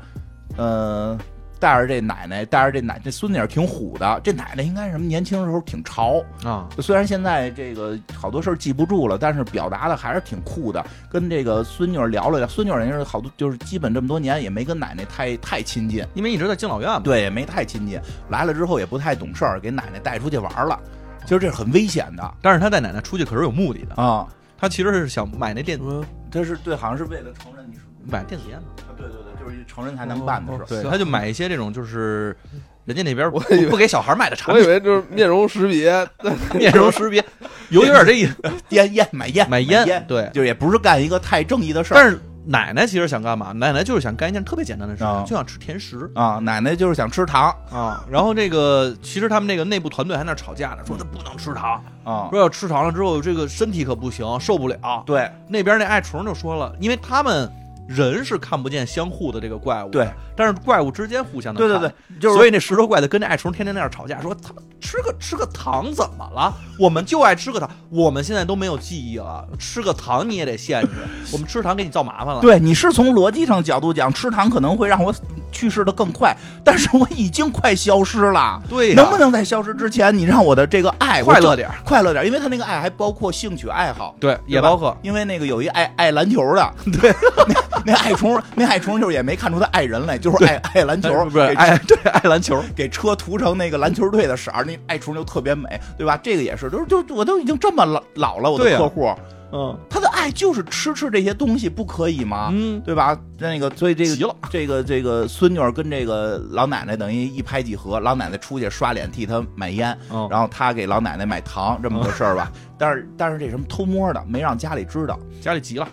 Speaker 2: 呃，带着这奶奶，带着这奶，这孙女儿挺虎的，这奶奶应该是什么年轻的时候挺潮，
Speaker 3: 啊，
Speaker 2: 虽然现在这个好多事儿记不住了，但是表达的还是挺酷的。跟这个孙女儿聊了聊，孙女儿人家好多就是基本这么多年也没跟奶奶太太亲近。
Speaker 3: 因为一直在敬老院嘛，
Speaker 2: 对，也没太亲近。来了之后也不太懂事儿，给奶奶带出去玩儿了。其实这是很危险的
Speaker 3: 但是他带奶奶出去可是有目的的，
Speaker 2: 啊！
Speaker 3: 他其实是想买那电
Speaker 1: 什么
Speaker 2: 他是对，好像是为了成人，你是啊
Speaker 3: 买电子烟嘛，
Speaker 2: 对对对，就是成人才能办的事儿。
Speaker 1: 对
Speaker 3: 哦对，他就买一些这种就是人家那边不
Speaker 1: 以为
Speaker 3: 不给小孩买的产
Speaker 1: 我以
Speaker 3: 品，
Speaker 1: 为就是面容识别，
Speaker 3: *laughs* 面容识别，有有点这意思，
Speaker 2: 烟烟买烟
Speaker 3: 买
Speaker 2: 烟，
Speaker 3: 烟，对。
Speaker 2: 就也不是干一个太正义的事儿
Speaker 3: 但是奶奶其实想干嘛？奶奶就是想干一件特别简单的事
Speaker 2: 啊
Speaker 3: 情，就想吃甜食
Speaker 2: 啊。奶奶就是想吃糖
Speaker 3: 啊。然后这个其实他们那个内部团队还在那吵架呢，说这不能吃糖，
Speaker 2: 啊，
Speaker 3: 说要吃糖了之后这个身体可不行，受不了。
Speaker 2: 对
Speaker 3: 那边那爱虫就说了，因为他们人是看不见相互的这个怪物，
Speaker 2: 对，
Speaker 3: 但是怪物之间互相能
Speaker 2: 对对
Speaker 3: 看
Speaker 2: 对，就是
Speaker 3: 所以那石头怪的跟那爱虫天天那样吵架，说他们吃个吃个糖怎么了？我们就爱吃个糖，我们现在都没有记忆了，吃个糖你也得限制，我们吃糖给你造麻烦了。
Speaker 2: 对，你是从逻辑上角度讲，吃糖可能会让我去世的更快，但是我已经快消失了。
Speaker 3: 对呀
Speaker 2: 能不能在消失之前，你让我的这个爱我
Speaker 3: 快乐
Speaker 2: 正
Speaker 3: 点儿
Speaker 2: 快乐点儿？因为他那个爱还包括兴趣爱好，
Speaker 3: 对，也
Speaker 2: 吧
Speaker 3: 包括
Speaker 2: 因为那个有一爱爱篮球
Speaker 3: *laughs*
Speaker 2: 的，对，那那爱虫，那爱虫就是也没看出他爱人来，就是爱爱篮球
Speaker 3: 哎，不是
Speaker 2: 给
Speaker 3: 爱对爱篮球，
Speaker 2: 给车涂成那个篮球队的色儿，那爱虫就特别美，对吧？这个也是，就是就我都已经这么老老了，我
Speaker 3: 对
Speaker 2: 的
Speaker 3: 呀
Speaker 2: 客户，
Speaker 3: *laughs* 嗯
Speaker 2: 他的爱就是吃吃这些东西，不可以吗？
Speaker 3: 嗯，
Speaker 2: 对吧？那个，所以这个
Speaker 3: 急了
Speaker 2: 这个这个孙女儿跟这个老奶奶等于一拍即合，老奶奶出去刷脸替她买烟，
Speaker 3: 嗯
Speaker 2: 然后她给老奶奶买糖，这么个事儿
Speaker 3: *laughs*
Speaker 2: 吧。但是但是这什么偷摸的没让家里知道，
Speaker 3: 家里急了，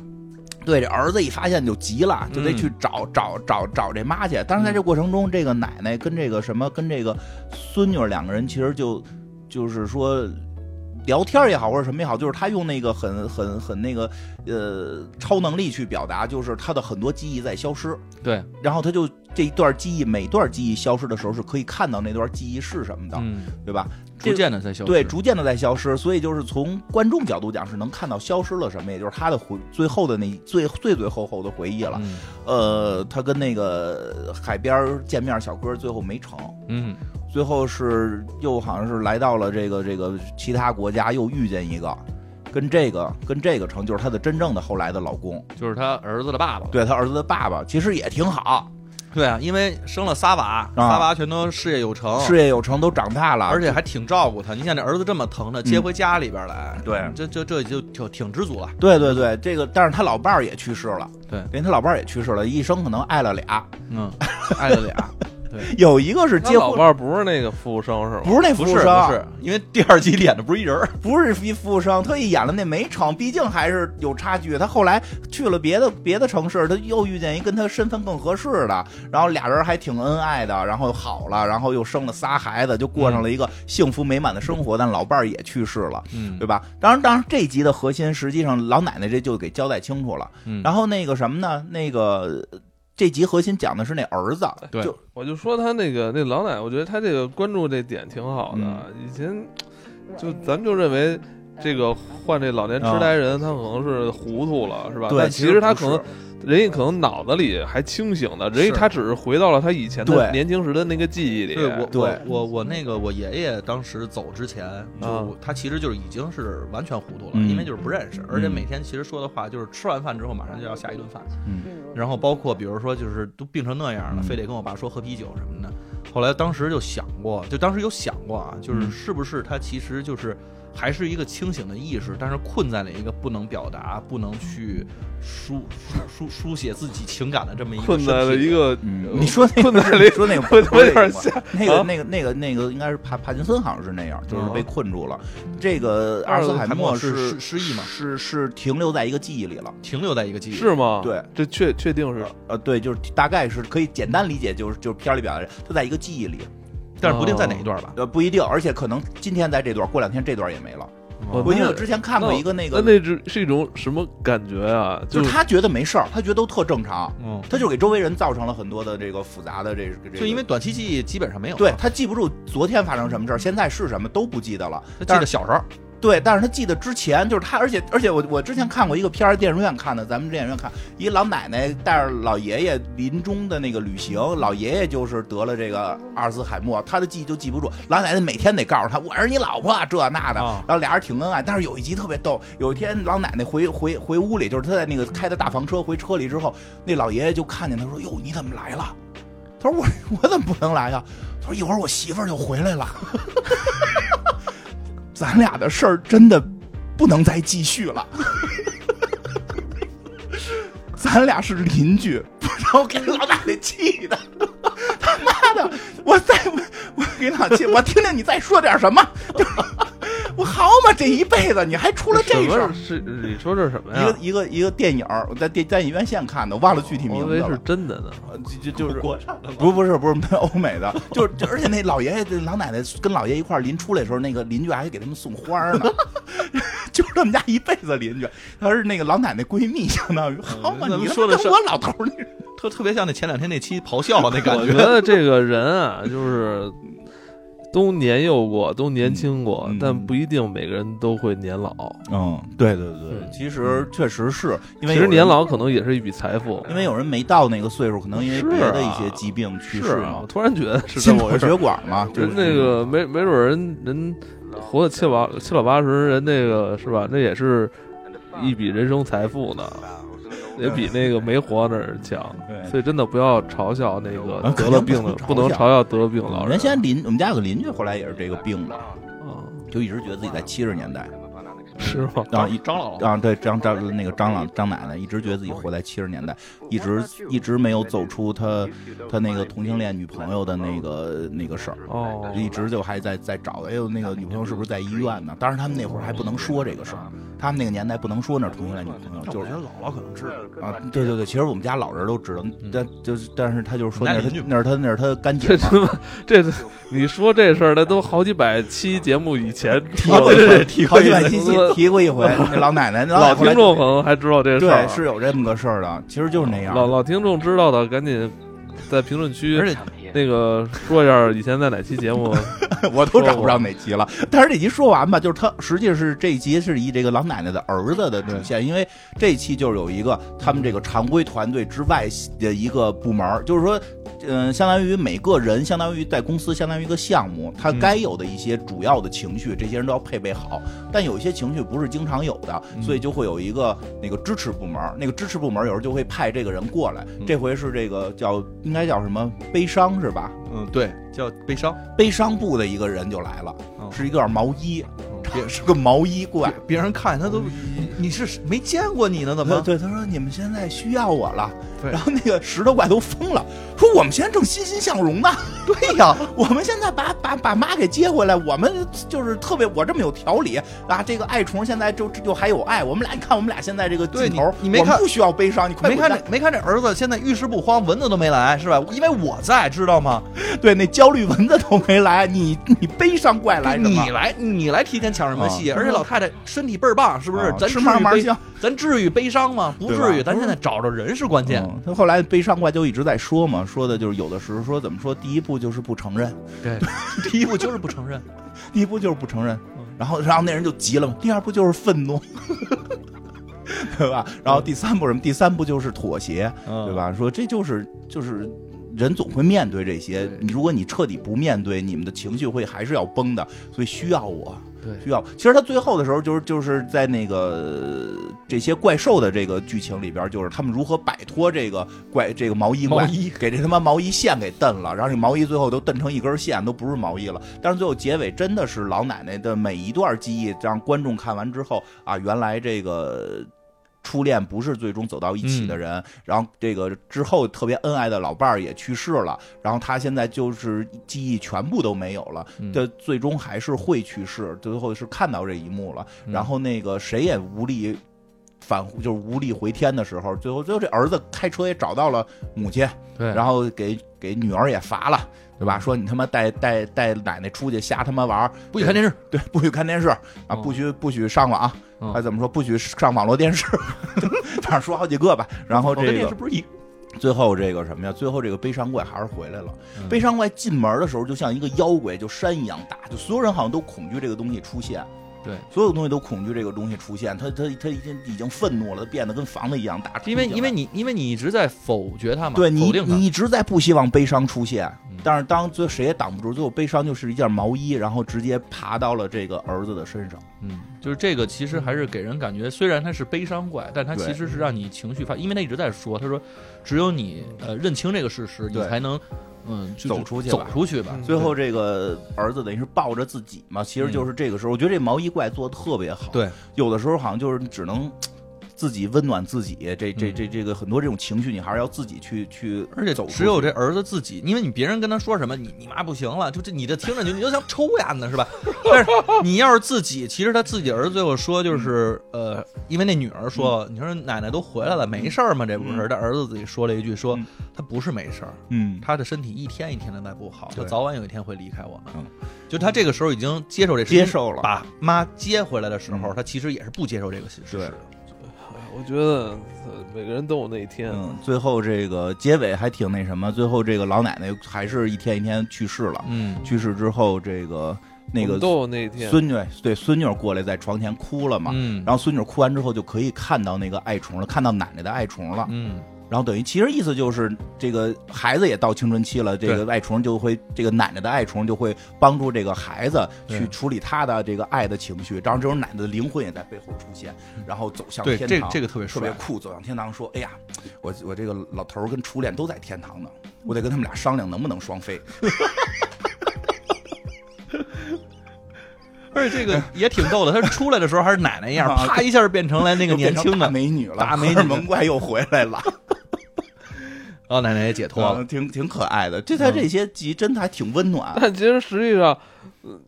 Speaker 2: 对这儿子一发现就急了，就得去找、找找找这妈去。但是在这过程中，这个奶奶跟这个什么跟这个孙女儿两个人其实就就是说。聊天也好，或者什么也好，就是她用那个很很很那个呃超能力去表达，就是她的很多记忆在消失。
Speaker 3: 对，
Speaker 2: 然后他就这一段记忆，每段记忆消失的时候是可以看到那段记忆是什么的，
Speaker 3: 嗯，
Speaker 2: 对吧？这
Speaker 3: 逐渐的在消失，
Speaker 2: 对，逐渐的在消失，所以就是从观众角度讲是能看到消失了什么，也就是他的回最后的那最最最后后的回忆了。
Speaker 3: 嗯
Speaker 2: 呃，他跟那个海边见面小哥最后没成，
Speaker 3: 嗯，
Speaker 2: 最后是又好像是来到了这个这个其他国家，又遇见一个。跟这个跟这个成就是她的真正的后来的老公，
Speaker 3: 就是他儿子的爸爸，
Speaker 2: 对她儿子的爸爸其实也挺好，
Speaker 3: 对啊，因为生了仨娃，仨娃全都事业有成，
Speaker 2: 事业有成，都长大了，
Speaker 3: 哦而且还挺照顾他。你想这儿子这么疼他，接回家里边来，
Speaker 2: 对
Speaker 3: 这这这就挺挺知足啊了。
Speaker 2: 对对对，这个，但是他老伴儿也去世了，
Speaker 3: 对
Speaker 2: 因为他老伴儿也去世了，一生可能爱了俩，
Speaker 3: *laughs* 嗯，爱了俩，
Speaker 2: *laughs* 有一个是
Speaker 1: 他
Speaker 2: 结
Speaker 1: 老
Speaker 2: 婚
Speaker 1: 伴儿不是那个服务生是吗？
Speaker 2: 不是那服
Speaker 3: *laughs* 不
Speaker 2: 务
Speaker 3: 是
Speaker 2: 生，
Speaker 3: 不是，因为第二集 *laughs* 演的不是一人儿，
Speaker 2: 不是一服务生，特意演了那煤城，毕竟还是有差距。他后来去了别的别的城市，他又遇见一跟他身份更合适的，然后俩人还挺恩爱的，然后好了，然后又生了仨孩子，就过上了一个幸福美满的生活。但老伴儿也去世了，
Speaker 3: *laughs* 嗯
Speaker 2: 对吧？当然，当然，这集的核心实际上老奶奶这就给交代清楚了。
Speaker 3: 嗯
Speaker 2: 然后那个什么呢？那个呃这集核心讲的是那儿子，
Speaker 3: 对
Speaker 2: 就
Speaker 1: 我就说他那个那老奶，我觉得他这个关注这点挺好的。
Speaker 2: 嗯
Speaker 1: 以前就咱们就认为这个患这老年痴呆人，他可能是糊涂了，是吧？
Speaker 2: 啊对，
Speaker 1: 但其实他
Speaker 2: 不
Speaker 1: 可能
Speaker 2: 是
Speaker 1: 人家可能脑子里还清醒的，人
Speaker 3: 是
Speaker 1: 家他只是回到了他以前的
Speaker 2: 对
Speaker 1: 年轻时的那个记忆里。
Speaker 3: 对我
Speaker 2: 对
Speaker 3: 我我我那个我爷爷当时走之前，就、
Speaker 1: 嗯啊
Speaker 3: 他其实就是已经是完全糊涂了，
Speaker 2: 嗯
Speaker 3: 因为就是不认识，而且
Speaker 2: 嗯
Speaker 3: 每天其实说的话就是吃完饭之后马上就要下一顿饭，
Speaker 2: 嗯
Speaker 3: 然后包括比如说就是都病成那样
Speaker 2: 嗯
Speaker 3: 了，非得跟我爸说喝啤酒什么的。后来当时就想过，就当时有想过啊，就是
Speaker 2: 嗯
Speaker 3: 是不是他其实就是还是一个清醒的意识，但是困在了一个不能表达、不能去书书书书写自己情感的这么一个
Speaker 1: 困在了
Speaker 3: 身体
Speaker 1: 一
Speaker 3: 里
Speaker 1: 个
Speaker 2: 嗯，
Speaker 1: 呃
Speaker 2: 你说那
Speaker 1: 困
Speaker 2: 个
Speaker 1: 在
Speaker 2: 是
Speaker 1: 了
Speaker 2: 你
Speaker 1: 一
Speaker 2: 说那个
Speaker 1: 我
Speaker 2: 不是
Speaker 1: 有点
Speaker 2: 这个吧那
Speaker 1: 啊
Speaker 2: 个那个那个那个应该是帕帕金森好像是那样，就是被困住了。这个阿尔茨海默
Speaker 3: 是
Speaker 2: 是
Speaker 3: 失忆嘛，
Speaker 2: 是是停留在一个记忆里了。
Speaker 3: 停留在一个记忆。
Speaker 1: 是吗？
Speaker 2: 对，
Speaker 1: 这确确定是
Speaker 2: 呃，对，就是大概是可以简单理解，就是就是片儿里表达的，他在一个记忆里，
Speaker 3: 但是不定
Speaker 1: 哦
Speaker 3: 在哪一段吧。
Speaker 2: 呃，不一定，而且可能今天在这段，过两天这段也没了。
Speaker 1: 哦
Speaker 2: 我因为
Speaker 1: 那
Speaker 2: 我之前看过一个那
Speaker 1: 那
Speaker 2: 个，
Speaker 1: 那只是一种什么感觉啊？
Speaker 2: 就是是他觉得没事儿，他觉得都特正常，
Speaker 3: 嗯，
Speaker 2: 他就给周围人造成了很多的这个复杂的这个这个。
Speaker 3: 就因为短期记忆基本上没有了，
Speaker 2: 对他记不住昨天发生什么事儿，现在是什么都不记得了。
Speaker 3: 他
Speaker 2: 但
Speaker 3: 记
Speaker 2: 是
Speaker 3: 得小时候，
Speaker 2: 对，但是他记得之前就是他，而且而且我我之前看过一个片儿，电影院看的，咱们电影院看，一老奶奶带着老爷爷临终的那个旅行，老爷爷就是得了这个阿尔茨海默，他的记忆就记不住，老奶奶每天得告诉他我是你老婆这那的，
Speaker 3: 啊
Speaker 2: 然后俩人挺恩爱，但是有一集特别逗，有一天老奶奶回回回屋里，就是她在那个开的大房车回车里之后，那老爷爷就看见她说：“哟，你怎么来了？”他说我 *laughs* 我怎么不能来呀、他说一会儿我媳妇儿就回来了， *laughs* 咱俩的事儿真的不能再继续了。咱俩是邻居，不知道给老奶奶气的，他妈的，我再我给老气，我听听你再说点什么，就是我好嘛，这一辈子你还出了这
Speaker 1: 什
Speaker 2: 事
Speaker 1: 么，
Speaker 2: 儿
Speaker 1: 啊是你说这是什么
Speaker 2: 一
Speaker 1: 呀
Speaker 2: 个？一个一个电影儿，我在电在影院线看的，我忘了具体
Speaker 1: 我以
Speaker 2: 名字
Speaker 1: 为
Speaker 2: 了
Speaker 1: 是。真的呢。
Speaker 2: 呃就就就是
Speaker 3: 国产的
Speaker 2: 不不是不是没有欧美的，就是就而且那老爷爷老奶奶跟老爷一块儿临出来的时候，那个邻居还给他们送花儿呢， *laughs* 就是他们家一辈子邻居，他是那个老奶奶闺蜜，相当于好嘛，
Speaker 3: 咱们
Speaker 2: 你他妈
Speaker 3: 说的
Speaker 2: 跟
Speaker 3: 是
Speaker 2: 我老头儿那
Speaker 3: 特特别像那前两天那期咆哮那感
Speaker 1: 我
Speaker 3: 觉
Speaker 1: 觉。
Speaker 3: *laughs*
Speaker 1: 得这个人啊，就是都年幼过，都年轻过，
Speaker 2: 嗯嗯
Speaker 1: 但不一定每个人都会年老。
Speaker 2: 嗯，对对对
Speaker 1: 嗯
Speaker 2: 其实确实是因
Speaker 1: 其
Speaker 2: 为有
Speaker 1: 实
Speaker 2: 人
Speaker 1: 年老可能也是一笔财富。
Speaker 2: 因为有人没到那个岁数，可能因为
Speaker 1: 是
Speaker 2: 别的一
Speaker 1: 啊
Speaker 2: 些疾病去世
Speaker 1: 是啊，
Speaker 2: 嘛
Speaker 1: 我，突然觉得是这
Speaker 2: 心
Speaker 1: 么
Speaker 2: 脑
Speaker 1: 回事
Speaker 2: 血
Speaker 1: 儿。
Speaker 2: 管嘛，就是
Speaker 1: 人那
Speaker 2: 嗯
Speaker 1: 个没没准儿人人活到七老八七老八十，人那个是吧？那也是一笔人生财富呢，也比那个没活那儿强。
Speaker 2: 对
Speaker 1: 所以真的不要嘲笑那
Speaker 2: 啊
Speaker 1: 个
Speaker 2: 肯定
Speaker 1: 得了病的，不
Speaker 2: 不能嘲笑
Speaker 1: 能嘲笑得了病的老人。
Speaker 2: 人嗯先邻，我们家有个邻居后来也是这个病的，
Speaker 1: 啊，
Speaker 2: 就一直觉得自己在七十年代
Speaker 1: 是吗？
Speaker 2: 啊一
Speaker 3: 张老
Speaker 2: 啊，对张张那个张老张奶奶一直觉得自己活在七十年代，一直一直没有走出她她那个同性恋女朋友的那个那个事儿，
Speaker 1: 哦，
Speaker 2: 一直就还在在找，哎呦那个女朋友是不是在医院呢？当然他们那会儿还不能说这个事儿，他们那个年代不能说那是同性恋女朋友，就是
Speaker 3: 姥姥可能知 *laughs* 道，
Speaker 2: 啊，对对对，其实我们家老人都知道，但就是但是他就是说
Speaker 3: 那
Speaker 2: 嗯那是他
Speaker 3: 邻居
Speaker 2: 那是他那是他干
Speaker 1: *laughs*
Speaker 2: 姐
Speaker 1: 这
Speaker 2: 嘛
Speaker 1: 他。妈，这你说这事儿，那都好几百期节目以前
Speaker 2: 提
Speaker 1: 出
Speaker 2: 过一
Speaker 1: 了。
Speaker 2: 回，提过一回，提过提过
Speaker 1: *laughs*
Speaker 2: 一回。那老奶奶，那
Speaker 1: 老
Speaker 2: 奶奶后来
Speaker 1: 听众可能还知道这事儿啊
Speaker 2: 对，是有这么个事儿的，其实就是那样。
Speaker 1: 老老听众知道的，赶紧在评论
Speaker 3: 而
Speaker 1: 区
Speaker 3: 且
Speaker 1: 那个说一下以前在哪期节
Speaker 2: *laughs*
Speaker 1: 目。
Speaker 2: 我都找不着哪集了。但是这集说完吧，就是他实际是这一集是以这个老奶奶的儿子的主线，因为这一期就是有一个他们这个常规团队之外的一个部门儿，就是说。嗯，相当于每个人，相当于在公司，相当于一个项目，他该有的一些主要的情绪，这些人都要配备好。但有一些情绪不是经常有的，所以就会有一个那个支持部门儿，那个支持部门儿有时候就会派这个人过来。这回是这个叫应该叫什么悲伤是吧？
Speaker 3: 嗯，对，叫悲伤，
Speaker 2: 悲伤部的一个人就来了，
Speaker 3: 嗯
Speaker 2: 是一件毛衣，
Speaker 3: 别
Speaker 2: 是个毛衣怪
Speaker 3: 别。别人看他都，你是没见过你呢，
Speaker 2: 嗯
Speaker 3: 怎
Speaker 2: 对
Speaker 3: 么？
Speaker 2: 对，他说你们现在需要我了，
Speaker 3: 对
Speaker 2: 然后那个石头怪都疯了，说我们现在正欣欣向荣呢。对呀， *laughs* 我们现在把把把妈给接回来，我们就是特别我这么有条理啊。这个爱虫现在就就还有爱，我们俩你看我们俩现在这个
Speaker 3: 对
Speaker 2: 劲头，
Speaker 3: 你你没
Speaker 2: 我们
Speaker 3: 看
Speaker 2: 不需要悲伤，你快
Speaker 3: 没看
Speaker 2: 滚
Speaker 3: 这没看这儿子现在遇事不慌，蚊子都没来是吧？因为我在，知道吗？
Speaker 2: 蛋对那焦虑蚊子都没来，你你悲伤怪来什么？
Speaker 3: 你来你来提前抢什么戏？
Speaker 2: 啊
Speaker 3: 而且老太太身体倍儿棒，是不是？
Speaker 2: 啊
Speaker 3: 咱
Speaker 2: 吃
Speaker 3: 至于
Speaker 2: 嘛嘛
Speaker 3: 悲
Speaker 2: 香，
Speaker 3: 咱至于悲伤吗？不
Speaker 2: 对吧
Speaker 3: 至于，咱现在找着人是关键。
Speaker 2: 嗯他后来悲伤怪就一直在说嘛，说的就是有的时候说怎么说，第一步就是不承认，
Speaker 3: 对，第
Speaker 2: 嗯
Speaker 3: 一步就是不承认。
Speaker 2: 第一步就是不承认
Speaker 3: 嗯，
Speaker 2: 然后然后那人就急了嘛，第二步就是愤怒， *laughs* 对吧？然后第三步什么？第三步就是妥协，
Speaker 3: 嗯
Speaker 2: 对吧？说这就是就是。人总会面对这些
Speaker 3: 对，
Speaker 2: 你如果你彻底不面对，你们的情绪会还是要崩的，所以需要我，
Speaker 1: 对
Speaker 2: 需要。其实他最后的时候，就是就是在那个呃这些怪兽的这个剧情里边，就是他们如何摆脱这个怪这个毛衣怪，
Speaker 3: 毛衣
Speaker 2: 给这他妈毛衣线给蹬了，然后这毛衣最后都蹬成一根线，都不是毛衣了。但是最后结尾真的是老奶奶的每一段记忆，让观众看完之后啊，原来这个。初恋不是最终走到一起
Speaker 3: 嗯
Speaker 2: 的人，然后这个之后特别恩爱的老伴儿也去世了，然后他现在就是记忆全部都没有了，
Speaker 3: 嗯
Speaker 2: 但最终还是会去世，最后是看到这一幕了，
Speaker 3: 嗯
Speaker 2: 然后那个谁也无力反就是无力回天的时候，最后最后这儿子开车也找到了母亲，
Speaker 1: 对，
Speaker 2: 然后给给女儿也罚了，对吧？说你他妈带带带奶奶出去瞎他妈玩儿，
Speaker 3: 不许看电视，
Speaker 2: 对，不许看电视啊，
Speaker 3: 哦
Speaker 2: 不许不许上网，哎
Speaker 3: 哦
Speaker 2: 还怎么说？不许上网络电视， *laughs* 反正说好几个吧。然后
Speaker 3: 我跟
Speaker 2: 这
Speaker 3: 电
Speaker 2: 个
Speaker 3: 视不是一
Speaker 2: 最后这个什么呀？最后这个悲伤怪还是回来了。
Speaker 3: 嗯
Speaker 2: 悲伤怪进门的时候，就像一个妖鬼，就山一样大，就所有人好像都恐惧这个东西出现。
Speaker 3: 对，
Speaker 2: 所有东西都恐惧这个东西出现。他他他已经已经愤怒了，他变得跟房子一样大。
Speaker 3: 因为
Speaker 2: 冲进来
Speaker 3: 因为你因为你一直在否决他嘛，
Speaker 2: 对
Speaker 3: 否
Speaker 2: 你
Speaker 3: 定他
Speaker 2: 你一直在不希望悲伤出现
Speaker 3: 嗯，
Speaker 2: 但是当最后谁也挡不住，最后悲伤就是一件毛衣，然后直接爬到了这个儿子的身上。
Speaker 3: 嗯，就是这个，其实还是给人感觉，虽然它是悲伤怪，但它
Speaker 2: 对
Speaker 3: 其实是让你情绪发，因为他一直在说，他说，只有你呃认清这个事实，你
Speaker 2: 对
Speaker 3: 才能嗯就是
Speaker 2: 走出去
Speaker 3: 走
Speaker 2: 吧
Speaker 3: 出去吧
Speaker 1: 嗯。
Speaker 2: 最后这个儿子等于是抱着自己嘛，其实就是这个时候，我觉得这毛衣怪做的特别好。，
Speaker 3: 嗯对，
Speaker 2: 有的时候好像就是只能自己温暖自己，这这这这个很多这种情绪，你还是要自己去去，
Speaker 3: 而且
Speaker 2: 走出去
Speaker 3: 只有这儿子自己，因为你别人跟他说什么，你你妈不行了，就这你这听着你你就想抽烟呢是吧？但是你要是自己，其实他自己儿子最后说就是呃，因为那女儿说，
Speaker 2: 嗯
Speaker 3: 你说奶奶都回来了，没事儿嘛，这不是？他儿子自己说了一句说
Speaker 2: 嗯，
Speaker 3: 他不是没事儿，
Speaker 2: 嗯，
Speaker 3: 他的身体一天一天的在不好，他
Speaker 2: 对
Speaker 3: 早晚有一天会离开我们。
Speaker 2: 嗯
Speaker 3: 就他这个时候已经接受这事
Speaker 2: 接受了
Speaker 3: 把妈接回来的时候，
Speaker 2: 嗯
Speaker 3: 他其实也是不接受这个事实
Speaker 2: 对
Speaker 3: 的。
Speaker 1: *laughs* 我觉得呃每个人都有那一天，
Speaker 2: 嗯，最后这个结尾还挺那什么，最后这个老奶奶还是一天一天去世了，
Speaker 3: 嗯，
Speaker 2: 去世之后这个那
Speaker 1: 我
Speaker 2: 个
Speaker 1: 们都有那一天。
Speaker 2: 孙女对孙女过来在床前哭了嘛，
Speaker 3: 嗯，
Speaker 2: 然后孙女哭完之后就可以看到那个爱虫了，看到奶奶的爱虫了。
Speaker 3: 嗯，
Speaker 2: 然后等于其实意思就是，这个孩子也到青春期了，这个爱虫就会，这个奶奶的爱虫就会帮助这个孩子去
Speaker 3: 对
Speaker 2: 处理他的这个爱的情绪，然后这种奶奶的灵魂也在背后出现，然后走向
Speaker 3: 嗯对，
Speaker 2: 天堂。
Speaker 3: 这个这个特别
Speaker 2: 特
Speaker 3: 帅
Speaker 2: 别酷，走向天堂说：“哎呀，我我这个老头儿跟初恋都在天堂呢，我得跟他们俩商量能不能双飞。
Speaker 3: 而且这个也挺逗的。他出来的时候还是奶奶一样，
Speaker 2: 啊
Speaker 3: 啪一下变成了那个
Speaker 2: 又
Speaker 3: 年
Speaker 2: 变成
Speaker 3: 轻
Speaker 2: 大
Speaker 3: 的，
Speaker 2: 美女了，
Speaker 3: 大美女
Speaker 2: *laughs* 荷尔蒙怪又回来
Speaker 3: *laughs*
Speaker 2: 了。”
Speaker 3: 然后奶奶也解脱了。
Speaker 2: 嗯挺挺可爱的。这
Speaker 3: 嗯
Speaker 2: 他这些集真的还挺温暖。
Speaker 1: 但其实实际上，嗯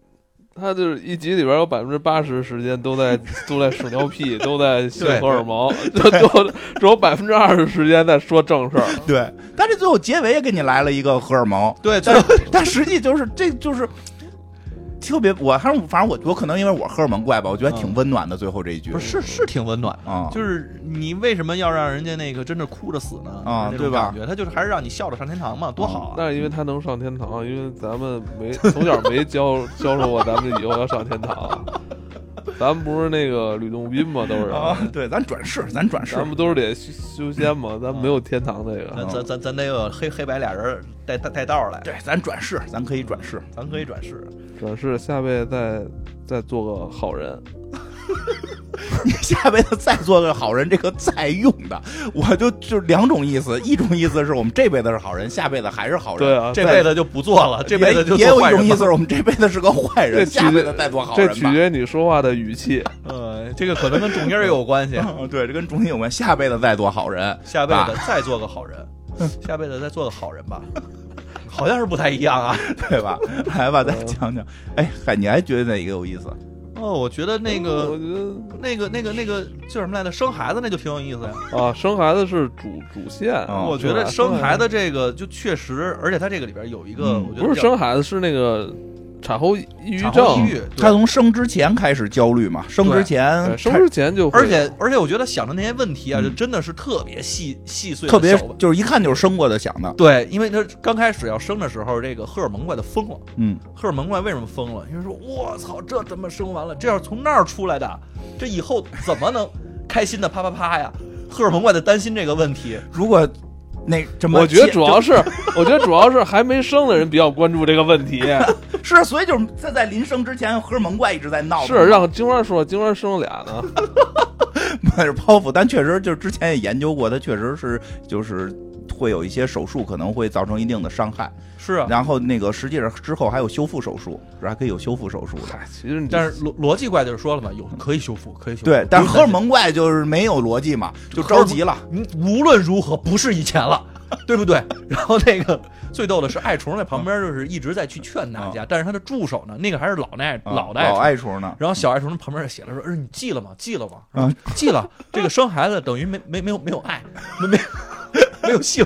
Speaker 1: 他就是一集里边有百分之八十时间都
Speaker 2: *laughs*
Speaker 1: 在都在屎尿屁，都在性荷尔蒙，就就只有百分之二十时间在说正事儿。
Speaker 2: 对，但是最后结尾也给你来了一个荷尔蒙，
Speaker 3: 对，
Speaker 2: 但但实际就是 *laughs* 这就是特别，我还是反正我我可能因为我荷尔蒙怪吧，我觉得挺温暖的。最后这一句
Speaker 3: 嗯不是是是挺温暖的。
Speaker 2: 啊，
Speaker 3: 就是你为什么要让人家那个真的哭着死呢？
Speaker 2: 啊
Speaker 3: 就是那种
Speaker 2: 对吧
Speaker 3: 感觉他就是还是让你笑着上天堂嘛，多好啊！
Speaker 1: 那是因为他能上天堂，因为咱们没从小没教教授过咱们以后要上天堂。咱们不是那个吕洞宾吗？都是，
Speaker 2: 啊，对，咱转世，咱转世
Speaker 1: 咱。们都是得修修仙嘛，咱们没有天堂这个。
Speaker 3: 咱咱咱咱得有黑黑白俩人带带带道儿来，
Speaker 2: 对，咱转世，咱可以转世。 *laughs*
Speaker 3: 咱可以转世。
Speaker 1: 转世下辈子再再做个好人，
Speaker 2: 你下辈子再做个好人，这个再用的，我就就两种意思，一种意思是我们这辈子是好人，下辈子还是好人。
Speaker 1: 对啊，
Speaker 3: 这辈子就不做了，这辈子就
Speaker 2: 也也有
Speaker 3: 做
Speaker 2: 一
Speaker 3: 坏
Speaker 2: 种
Speaker 3: 人
Speaker 2: 意
Speaker 3: 吧
Speaker 2: 思，是我们这辈子是个坏
Speaker 1: 这
Speaker 2: 人，
Speaker 1: 取决
Speaker 2: 下辈子再做好人
Speaker 1: 这
Speaker 2: 吧。
Speaker 1: 取决于你说话的语气。
Speaker 3: 呃，这个可能跟种音儿也有关系。
Speaker 2: 嗯对，这跟中心有关。下辈子再做好人，啊
Speaker 3: 下辈子
Speaker 2: 爸
Speaker 3: 再做个好人，下辈子再做个好人吧，好像是不太一样啊。
Speaker 2: *laughs* 对吧？来吧，再讲讲。哎，嗨，你还觉得哪一个有意思？
Speaker 3: 哦，我觉得 *laughs* 那
Speaker 1: 我
Speaker 3: 个
Speaker 1: 觉得
Speaker 3: 那个那个那个叫什么来着？生孩子那就挺有意思呀。
Speaker 1: 啊，生孩子是主主线。啊
Speaker 2: 哦
Speaker 3: 啊我觉得
Speaker 1: 是吧
Speaker 3: 生孩子这个就确实，而且它这个里边有一个，
Speaker 2: 嗯
Speaker 3: 我觉
Speaker 1: 不
Speaker 3: 得
Speaker 1: 是
Speaker 3: 比较
Speaker 1: 生孩子，是那个产后抑郁
Speaker 3: 产后抑
Speaker 1: 症。
Speaker 2: 嗯
Speaker 3: 郁，
Speaker 2: 他
Speaker 3: 嗯对呃
Speaker 2: 从生之前开始焦虑嘛，生之前
Speaker 1: 对，生之前就会
Speaker 3: 嗯而且而且我觉得想的那些问题啊，
Speaker 2: 嗯
Speaker 3: 就真的是特别细细碎的
Speaker 2: 特别
Speaker 3: 小问
Speaker 2: 就是一看就是生过的想的，
Speaker 3: 对，因为他刚开始要生的时候，这个荷尔蒙怪他疯了。
Speaker 2: 嗯，
Speaker 3: 荷尔蒙怪为什么疯了？因为说，我操，这怎么生完了？这要是从那儿出来的，这以后怎么能开心的啪啪啪呀？荷尔蒙怪在担心这个问题，
Speaker 2: 如果那这么
Speaker 1: 我觉得
Speaker 2: 切
Speaker 1: 主要是， *laughs* 我觉得主要是还没生的人比较关注这个问
Speaker 2: *laughs*
Speaker 1: 题，
Speaker 2: 是，所以就是在在临生之前，荷尔蒙怪一直在闹，
Speaker 1: 是让金花说，金花生了俩
Speaker 2: *laughs*
Speaker 1: 呢，
Speaker 2: 不 *laughs* 是剖腹，但确实就是之前也研究过，它确实是就是会有一些手术可能会造成一定的伤害，
Speaker 3: 是啊。
Speaker 2: 然后那个实际上之后还有修复手术，是还可以有修复手术的。
Speaker 1: 嗨，哎其实你
Speaker 3: 但是逻逻辑怪就是说了嘛，有可以修复，可以修复。
Speaker 2: 对，但是
Speaker 3: 不
Speaker 2: 荷
Speaker 3: 用
Speaker 2: 尔蒙怪就是没有逻辑嘛，就
Speaker 3: 荷尔
Speaker 2: 着
Speaker 3: 蒙
Speaker 2: 急了。
Speaker 3: 担心，嗯你无论如何不是以前了， *laughs* 对不对？然后那个最逗的是，爱虫在旁边就是一直在去劝大家，但是他的助手呢，那个还是老那
Speaker 2: 啊
Speaker 3: 老的爱
Speaker 2: 老
Speaker 3: 虫。
Speaker 2: 爱厨呢？
Speaker 3: 然后小爱虫旁边写了说：“哎，你记了吗？记了吗？
Speaker 2: 啊，
Speaker 3: 记了，这个生孩子等于没没没有没有爱，没 *laughs* 没没有性，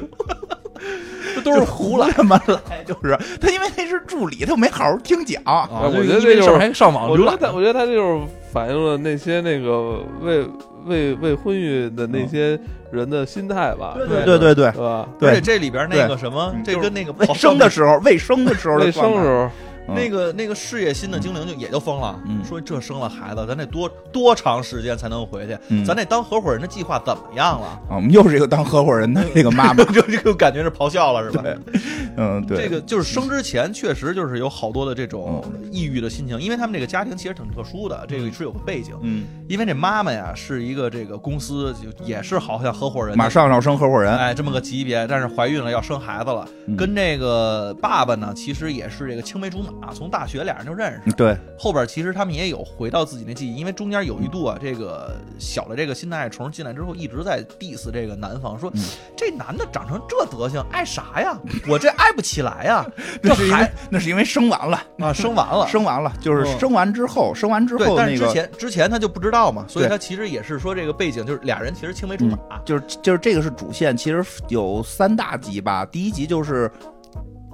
Speaker 3: 这都是胡来。
Speaker 2: 来嘛来，就是他，因为那是助理，他没好好听讲。
Speaker 3: 啊
Speaker 1: 我觉得
Speaker 3: 这
Speaker 1: 这就是
Speaker 3: 事儿还上网
Speaker 1: 我
Speaker 3: 浏
Speaker 1: 觉得
Speaker 2: 啊
Speaker 3: 览
Speaker 1: 他，我觉得他就是反映了那些那个未未未婚育的那些人的心态吧。
Speaker 2: 对对对对
Speaker 1: 对吧？
Speaker 3: 而
Speaker 2: 对，
Speaker 3: 且这哦里边那个什么
Speaker 2: 嗯，
Speaker 3: 这跟那个
Speaker 2: 未生的时候，未生的时候
Speaker 1: 未
Speaker 2: 的
Speaker 1: 生时候，
Speaker 2: 候
Speaker 3: 那个那个事业心的精灵就也就疯了，
Speaker 2: 嗯
Speaker 3: 说这生了孩子，咱得多多长时间才能回去？
Speaker 2: 嗯
Speaker 3: 咱那当合伙人的计划怎么样了？
Speaker 2: 啊，我们又是一个当合伙人的这个妈妈
Speaker 3: *laughs* 。就就感觉是咆哮了，是吧？
Speaker 2: 对，嗯，对，
Speaker 3: 这个就是生之前确实就是有好多的这种
Speaker 2: 嗯
Speaker 3: 抑郁的心情，因为他们这个家庭其实挺特殊的，这个是有个背景，
Speaker 2: 嗯，
Speaker 3: 因为这妈妈呀是一个这个公司就也是好像合伙人的，
Speaker 2: 马上要升合伙人，
Speaker 3: 嗯哎这么个级别，但是怀孕了要生孩子了，
Speaker 2: 嗯
Speaker 3: 跟这个爸爸呢其实也是这个青梅竹马，从大学俩人就认识，
Speaker 2: 对，
Speaker 3: 后边其实他们也有回到自己那记忆，因为中间有一度啊，这个小的这个新的爱虫进来之后，一直在 diss 这个男方，说、
Speaker 2: 嗯
Speaker 3: 这男的长成这德行，爱啥呀？我这爱不起来呀，
Speaker 2: *laughs*
Speaker 3: 这
Speaker 2: 那是因为
Speaker 3: 孩
Speaker 2: 那是因为生完了，
Speaker 3: 啊生完了。
Speaker 2: 生完了，就是
Speaker 3: 嗯
Speaker 2: 生完之后，生完之
Speaker 3: 对，
Speaker 2: 后
Speaker 3: 但
Speaker 2: 那
Speaker 3: 是之
Speaker 2: 个。
Speaker 3: 前、之前他就不知道嘛，所以
Speaker 2: 对嗯
Speaker 3: 他其实也是说这个背景就是俩人其实青梅竹马，
Speaker 2: 就是就是这个是主线，其实有三大集吧。第一集就是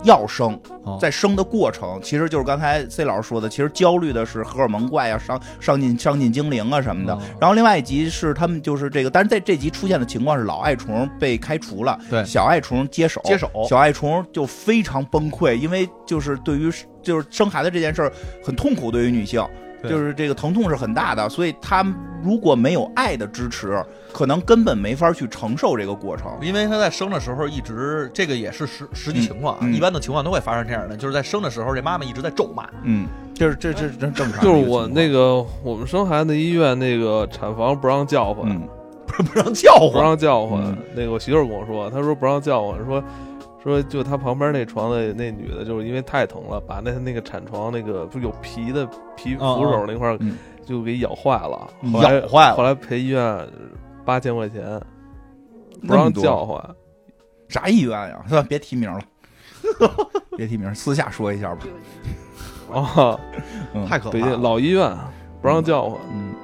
Speaker 2: 要生
Speaker 3: 哦，
Speaker 2: 在生的过程，其实就是刚才 C 老师说的，其实焦虑的是荷尔蒙怪啊，上上进上进精灵啊什么的
Speaker 3: 哦。
Speaker 2: 然后另外一集是他们就是这个，但是在这集出现的情况是老爱虫被开除了，
Speaker 3: 对
Speaker 2: 小爱虫接手，
Speaker 3: 接手
Speaker 2: 小爱虫就非常崩溃，因为就是对于就是生孩子这件事儿很痛苦，对于女性。
Speaker 3: 对
Speaker 2: 就是这个疼痛是很大的，所以她如果没有爱的支持，可能根本没法去承受这个过程。
Speaker 3: 因为他在生的时候一直这个也是实实际情况啊，
Speaker 2: 嗯嗯
Speaker 3: 一般的情况都会发生这样的，就是在生的时候这妈妈一直在咒骂， *laughs*
Speaker 2: 嗯，这是这这这正常的一个情况。
Speaker 1: 就是我那个我们生孩子医院那个产房不让叫唤，
Speaker 2: 嗯，
Speaker 3: 不不让叫
Speaker 1: 不
Speaker 3: 唤，
Speaker 1: 让叫唤。
Speaker 2: 嗯
Speaker 1: 那个我媳妇儿跟我说，她说不让叫唤，说说就她旁边那床的那女的，就是因为太疼了，把那那个产床那个不是有皮的皮
Speaker 3: 嗯
Speaker 1: 扶手那块儿
Speaker 2: 嗯
Speaker 1: 就给咬坏了，
Speaker 2: 嗯
Speaker 1: 后来
Speaker 3: 咬坏了
Speaker 1: 后来赔医院八千块钱，不
Speaker 2: 那么
Speaker 1: 让
Speaker 2: 多
Speaker 1: 叫唤。
Speaker 2: 啥医院呀？算了， *laughs* 别提名了，别提名，私下说一下吧。
Speaker 1: 哦，
Speaker 2: 嗯
Speaker 3: 太可怕
Speaker 1: 北京
Speaker 3: 了。
Speaker 1: 老医院不让叫唤，
Speaker 2: 嗯，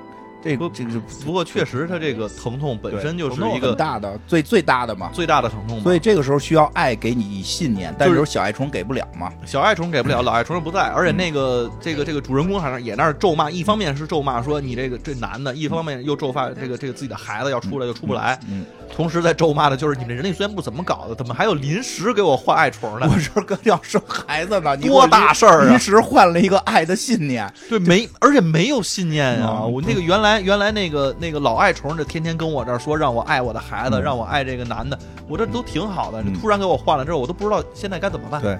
Speaker 2: 这个这个是
Speaker 3: 不过确实，他这个疼痛本身就是一
Speaker 2: 很
Speaker 3: 个
Speaker 2: 大的最最大的嘛。
Speaker 3: 最大的疼痛嘛。
Speaker 2: 所以这个时候需要爱给你信念，但
Speaker 3: 就是是
Speaker 2: 有小爱虫给不了嘛。
Speaker 3: 小爱虫给
Speaker 2: 嗯
Speaker 3: 不了，老爱虫又不在，而且那个这个这个主人公好像也那儿咒骂，一方面是咒骂说你这个这男的，一方面又咒骂这个这个自己的孩子要出来又出不来，
Speaker 2: 嗯，
Speaker 3: 同时在咒骂的就是你们人力资源部怎么搞的，怎么还有临时给我换爱虫呢
Speaker 2: 我？这刚要生孩子呢，你给我
Speaker 3: 多大事儿
Speaker 2: 临
Speaker 3: 啊！
Speaker 2: 时换了一个爱的信念，
Speaker 3: 对，没，而且没有信念啊！
Speaker 2: 嗯
Speaker 3: 我那个原来原来那个那个老爱虫，这天天跟我这儿说让我爱我的孩子，
Speaker 2: 嗯
Speaker 3: 让我爱这个男的，我这都挺好的。
Speaker 2: 嗯
Speaker 3: 突然给我换了之后，我都不知道现在该怎么办。
Speaker 2: 对，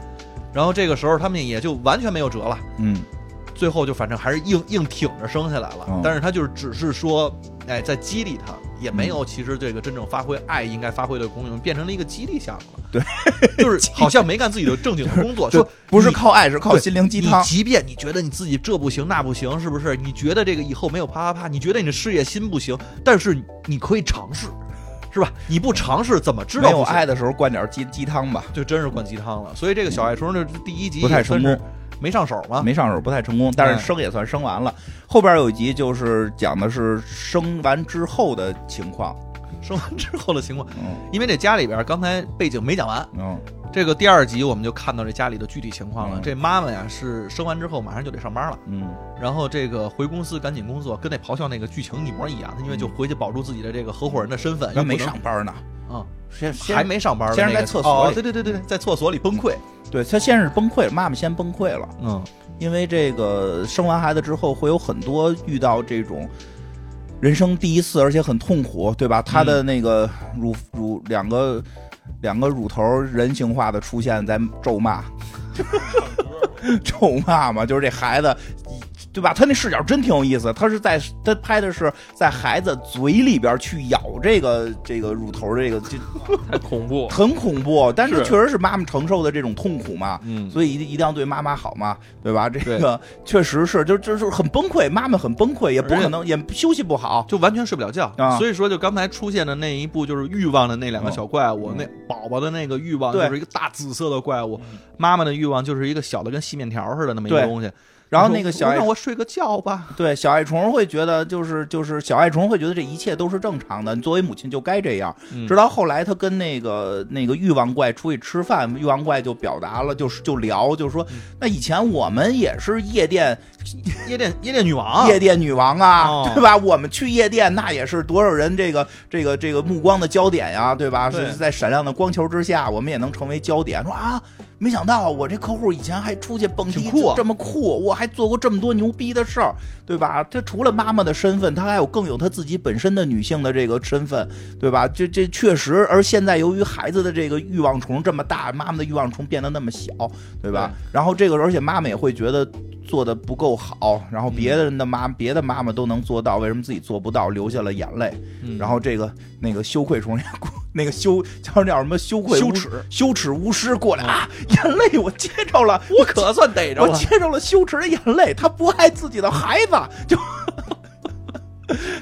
Speaker 3: 然后这个时候他们也就完全没有辙了。
Speaker 2: 嗯，
Speaker 3: 最后就反正还是硬硬挺着生下来了。
Speaker 2: 嗯
Speaker 3: 但是他就是只是说，哎，在激励他，也没
Speaker 2: 嗯
Speaker 3: 有其实这个真正发挥爱应该发挥的功用，变成了一个激励项目了。对，就是好像没干自己的正经的工
Speaker 2: *laughs*
Speaker 3: 作，
Speaker 2: 就
Speaker 3: 说
Speaker 2: 不是
Speaker 3: 你
Speaker 2: 靠爱，是靠
Speaker 3: 对
Speaker 2: 心灵鸡汤
Speaker 3: 你。即便你觉得你自己这不行那不行，是不是？你觉得这个以后没有啪啪啪，你觉得你的事业心不行，但是你可以尝试，是吧？你不尝试怎么知
Speaker 2: 没
Speaker 3: 道
Speaker 2: 有
Speaker 3: 不行
Speaker 2: 爱的时候灌点鸡鸡汤吧，
Speaker 3: 就真是灌鸡汤了。所以这个小爱虫这第一集
Speaker 2: 不太成
Speaker 3: 也算
Speaker 2: 功
Speaker 3: 是，没上手嘛。
Speaker 2: 没上手不太成功，但
Speaker 3: 啊嗯
Speaker 2: 是生也算生完了。后边有一集就是讲的是生完之后的情况，
Speaker 3: 生完之后的情况，
Speaker 2: 嗯
Speaker 3: 因为这家里边刚才背景没讲完，
Speaker 2: 嗯
Speaker 3: 这个第二集我们就看到这家里的具体情况了。
Speaker 2: 嗯
Speaker 3: 这妈妈呀是生完之后马上就得上班了，
Speaker 2: 嗯，
Speaker 3: 然后这个回公司赶紧工作，跟那咆哮那个剧情一模一样。她因为就回去保住自己的这个合伙人的身份，
Speaker 2: 那
Speaker 3: 又
Speaker 2: 没
Speaker 3: 不能
Speaker 2: 上班呢，
Speaker 3: 啊，
Speaker 2: 先先
Speaker 3: 还没上班呢，
Speaker 2: 先是
Speaker 3: 那个
Speaker 2: 在厕所里
Speaker 3: 哦对对对对对，在厕所里崩溃。
Speaker 2: 对他先是崩溃了，妈妈先崩溃了，
Speaker 3: 嗯，
Speaker 2: 因为这个生完孩子之后会有很多遇到这种人生第一次，而且很痛苦，对吧？她的那个乳乳两个两个乳头人性化的出现在咒骂，咒骂嘛，就是这孩子。对吧？他那视角真挺有意思，他是在他拍的是在孩子嘴里边去咬这个这个乳头，这个这
Speaker 1: 太恐怖。
Speaker 2: 很恐怖，但是
Speaker 1: 是
Speaker 2: 确实是妈妈承受的这种痛苦嘛，
Speaker 3: 嗯
Speaker 2: 所以一定一定要对妈妈好嘛，对吧？这个确实是，就就就是很崩溃，妈妈很崩溃，也不可能也休息不好，
Speaker 3: 就完全睡不了觉。
Speaker 2: 啊
Speaker 3: 所以说，就刚才出现的那一部，就是欲望的那两个小怪物，那宝宝的那个欲望
Speaker 2: 对
Speaker 3: 就是一个大紫色的怪物，妈妈的欲望就是一个小的跟细面条似的那么一个
Speaker 2: 对
Speaker 3: 东西。
Speaker 2: 然后
Speaker 3: 你说
Speaker 2: 那个小
Speaker 3: 我
Speaker 2: 爱
Speaker 3: 让我睡个觉吧。
Speaker 2: 对小爱虫会觉得就是就是小爱虫会觉得这一切都是正常的，你作为母亲就该这样。
Speaker 3: 嗯
Speaker 2: 直到后来他跟那个那个欲望怪出去吃饭，欲望怪就表达了，就是就聊，就是说
Speaker 3: 嗯
Speaker 2: 那以前我们也是夜店
Speaker 3: 夜店夜店女王，
Speaker 2: 夜店女王啊，
Speaker 3: 哦
Speaker 2: 对吧？我们去夜店，那也是多少人这个这个这个目光的焦点呀、对吧？
Speaker 3: 对
Speaker 2: 是在闪亮的光球之下，我们也能成为焦点。说啊，没想到我这客户以前还出去蹦迪
Speaker 3: 挺酷啊
Speaker 2: 这么酷，我还做过这么多牛逼的事儿，对吧？他除了妈妈的身份，他还有更有他自己本身的女性的这个身份，对吧？这这确实，而现在由于孩子的这个欲望虫这么大，妈妈的欲望虫变得那么小，对吧？然后这个，而且妈妈也会觉得做的不够好，然后
Speaker 3: 嗯
Speaker 2: 别人的妈、别的妈妈都能做到，为什么自己做不到？流下了眼泪。
Speaker 3: 嗯
Speaker 2: 然后这个那个羞愧虫， *laughs* 那个那个羞叫叫什么羞愧
Speaker 3: 羞
Speaker 2: 巫
Speaker 3: 耻嗯
Speaker 2: 羞耻巫师过来啊，眼泪我接着了，我
Speaker 3: 可算逮着
Speaker 2: 我
Speaker 3: 了。
Speaker 2: 接受了羞耻的眼泪，他不爱自己的孩子，就。 *laughs*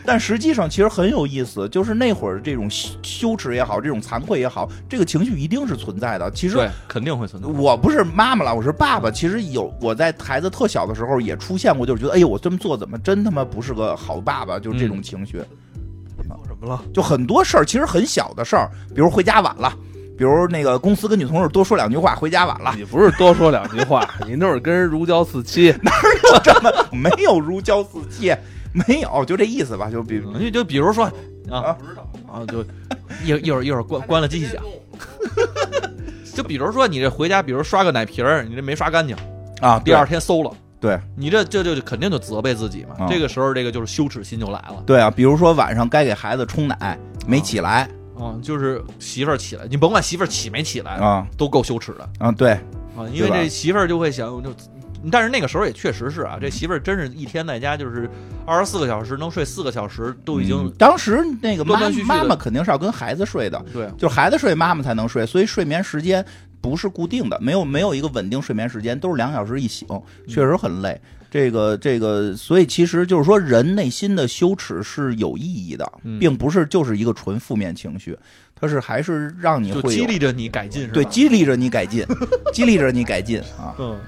Speaker 2: 但实际上，其实很有意思，就是那会儿这种羞羞耻也好，这种惭愧也好，这个情绪一定是存在的。其实
Speaker 3: 对，肯定会存在。
Speaker 2: 我不是妈妈了，我是爸爸。其实有我在孩子特小的时候也出现过，就是觉得哎呦，我这么做怎么真他妈不是个好爸爸？就是这种情绪，
Speaker 3: 做什么了？
Speaker 2: 就很多事儿，其实很小的事儿，比如回家晚了，比如那个公司跟女同事多说两句话，回家晚了，
Speaker 1: 你不是多说两句话，你那会儿跟人如胶似漆，
Speaker 2: *laughs* 就这么没有如胶似漆，没有，就这意思吧，就比
Speaker 3: 就就比如说啊
Speaker 2: 啊
Speaker 3: 啊，就一会儿一会儿一会儿关关了机器
Speaker 2: *laughs*
Speaker 3: 讲。就比如说你这回家，比如刷个奶瓶儿，你这没刷干净，
Speaker 2: 啊，
Speaker 3: 第二天馊了。
Speaker 2: 对
Speaker 3: 你这这就肯定就责备自己
Speaker 2: 啊，
Speaker 3: 嘛这个时候这个就是羞耻心就来了
Speaker 2: 对啊，比如说晚上该给孩子冲奶没起来
Speaker 3: 啊，就是媳妇儿起来，你甭管媳妇儿起没起来，
Speaker 2: 啊
Speaker 3: 都够羞耻的
Speaker 2: 啊，对，
Speaker 3: 啊，因为
Speaker 2: 对吧
Speaker 3: 这媳妇儿就会想就。但是那个时候也确实是啊，
Speaker 2: 嗯
Speaker 3: 这媳妇儿真是一天在家就是二十四个小时，能睡四个小时都已经、
Speaker 2: 嗯当时那个妈
Speaker 3: 断断续续的
Speaker 2: 妈妈肯定是要跟孩子睡的，
Speaker 3: 对
Speaker 2: 就是孩子睡，妈妈才能睡，所以睡眠时间不是固定的，没有没有一个稳定睡眠时间，都是两小时一醒，确实很累。这个这个，所以其实就是说，人内心的羞耻是有意义的，
Speaker 3: 嗯
Speaker 2: 并不是就是一个纯负面情绪，它是还是让你
Speaker 3: 就
Speaker 2: 嗯会有
Speaker 3: 激励着你改进是吧？
Speaker 2: 对激励着你改
Speaker 3: *laughs*
Speaker 2: 进，激励着你改进啊，
Speaker 3: 嗯，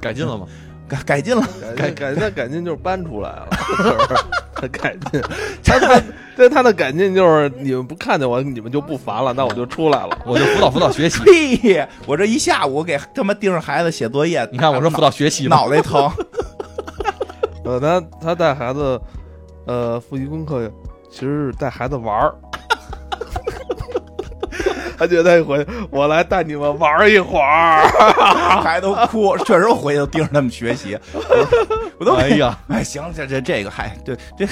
Speaker 3: 改进了吗？
Speaker 2: 改改进了。，
Speaker 1: 改改那改进就是搬出来了， *laughs* 是不是？他改进，他他对他的改进就是你们不看见我，你们就不烦了，那我就出来了。
Speaker 3: 我就辅导辅导 *laughs* 学习
Speaker 2: 嘿，我这一下午给他妈盯着孩子写作业，
Speaker 3: 你看我说辅导学习
Speaker 2: *laughs*
Speaker 3: 嘛，
Speaker 2: 脑袋
Speaker 3: *laughs*
Speaker 2: 疼。
Speaker 1: 呃，他他带孩子，呃，复习功课其实是带孩子玩儿。 *laughs* 他觉得一回我来带你们玩儿一会儿，
Speaker 2: 孩子都哭，确实我回去就盯着他们学习，我我都 *laughs*
Speaker 3: 哎呀，
Speaker 2: 哎行，这这这个嗨，对这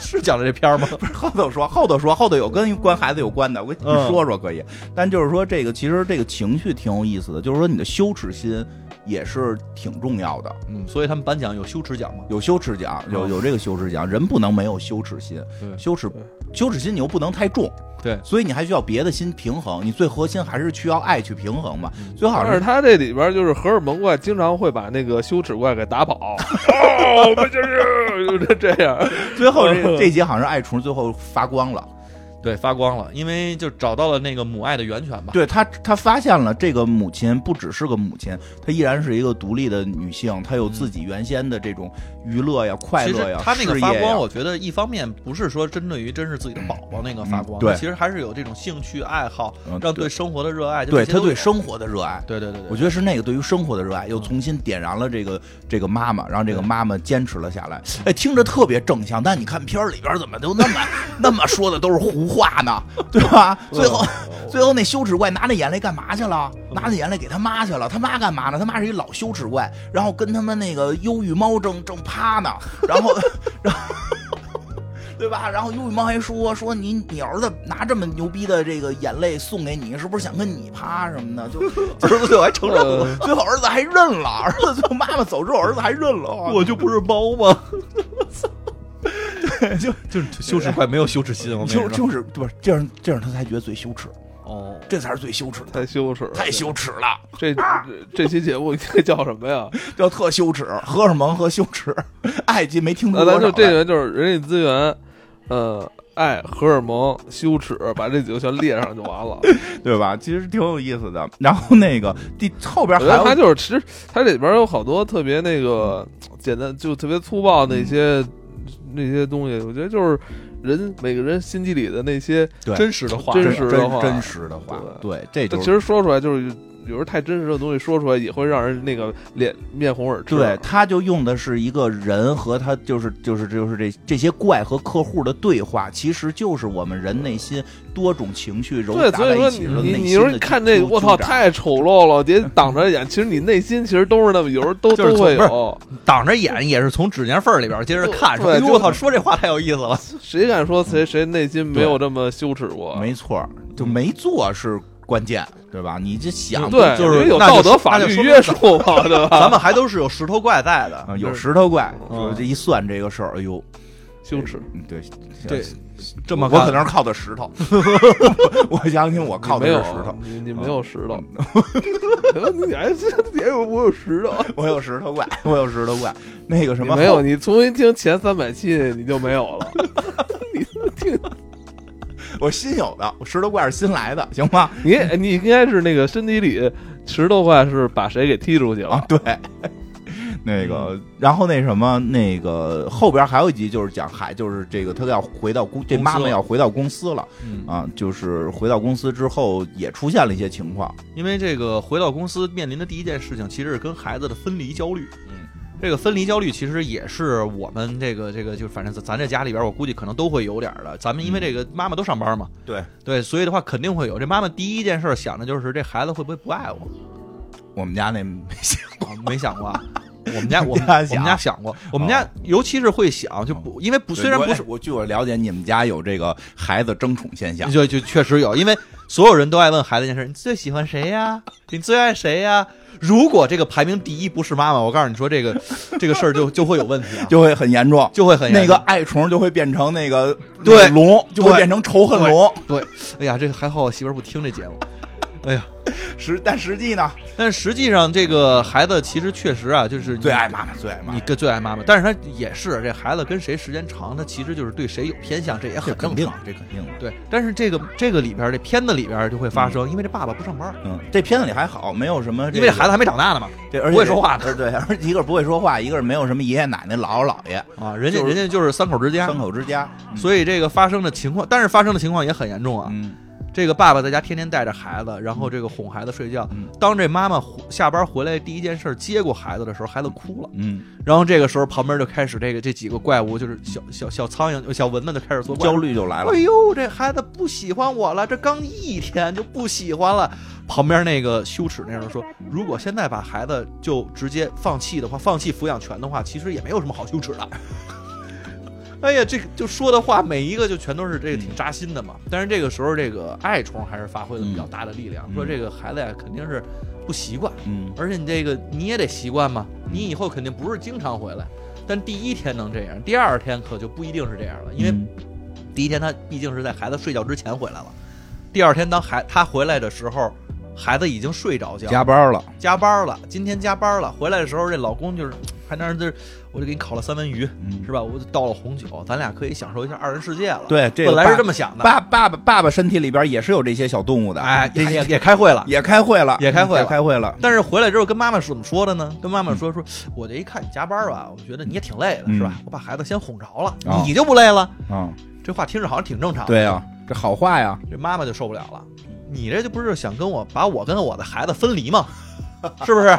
Speaker 3: 是讲的这片儿吗？ *laughs*
Speaker 2: 不是后头说，后头说，后头有跟关孩子有关的，我跟你
Speaker 3: 嗯
Speaker 2: 说说可以。但就是说，这个其实这个情绪挺有意思的，就是说你的羞耻心也是挺重要的。
Speaker 3: 嗯，所以他们颁奖有羞耻奖吗？
Speaker 2: 有羞耻奖，有有这个羞耻奖，人不能没有羞耻心，
Speaker 3: 哦对
Speaker 2: 羞耻
Speaker 1: 对
Speaker 2: 羞耻心你又不能太重，
Speaker 3: 对
Speaker 2: 所以你还需要别的心平衡，你最核心还是需要爱去平衡嘛。
Speaker 3: 嗯
Speaker 2: 最好
Speaker 1: 但是
Speaker 2: 是
Speaker 1: 他这里边就是荷尔蒙怪，经常会把那个羞耻怪给打跑。 *laughs* 哦，我们就是就是这样。
Speaker 2: 最后这这集好像是爱虫最后发光了，
Speaker 3: 对，发光了，因为就找到了那个母爱的源泉吧。
Speaker 2: 对他他发现了这个母亲不只是个母亲，她依然是一个独立的女性，她有自己原先的这种娱乐呀、快
Speaker 3: 其
Speaker 2: 乐
Speaker 3: 实
Speaker 2: 呀、
Speaker 3: 他那个
Speaker 2: 事
Speaker 3: 发
Speaker 2: 业
Speaker 3: 光，
Speaker 2: 呀。
Speaker 3: 我觉得一方面不是说针对于真是自己的宝宝那个发光，
Speaker 2: 嗯对
Speaker 3: 其实还是有这种兴趣爱好
Speaker 2: 嗯，
Speaker 3: 让对生活的热爱，就
Speaker 2: 对
Speaker 3: 这些
Speaker 2: 她
Speaker 3: 都
Speaker 2: 对
Speaker 3: 有
Speaker 2: 生活的热爱，
Speaker 3: 对对对对，
Speaker 2: 我觉得是那个对于生活的热爱，又重新点燃了这个这个妈妈，让这个妈妈坚持了下来。哎，听着特别正向，但你看片儿里边儿怎么都那么那么说的都是胡话呢，对吧？最后 *laughs*
Speaker 3: 嗯
Speaker 2: 最后那羞耻怪拿那眼泪干嘛去了？拿那眼泪给他妈去了，他妈干嘛呢？他妈是一老羞耻怪，然后跟他们那个忧郁猫正正趴呢，然后然后。对吧？然后忧郁猫还说说你你儿子拿这么牛逼的这个眼泪送给你，是不是想跟你趴什么的？
Speaker 3: *laughs*
Speaker 2: 就儿子最后还承认
Speaker 3: 呃
Speaker 2: 了，最后儿子还认了，儿子最后妈妈走之后，儿子还认了，
Speaker 3: 我就不是猫 *laughs* 吗？就就是羞耻怪没有羞耻心，我跟你
Speaker 2: 就
Speaker 3: 说，
Speaker 2: 就是不是这样这样他才觉得最羞耻，
Speaker 3: 哦，
Speaker 2: 这才是最羞耻的，
Speaker 1: 太羞啊耻了，
Speaker 2: 太羞耻了，
Speaker 1: 这这这期节目应该叫什么呀？
Speaker 2: 叫特羞耻，荷尔蒙和羞耻，爱及没听
Speaker 1: *laughs* 啊那
Speaker 2: 出
Speaker 1: 咱
Speaker 2: 多少
Speaker 1: 就
Speaker 2: 来。
Speaker 1: 这个就是人力资源，呃，爱、荷尔蒙、羞耻，把这几个全列上就完了。
Speaker 2: 对吧？其实挺有意思的。然后那个第后边
Speaker 1: 我觉
Speaker 2: *laughs*
Speaker 1: 得
Speaker 2: 还
Speaker 1: 它
Speaker 2: 有
Speaker 1: 就是，其实它里边有好多特别那个简单，就特别粗暴
Speaker 2: 嗯
Speaker 1: 那些那些东西。我觉得就是人每个人心底里的那些，
Speaker 2: 对
Speaker 3: 真实的话，
Speaker 1: 真
Speaker 2: 真
Speaker 1: 实的话
Speaker 2: 真实的话，对，这
Speaker 1: 这
Speaker 2: 就
Speaker 1: 其
Speaker 2: 是
Speaker 1: 实说出来就是有时候太真实的东西说出来也会让人那个脸面红耳赤。啊
Speaker 2: 对，他就用的是一个人和他就是就是就是这这些怪和客户的对话，其实就是我们人内心多种情绪揉
Speaker 1: 对，
Speaker 2: 杂
Speaker 1: 所
Speaker 2: 在
Speaker 1: 以说
Speaker 2: 一起的
Speaker 1: 你
Speaker 2: 内
Speaker 1: 你
Speaker 2: 心
Speaker 1: 说
Speaker 2: 的
Speaker 1: 你
Speaker 2: 纠
Speaker 1: 看这个，我操，
Speaker 2: 纠缠
Speaker 1: 太丑陋了，别挡着眼。其实你内心其实都是那么，有时候都
Speaker 3: 就是
Speaker 1: 都会
Speaker 3: 从
Speaker 1: 有。
Speaker 3: 挡着眼也是从指甲缝儿里边接着看，说
Speaker 1: 对
Speaker 3: 哎呦我操，
Speaker 1: 就
Speaker 3: 说这话太有意思了，
Speaker 1: 谁敢说谁谁内心没有这么羞耻过？
Speaker 2: 没错儿，就没做是关键，对吧？你这想
Speaker 1: 对，
Speaker 3: 就是
Speaker 1: 因为有
Speaker 3: 那就
Speaker 1: 道德
Speaker 3: 说
Speaker 1: 法
Speaker 3: 那就
Speaker 1: 律
Speaker 3: 说明
Speaker 1: 约束嘛， *laughs* 对吧？
Speaker 3: 咱们还都是有石头怪在的，
Speaker 2: 啊有石头怪，
Speaker 3: 嗯
Speaker 2: 我这一算这个事儿，哎呦，
Speaker 1: 羞耻，
Speaker 2: 嗯对
Speaker 3: 对，这
Speaker 2: 这
Speaker 3: 么
Speaker 2: 我可
Speaker 3: 看，
Speaker 2: 能是靠的石头，我相信我靠
Speaker 1: 你没
Speaker 2: 的是
Speaker 1: 有啊
Speaker 2: 石头，
Speaker 1: 你你没有石头，你还是你还有我有石头，
Speaker 2: 我有石头怪， *laughs* 我有石头怪，那个什
Speaker 1: 你
Speaker 2: 么
Speaker 1: 没有，你重新听前三百期你就没有了，你听
Speaker 2: 我新有的，我石头怪是新来的，行吗？
Speaker 1: 你你应该是那个身体里石头怪是把谁给踢出去
Speaker 2: 啊
Speaker 1: 了，，
Speaker 2: 对，那个，然后那什么，那个后边还有一集就是讲海，就是这个他要回到公，这
Speaker 3: 公司
Speaker 2: 妈妈
Speaker 3: 了
Speaker 2: 要回到公司了
Speaker 3: 嗯
Speaker 2: 啊，就是回到公司之后也出现了一些情况，
Speaker 3: 因为这个回到公司面临的第一件事情，其实是跟孩子的分离焦虑。
Speaker 2: 嗯，
Speaker 3: 这个分离焦虑其实也是我们这个这个，就反正咱咱这家里边，我估计可能都会有点儿的。咱们因为这个妈妈都上班嘛，
Speaker 2: 对
Speaker 3: 对，所以的话肯定会有。这妈妈第一件事想的就是这孩子会不会不爱我？
Speaker 2: 我们家那没想
Speaker 3: 啊没想过啊。我们家
Speaker 2: *laughs*
Speaker 3: 我们
Speaker 2: 家
Speaker 3: 我
Speaker 2: 想哦
Speaker 3: 们家想过，我们家尤其是会想，就不因为不虽然不是
Speaker 2: 我，我据我了解，你们家有这个孩子争宠现象，
Speaker 3: 就就确实有，因为所有人都爱问孩子一件事：你最喜欢谁呀？你最爱谁呀？如果这个排名第一不是妈妈，我告诉你说，这个这个事儿就就会有问题啊，就
Speaker 2: 就会很严重，
Speaker 3: 就会很严
Speaker 2: 那个
Speaker 3: 重
Speaker 2: 爱虫就会变成那个
Speaker 3: 对
Speaker 2: 那个龙，就会
Speaker 3: 对
Speaker 2: 变成仇恨龙，
Speaker 3: 对，哎呀，这还好我媳妇儿不听这节目，哎呀，
Speaker 2: 实但实际呢，
Speaker 3: 但实际上这个孩子其实确实啊，就是你
Speaker 2: 最爱妈妈，最爱妈妈
Speaker 3: 你。跟最爱妈妈，但是他也是这孩子跟谁时间长，他其实就是对谁有偏向，这也
Speaker 2: 这
Speaker 3: 很
Speaker 2: 肯
Speaker 3: 正
Speaker 2: 定
Speaker 3: 常。，
Speaker 2: 这肯定的。
Speaker 3: 对，但是这个这个里边儿这片子里边儿就会发生，因为这爸爸不上班儿，
Speaker 2: 嗯，这片子里还好，没有什么、
Speaker 3: 因为这
Speaker 2: 子
Speaker 3: 孩子还没长大呢嘛，
Speaker 2: 这而且
Speaker 3: 不会说话
Speaker 2: 这对，而一个是不会说话，一个是没有什么爷爷奶奶、姥姥姥爷，
Speaker 3: 啊，人家
Speaker 2: 就是
Speaker 3: 人家就是三口之家，嗯
Speaker 2: 三口之家。以，
Speaker 3: 所以这个发生的情况，但是发生的情况也很严重啊。
Speaker 2: 嗯，
Speaker 3: 这个爸爸在家天天带着孩子，然后这个哄孩子睡觉
Speaker 2: 嗯。
Speaker 3: 当这妈妈回下班回来第一件事接过孩子的时候，孩子哭了。
Speaker 2: 嗯，
Speaker 3: 然后这个时候旁边就开始这个这几个怪物，就是小小小苍蝇、小蚊子就开始做怪
Speaker 2: 焦。虑就来了
Speaker 3: 哎。呦，这孩子不喜欢我了，这刚一天就不喜欢了。旁边那个羞耻那人说：“如果现在把孩子就直接放弃的话，放弃抚养权的话，其实也没有什么好羞耻的。” *laughs* 哎呀，这个就说的话每一个就全都是这个挺扎心的
Speaker 2: 嗯
Speaker 3: 嘛。但是这个时候，这个爱宠还是发挥了比较大的力量，
Speaker 2: 嗯
Speaker 3: 说这个孩子呀肯定是不习惯，
Speaker 2: 嗯
Speaker 3: 而且你这个你也得习惯嘛，你以后肯定不是经常回来。但第一天能这样，第二天可就不一定是这样了，因为
Speaker 2: 嗯
Speaker 3: 第一天他毕竟是在孩子睡觉之前回来了，第二天当孩他回来的时候，孩子已经睡着觉，
Speaker 2: 加班了，
Speaker 3: 加班了，今天加班了，回来的时候这老公就是还那儿就是，我就给你烤了三文鱼，
Speaker 2: 嗯
Speaker 3: 是吧？我就倒了红酒，咱俩可以享受一下二人世界了。，
Speaker 2: 对，这个
Speaker 3: 本来
Speaker 2: 爸
Speaker 3: 是这么想的。
Speaker 2: 爸爸爸爸爸身体里边也是有这些小动物的，
Speaker 3: 哎，
Speaker 2: 这
Speaker 3: 也也开会了。
Speaker 2: 也开会了，
Speaker 3: 也开会
Speaker 2: 啊
Speaker 3: 了
Speaker 2: 也开会了，
Speaker 3: 但是回来之后跟妈妈是怎么说的呢？跟妈妈说说，我这一看你加班吧，我觉得你也挺累的，
Speaker 2: 嗯
Speaker 3: 是吧？我把孩子先哄着了，
Speaker 2: 哦
Speaker 3: 你就不累了。
Speaker 2: 嗯，
Speaker 3: 这话听着好像挺正常。
Speaker 2: 对啊，，这好话呀，
Speaker 3: 这妈妈就受不了了，你这就不是想跟我把我跟我的孩子分离吗？是不是？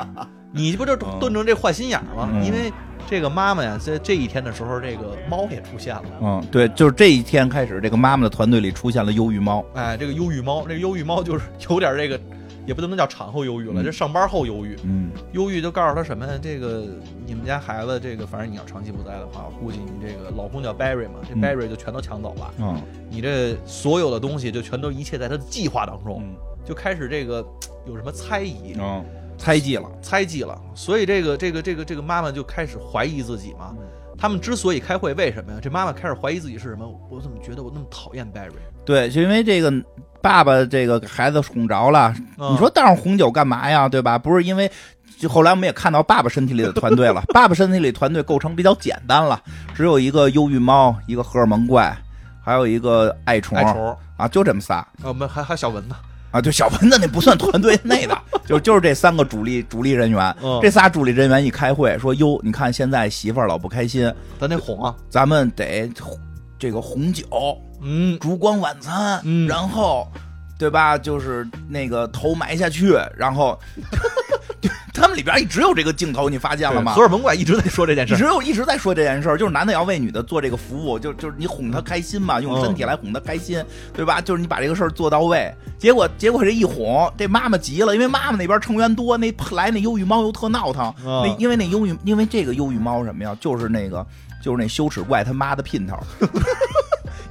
Speaker 3: 你不就
Speaker 2: 嗯
Speaker 3: 顿成这坏心眼儿吗？
Speaker 2: 嗯
Speaker 3: 因为这个妈妈呀，在这一天的时候，这个猫也出现了。
Speaker 2: 嗯，对，就是这一天开始，这个妈妈的团队里出现了忧郁猫，
Speaker 3: 哎，这个忧郁猫，这个忧郁猫就是 *laughs* 有点这个，也不能叫产后忧郁
Speaker 2: 嗯
Speaker 3: 了，这上班后忧郁。
Speaker 2: 嗯
Speaker 3: 忧郁就告诉他什么呀？这个你们家孩子，这个反正你要长期不在的话，我估计你这个老公叫 Barry 嘛，这
Speaker 2: 嗯
Speaker 3: Barry 就全都抢走了，
Speaker 2: 嗯
Speaker 3: 你这所有的东西就全都一切在他的计划当中，
Speaker 2: 嗯
Speaker 3: 就开始这个有什么猜疑，
Speaker 2: 嗯，猜忌了，
Speaker 3: 猜忌了，所以这个这个这个这个妈妈就开始怀疑自己嘛
Speaker 2: 嗯。
Speaker 3: 他们之所以开会，为什么呀？这妈妈开始怀疑自己是什么？我怎么觉得我那么讨厌 Barry？、
Speaker 2: 对，就因为这个爸爸这个孩子哄着了，
Speaker 3: 嗯
Speaker 2: 你说倒上红酒干嘛呀？对吧？不是因为。就后来我们也看到爸爸身体里的团 *laughs* 队了，爸爸身体里团队构成比较简单了，只有一个忧郁猫，一个荷尔蒙怪，还有一个爱虫
Speaker 3: 爱虫，
Speaker 2: 啊，就这么仨
Speaker 3: 啊我们还还有小文呢。
Speaker 2: 啊。对，小蚊子那不算团队内
Speaker 3: *laughs*
Speaker 2: 的，就就是这三个主力主力人员。
Speaker 3: 嗯
Speaker 2: 这仨主力人员一开会说：“哟，你看现在媳妇儿老不开心，
Speaker 3: 咱得哄啊，
Speaker 2: 咱们得这个红酒，
Speaker 3: 嗯，
Speaker 2: 烛光晚餐，
Speaker 3: 嗯
Speaker 2: 然后，对吧？就是那个头埋下去，然后， *laughs* 他们里边一直有这个镜头，你发现了吗
Speaker 3: 荷？尔蒙怪一直在说这件事
Speaker 2: 一
Speaker 3: 儿
Speaker 2: 直。有一直在说这件事儿，就是男的要为女的做这个服务，就就是你哄她开心
Speaker 3: 嗯
Speaker 2: 嘛，用身体来哄她开心，对吧？就是你把这个事儿做到位。结果结果这一哄，这妈妈急了，因为妈妈那边成员多，那来那忧郁猫又特闹腾，
Speaker 3: 嗯
Speaker 2: 那因为那忧郁，因为这个忧郁猫什么呀，就是那个就是那羞耻怪他妈的姘头。 *laughs*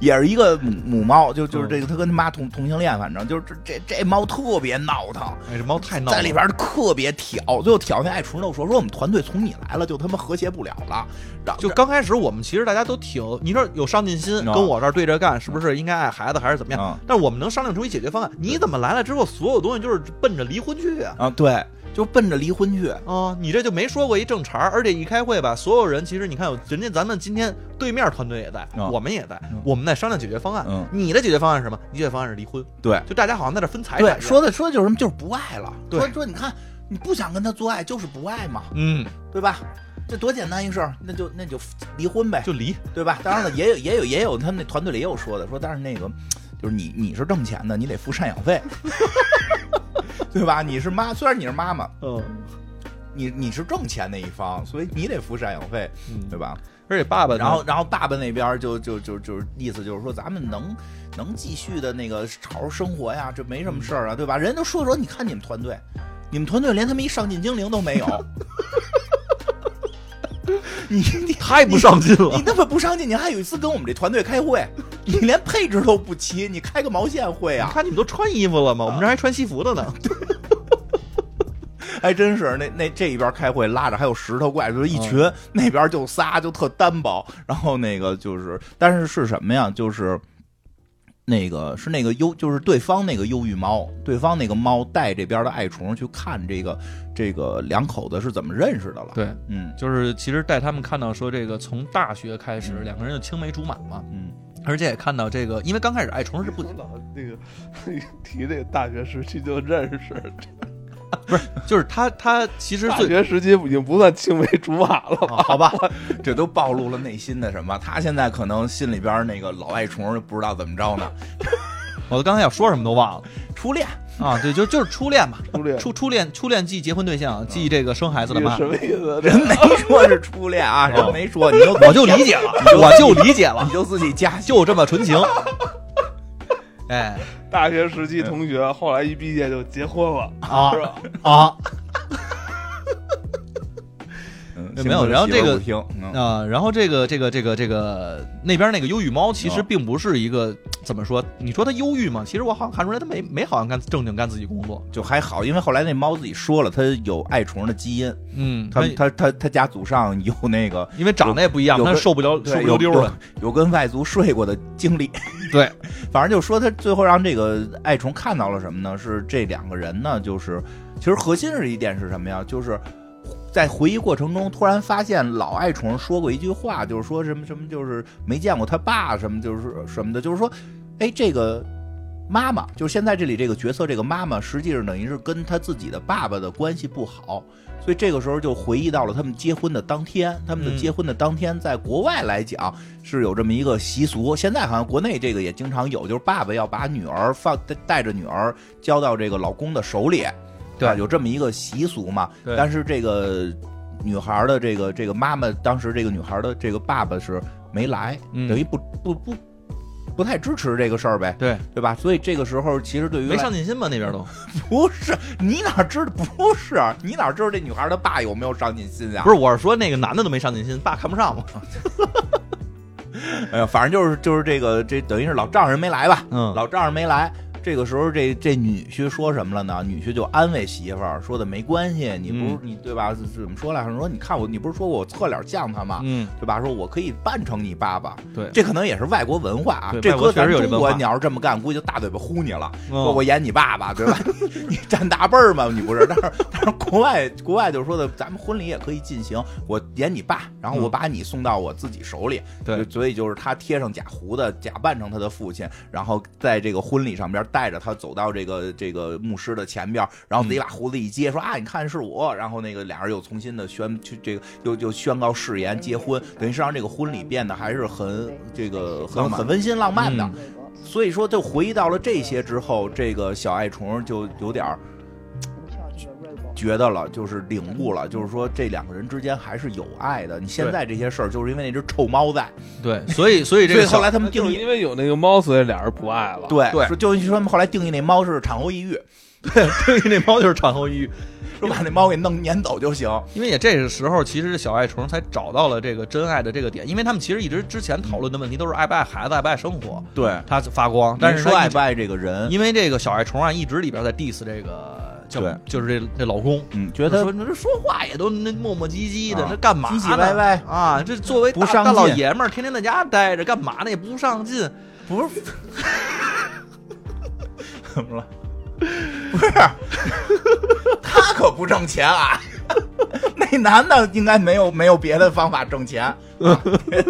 Speaker 2: 也是一个母母猫，就就是这个，他跟他妈同同性恋，反正就是这这这猫特别闹腾，
Speaker 3: 哎，这猫太闹了
Speaker 2: 在里边儿特别挑，最后挑那爱厨都说说我们团队从你来了就他妈和谐不了了，然后
Speaker 3: 就刚开始我们其实大家都挺，你说有上进心，
Speaker 2: 嗯
Speaker 3: 跟我这儿对着干，是不是应该爱孩子还是怎么样
Speaker 2: 嗯？
Speaker 3: 但是我们能商量出一解决方案。你怎么来了之后，所有东西就是奔着离婚去啊？
Speaker 2: 啊对，就奔着离婚去，
Speaker 3: 哦，你这就没说过一正茬儿，而且一开会吧，所有人其实你看，人家咱们今天对面团队也在，
Speaker 2: 嗯
Speaker 3: 我们也在，
Speaker 2: 嗯
Speaker 3: 我们在商量解决方案。
Speaker 2: 嗯
Speaker 3: 你的解决方案是什么？你解决方案是离婚，
Speaker 2: 对
Speaker 3: 就大家好像在这分财
Speaker 2: 对
Speaker 3: 产，似的。
Speaker 2: 说的说的就是什么就是不爱了，
Speaker 3: 对
Speaker 2: 说说你看你不想跟他做爱就是不爱嘛，
Speaker 3: 嗯，
Speaker 2: 对吧？这多简单一事儿，那就那就离婚呗，
Speaker 3: 就离，
Speaker 2: 对吧？当然了，也有也有也有他们那团队里也有说的，说但是那个就是你你是挣钱的，你得付赡养费， *laughs* 对吧？你是妈，虽然你是妈妈，
Speaker 3: 嗯
Speaker 2: 你你是挣钱那一方，所以你得付赡养费，对
Speaker 3: 嗯，
Speaker 2: 吧？
Speaker 3: 而且爸爸呢，
Speaker 2: 然后，然后爸爸那边儿就就就就是意思就是说，咱们能能继续的那个好好生活呀，这没什么事儿啊，对吧？人家都说说，你看你们团队，你们团队连他们一上进精灵都没有，你你
Speaker 3: 太不上进
Speaker 2: 你
Speaker 3: 了。
Speaker 2: 那么不上进，你还有一次跟我们这团队开会，你连配置都不齐，你开个毛线会
Speaker 3: 你
Speaker 2: 啊？
Speaker 3: 看你们都穿衣服了吗？我们这还穿西服的呢。
Speaker 2: 还真是，那那这一边开会拉着还有石头怪，就是一群，
Speaker 3: 哦
Speaker 2: 那边就仨，就特单薄。然后那个就是，但是是什么呀？就是那个是那个忧，就是对方那个忧郁猫，对方那个猫带这边的爱虫去看这个这个两口子是怎么认识的了。，
Speaker 3: 对，
Speaker 2: 嗯
Speaker 3: 就是其实带他们看到说这个从大学开始，两个人就青梅竹马嘛，
Speaker 2: 嗯，
Speaker 3: 而且也看到这个，因为刚开始爱虫是不
Speaker 1: 老那个 *laughs* 提这个大学时期就认识，
Speaker 3: 就是他他其实
Speaker 1: 大
Speaker 3: 最
Speaker 1: 学时期已经不算青梅竹马
Speaker 2: *laughs*
Speaker 1: 了吧？
Speaker 2: 啊好吧，这都暴露了内心的什么？他现在可能心里边那个老爱虫不知道怎么着呢，
Speaker 3: 我刚才要说什么都忘了
Speaker 2: 初恋。
Speaker 3: 啊，对，就就是初恋嘛，
Speaker 1: 初恋
Speaker 3: 初初恋初恋记结婚对象，记这个生孩子的
Speaker 1: 你
Speaker 2: 啊
Speaker 3: 妈
Speaker 1: 什，么意思？
Speaker 2: 人没说是初恋啊，人没说，你就
Speaker 3: 哦我就理解了，我就理解了
Speaker 2: 你，就自己加戏。
Speaker 3: 就这么纯情。
Speaker 2: *laughs*
Speaker 3: 哎
Speaker 1: 大学时期同学，后来一毕业就结婚了，
Speaker 3: 啊
Speaker 1: 是吧？
Speaker 3: 啊，
Speaker 2: 嗯，
Speaker 3: 没有
Speaker 2: 幸亏
Speaker 3: 然后
Speaker 2: 媳
Speaker 3: 这个
Speaker 2: 妇儿不听，嗯
Speaker 3: 啊、然后这个这个这个这个那边那个忧郁猫其实
Speaker 2: 哦
Speaker 3: 并不是一个怎么说？你说它忧郁吗？其实我好像看出来它没没好像干正经干自己工作。
Speaker 2: 就还好，因为后来那猫自己说了，它有爱虫的基因，
Speaker 3: 嗯，
Speaker 2: 它
Speaker 3: 它
Speaker 2: 它它它家祖上有那 *laughs* 个
Speaker 3: 因为长得也不一样，
Speaker 2: 有
Speaker 3: 它
Speaker 2: 个
Speaker 3: 受不了受
Speaker 2: 对
Speaker 3: 不溜
Speaker 2: 有
Speaker 3: 溜
Speaker 2: 有
Speaker 3: 的。
Speaker 2: 有跟外族睡过的经 *laughs* 历，
Speaker 3: 对，
Speaker 2: 反正就说他最后让这个爱虫看到了什么呢？是这两个人呢，就是其实核心是一点是什么呀？就是在回忆过程中，突然发现老爱虫说过一句话，就是说什么什么，就是没见过他爸什么，就是什么的，就是说，哎，这个。妈妈就是现在这里这个角色，这个妈妈实际上等于是跟他自己的爸爸的关系不好，所以这个时候就回忆到了他们结婚的当天，他们的
Speaker 3: 嗯
Speaker 2: 结婚的当天，在国外来讲是有这么一个习俗，现在好像国内这个也经常有，就是爸爸要把女儿放带带着女儿交到这个老公的手里，
Speaker 3: 对
Speaker 2: 啊有这么一个习俗嘛。
Speaker 3: 对
Speaker 2: 但是这个女孩的这个这个妈妈，当时这个女孩的这个爸爸是没来，
Speaker 3: 嗯
Speaker 2: 等于不不不不太支持这个事儿呗，
Speaker 3: 对，
Speaker 2: 对吧？所以这个时候其实对于
Speaker 3: 没上进心吧那边都
Speaker 2: *laughs* 不是你哪知道不是你哪知道这女孩的爸有没有上进心啊呀、
Speaker 3: 不是，我是说那个男的都没上进心，爸看不上嘛。
Speaker 2: 哎呀，反正就是就是这个这等于是老丈人没来吧，
Speaker 3: 嗯
Speaker 2: 老丈人没来。这个时候这，这女婿说什么了呢？女婿就安慰媳妇儿，说的没关系，你不是、
Speaker 3: 嗯
Speaker 2: 你对吧？是怎么说来着？说你看我，你不是说过我侧脸犟他吗？
Speaker 3: 嗯，
Speaker 2: 对吧？说我可以扮成你爸爸，
Speaker 3: 对
Speaker 2: 这可能也是外国文化啊。
Speaker 3: 对
Speaker 2: 这
Speaker 3: 外
Speaker 2: 搁
Speaker 3: 国确
Speaker 2: 咱
Speaker 3: 实有这
Speaker 2: 中
Speaker 3: 文
Speaker 2: 国，
Speaker 3: 化
Speaker 2: 你要是这么干，估计就大嘴巴呼你了，说
Speaker 3: 哦
Speaker 2: 我演你爸爸，对吧？ *laughs* 你占大辈儿嘛，你不是？但是但是国外国外就说的，咱们婚礼也可以进行，我演你爸，然后我
Speaker 3: 嗯
Speaker 2: 把你送到我自己手里，
Speaker 3: 对
Speaker 2: 就所以就是他贴上假胡子，假扮成他的父亲，然后在这个婚礼上边带着他走到这个这个牧师的前边，然后
Speaker 3: 嗯
Speaker 2: 自己把胡子一揭，说啊，你看是我，然后那个俩人又重新的宣去这个又又宣告誓言结婚，等于是让这个婚礼变得还是很这个很
Speaker 3: 浪漫
Speaker 2: 很温馨浪漫的。
Speaker 3: 嗯
Speaker 2: 所以说，就回忆到了这些之后，这个小爱虫就有点儿觉得了，就是领悟了，就是说这两个人之间还是有爱的。你现在这些事儿，就是因为那只臭猫在，
Speaker 3: 对，所以所以这
Speaker 2: 所以
Speaker 3: 个
Speaker 2: 后
Speaker 3: 小
Speaker 2: 来他们
Speaker 1: 那就
Speaker 2: 定
Speaker 1: 是
Speaker 2: 义
Speaker 1: 因为有那个猫，所以俩人不爱了。
Speaker 2: 对
Speaker 3: 对
Speaker 2: 说就说他们后来定义那猫是产后抑郁，
Speaker 3: 对那猫就是产后抑郁，
Speaker 2: 说把那猫给弄撵走就行。
Speaker 3: 因为也这个时候，其实小爱虫才找到了这个真爱的这个点，因为他们其实一直之前讨论的问题都是爱不爱孩子，爱不爱生活，
Speaker 2: 对，
Speaker 3: 他发光，但
Speaker 2: 但
Speaker 3: 是
Speaker 2: 是
Speaker 3: 他
Speaker 2: 说
Speaker 3: 一
Speaker 2: 爱
Speaker 3: 直
Speaker 2: 不爱这个人，
Speaker 3: 因为这个小爱虫啊，一直里边在 diss 这个叫
Speaker 2: 对
Speaker 3: 就是这这老公，
Speaker 2: 嗯，觉
Speaker 3: 说
Speaker 2: 得
Speaker 3: 那说话也都那磨磨唧唧的，
Speaker 2: 啊
Speaker 3: 这干嘛呢？
Speaker 2: 唧唧歪歪
Speaker 3: 啊，这作为大
Speaker 2: 不上
Speaker 3: 大
Speaker 2: 进
Speaker 3: 老爷们儿，天天在家待着，干嘛呢？也不上进，
Speaker 2: 不是怎么了？ *laughs* 不是，他可不挣钱啊。 *laughs* 那男的应该没有没有别的方法挣钱，啊 *laughs* 别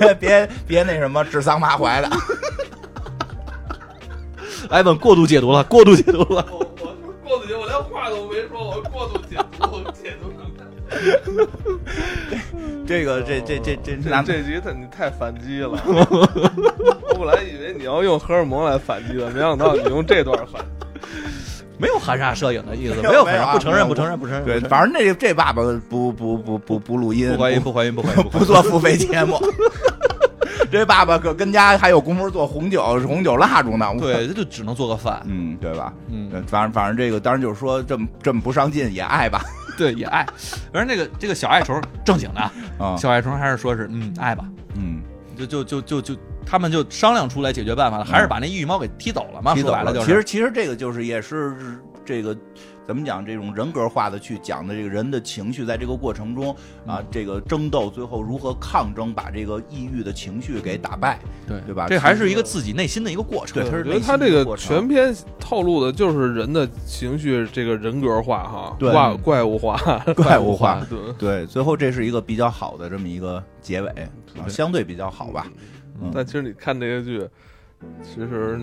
Speaker 2: 别别别那什么指桑骂槐的。 *laughs*
Speaker 3: 来本过度解读了，过度解读了。
Speaker 1: 我我过度解，我连话都没说，我过度解读解读成
Speaker 2: 这个这这这这
Speaker 1: 这
Speaker 2: 男
Speaker 1: 这局他你太反击了，我本来以为你要用荷尔蒙来反击的，没想到你用这段反击。
Speaker 3: *laughs* 没有含沙射影的意思，
Speaker 2: 没有
Speaker 3: 有
Speaker 2: 没
Speaker 3: 含
Speaker 2: 有
Speaker 3: 沙，
Speaker 2: 啊
Speaker 3: 不承
Speaker 2: 没有
Speaker 3: 认，不承认，不承认。
Speaker 2: 对，
Speaker 3: 不承
Speaker 2: 反正那这爸爸不不不不不不录音，
Speaker 3: 认不怀疑，不怀疑，不怀疑，不怀
Speaker 2: 不
Speaker 3: 疑。
Speaker 2: 做付费节目。 *laughs* 这爸爸可跟家还有功夫做红酒、红酒蜡烛呢。 *laughs* 我，
Speaker 3: 对，这就只能做个饭。
Speaker 2: 嗯，对吧？
Speaker 3: 嗯，
Speaker 2: 呃反正反正这个，当然就是说这么这么不上进也爱吧，
Speaker 3: 对，也爱。反正这个这个小爱虫正经的，
Speaker 2: 啊，
Speaker 3: 小爱虫还是说是嗯爱吧，
Speaker 2: 嗯，
Speaker 3: 就就就就就他们就商量出来解决办法了，还是把那抑郁猫给踢走了嘛？
Speaker 2: 提
Speaker 3: 说
Speaker 2: 嗯走
Speaker 3: 白了就是，
Speaker 2: 其实其实这个就是也是这个怎么讲，这种人格化的去讲的这个人的情绪，在这个过程中
Speaker 3: 嗯
Speaker 2: 啊，这个争斗最后如何抗争，把这个抑郁的情绪给打败，
Speaker 3: 对
Speaker 2: 对吧
Speaker 3: 这还是
Speaker 2: 其
Speaker 3: 一个自己内心的一个过程。
Speaker 2: 对它
Speaker 1: 我
Speaker 2: 是
Speaker 1: 觉
Speaker 2: 内
Speaker 1: 得他
Speaker 2: 心的
Speaker 1: 这个
Speaker 2: 过程
Speaker 1: 全篇透露的就是人的情绪，这个人格化哈，
Speaker 2: 对
Speaker 1: 怪怪物化，
Speaker 2: 怪物化。
Speaker 1: *laughs* 对，
Speaker 2: 对，最后这是一个比较好的这么一个结尾，啊、相对比较好吧。
Speaker 3: 嗯
Speaker 1: 但其实你看这个剧，其实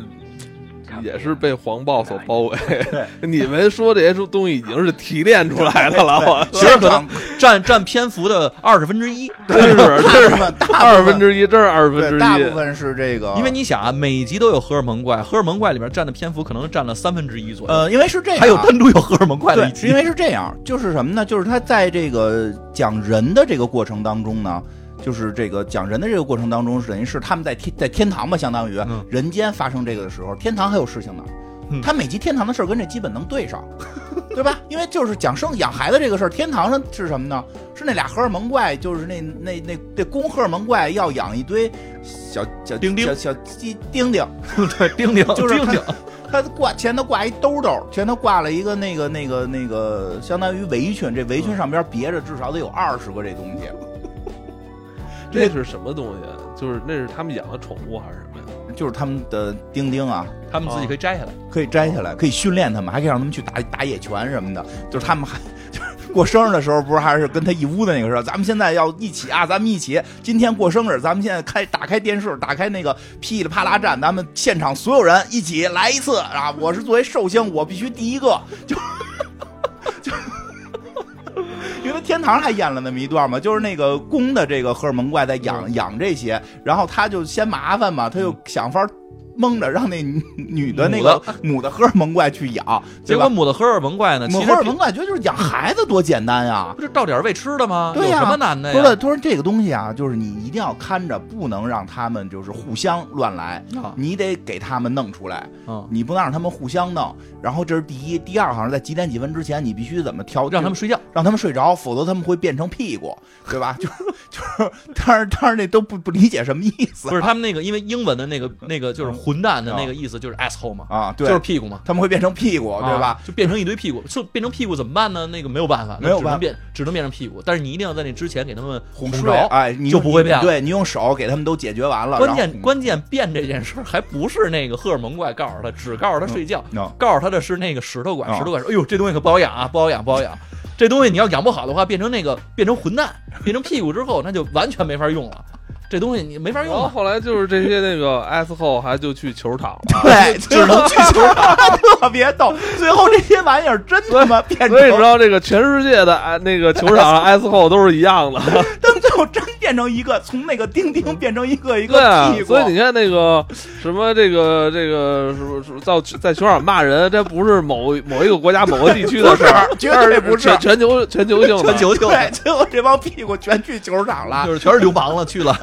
Speaker 1: 也是被黄暴所包围。 *laughs* 你们说这些东西已经是提炼出来的了，我
Speaker 2: 其实可能
Speaker 3: 占占篇幅的二十分之一，
Speaker 2: 啊
Speaker 1: 真是真
Speaker 2: 大部
Speaker 1: 是
Speaker 2: 分大部分
Speaker 1: 二十分之一，真是二十分之
Speaker 2: 对
Speaker 1: 一。
Speaker 2: 大部分是这个，
Speaker 3: 因为你想啊，每集都有荷尔蒙怪，荷尔蒙怪里边占的篇幅可能占了三分之一左右，
Speaker 2: 呃，因为是这样啊，
Speaker 3: 还有单独有荷尔蒙怪的一
Speaker 2: 对，
Speaker 3: 集，
Speaker 2: 因为是这样，就是什么呢？就是他在这个讲人的这个过程当中呢，就是这个讲人的这个过程当中，等于是他们在天在天堂吧，相当于、
Speaker 3: 嗯
Speaker 2: 人间发生这个的时候，天堂还有事情呢。
Speaker 3: 嗯
Speaker 2: 他每集天堂的事儿跟这基本能对上， *laughs* 对吧？因为就是讲生养孩子这个事儿，天堂上是什么呢？是那俩荷尔蒙怪，就是那那那那公荷尔蒙怪要养一堆小小
Speaker 3: 丁丁
Speaker 2: 小小鸡丁丁，
Speaker 3: *laughs* 对，丁丁，
Speaker 2: 就是
Speaker 3: 丁丁，
Speaker 2: 他挂前头挂一兜兜，前头挂了一个那个那个那个，相当于围裙，这围裙上边别着至少得有二十个这东西，
Speaker 1: 这是什么东西啊？就是那是他们养的宠物还是什么呀？
Speaker 2: 就是他们的丁丁啊，
Speaker 3: 他们自己可以摘下来。
Speaker 2: 可以摘下来，可以训练他们，还可以让他们去打打野拳什么的。就是他们还 *laughs* 就是过生日的时候，不是还是跟他一屋的那个时候，咱们现在要一起啊，咱们一起，今天过生日，咱们现在开打开电视，打开那个噼里啪啦站，咱们现场所有人一起来一次啊！我是作为寿星，我必须第一个， *laughs* 就就。因为天堂还演了那么一段嘛，啊就是那个公的这个荷尔蒙怪在养养这些，然后他就嫌麻烦嘛，他就想法蒙着让那女女的那个嗯 *laughs* 母的荷尔蒙怪去养，
Speaker 3: 结
Speaker 2: 对
Speaker 3: 果
Speaker 2: 吧？
Speaker 3: 母的荷尔蒙怪呢，
Speaker 2: 母
Speaker 3: 其
Speaker 2: 荷
Speaker 3: 实
Speaker 2: 尔蒙怪觉得就是养孩子多简单呀。
Speaker 3: 不是倒点喂吃的吗？
Speaker 2: 对
Speaker 3: 有
Speaker 2: 呀
Speaker 3: 什么难的
Speaker 2: 说了，
Speaker 3: 呀？
Speaker 2: 他说这个东西啊，就是你一定要看着，不能让他们就是互相乱来，
Speaker 3: 啊，
Speaker 2: 你得给他们弄出来，
Speaker 3: 嗯，
Speaker 2: 你不能让他们互相弄。然后这是第一，第二好像在几点几分之前，你必须怎么调，
Speaker 3: 让他们睡觉。
Speaker 2: 让他们睡着，否则他们会变成屁股，对吧？ *laughs* 就是就是，但是但是那都不不理解什么意思
Speaker 3: 不是他们那个，因为英文的那个那个就是混蛋的那个意思就是 asshole 嘛，
Speaker 2: 啊，对，
Speaker 3: 就是屁股嘛，
Speaker 2: 他们会变成屁股，对吧？
Speaker 3: 啊？就变成一堆屁股，就变成屁股怎么办呢？那个没有办法，那
Speaker 2: 没有
Speaker 3: 只能
Speaker 2: 办法
Speaker 3: 变，只能变成屁股。但是你一定要在那之前给他们
Speaker 2: 哄
Speaker 3: 着
Speaker 2: 睡，。哎，你
Speaker 3: 就
Speaker 2: 用
Speaker 3: 不会变了
Speaker 2: 对你用手给他们都解决完了，
Speaker 3: 关
Speaker 2: 啊然
Speaker 3: 键
Speaker 2: 后
Speaker 3: 关键变这件事儿还不是那个荷尔蒙怪告诉他，只告
Speaker 2: 嗯
Speaker 3: 诉他睡觉，
Speaker 2: no
Speaker 3: 告诉他的是那个石头怪。
Speaker 2: 啊
Speaker 3: 石头怪说：“哎呦，这东西可不好养啊，不好养，不好养。这东西你要养不好的话，变成那个变成混蛋， *laughs* 变成屁股之后，那就完全没法用了。这东西你
Speaker 2: 哎
Speaker 3: 没法用
Speaker 1: 然后
Speaker 3: 了。
Speaker 1: 后来就是这些那个 S 后还就去球场了。
Speaker 2: 对，啊只
Speaker 1: *laughs*
Speaker 2: 能去球场，特别逗。最后这些玩意儿真他妈变成，
Speaker 1: 所以你知道这个全世界的啊那个球场
Speaker 2: *laughs*
Speaker 1: 上 S 后都是一样的，
Speaker 2: 他们最后真变成一个从那个钉钉变成一个
Speaker 1: 对
Speaker 2: 一个
Speaker 1: 啊
Speaker 2: 屁。股
Speaker 1: 所以。你看那个什么这个这个什么什么到在球场骂人，这不是某某一个国家某个地区的事儿， *laughs*
Speaker 2: 不是绝对
Speaker 1: 这
Speaker 2: 不是
Speaker 1: 全全球全球性的。
Speaker 3: 球就
Speaker 2: 对，最后这帮屁股全去球场了，
Speaker 3: 是全是流氓了，去了。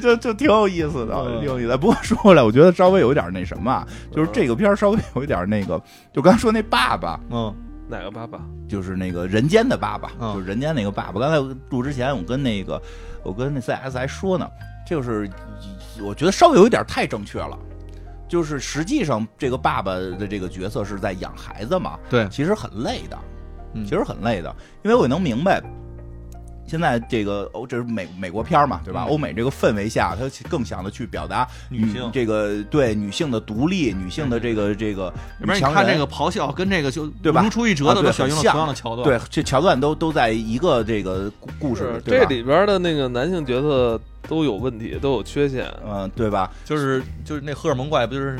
Speaker 2: 就就挺有意思的，
Speaker 3: 嗯
Speaker 2: 挺有意思的。不过说回来，我觉得稍微有一点那什么啊，就是这个片儿稍微有一点那个，就刚才说那爸爸，
Speaker 3: *laughs* 嗯
Speaker 1: 哪个爸爸？
Speaker 2: 就是那个人间的爸爸，
Speaker 3: 嗯
Speaker 2: 就是人间那个爸爸。刚才录之前，我跟那个我跟那 CS 还说呢，就是我觉得稍微有一点太正确了。就是实际上，这个爸爸的这个角色是在养孩子嘛，
Speaker 3: 对
Speaker 2: 其实很累的，
Speaker 3: 嗯
Speaker 2: 其实很累的，因为我也能明白，现在这个欧这是美美国片儿嘛，对吧？
Speaker 3: 嗯
Speaker 2: 欧美这个氛围下，他更想的去表达
Speaker 3: 女性
Speaker 2: 这个对女性的独立，女性的这个这个
Speaker 3: 要不
Speaker 2: 女
Speaker 3: 然你
Speaker 2: 强
Speaker 3: 看
Speaker 2: 人
Speaker 3: 这个咆哮跟这个就
Speaker 2: 对吧
Speaker 3: 如出一辙
Speaker 2: 啊
Speaker 3: 的，
Speaker 2: 对
Speaker 3: 都选用了
Speaker 2: 很像
Speaker 3: 同样的桥段。
Speaker 2: 对，这桥段都都在一个这个故故事里，对
Speaker 1: 这
Speaker 2: 吧？
Speaker 1: 里边的那个男性角色都有问题，都有缺陷，
Speaker 2: 嗯、对吧？
Speaker 3: 就是就是那荷尔蒙怪不就是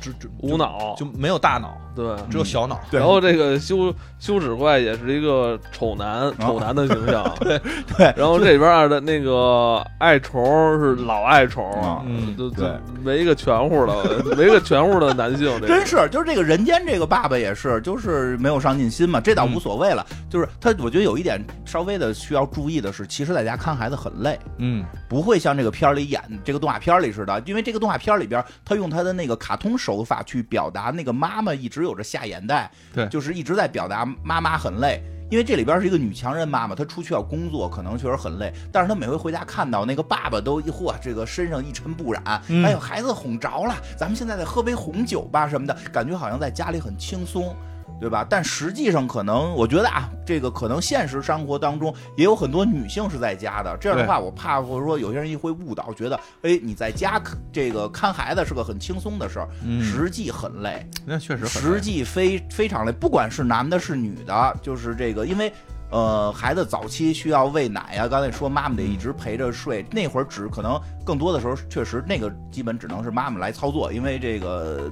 Speaker 3: 只只
Speaker 1: 无脑
Speaker 3: 就没有大脑，
Speaker 1: 对。
Speaker 3: 只有小脑。
Speaker 2: 对
Speaker 1: 然后这个羞羞耻怪也是一个丑男，丑男的形象。
Speaker 2: 啊
Speaker 1: 对
Speaker 2: 对
Speaker 1: 然后这里边儿的那个爱虫是老爱虫，
Speaker 2: 啊
Speaker 3: 嗯
Speaker 1: 就就
Speaker 2: 对
Speaker 1: 没一个全乎的，没一个全乎的男性。这
Speaker 2: *laughs*
Speaker 1: 个
Speaker 2: 真是，就是这个人间这个爸爸也是，就是没有上进心嘛，这倒
Speaker 1: 嗯
Speaker 2: 无所谓了。就是他，我觉得有一点稍微的需要注意的是，其实在家看孩子很累，
Speaker 3: 嗯，
Speaker 2: 不会像这个片儿里演这个动画片儿里似的，因为这个动画片儿里边，他用他的那个卡通手法去表达那个妈妈一直有着下眼袋，
Speaker 3: 对
Speaker 2: 就是一直在表达妈妈很累。因为这里边是一个女强人妈妈，她出去要工作，可能确实很累，但是她每回回家看到那个爸爸都嚯，这个身上一尘不染，
Speaker 3: 嗯
Speaker 2: 哎呦，孩子哄着了，咱们现在再喝杯红酒吧什么的，感觉好像在家里很轻松。对吧？但实际上，可能我觉得啊，这个可能现实生活当中也有很多女性是在家的。这样的话，我怕我说有些人一会误导，觉得哎，你在家这个看孩子是个很轻松的事儿，
Speaker 3: 嗯
Speaker 2: 实际很累，
Speaker 3: 那确实很
Speaker 2: 实际非非常累。不管是男的，是女的，就是这个，因为呃，孩子早期需要喂奶呀、刚才说妈妈得一直陪着睡，那会儿只可能更多的时候，确实那个基本只能是妈妈来操作，因为这个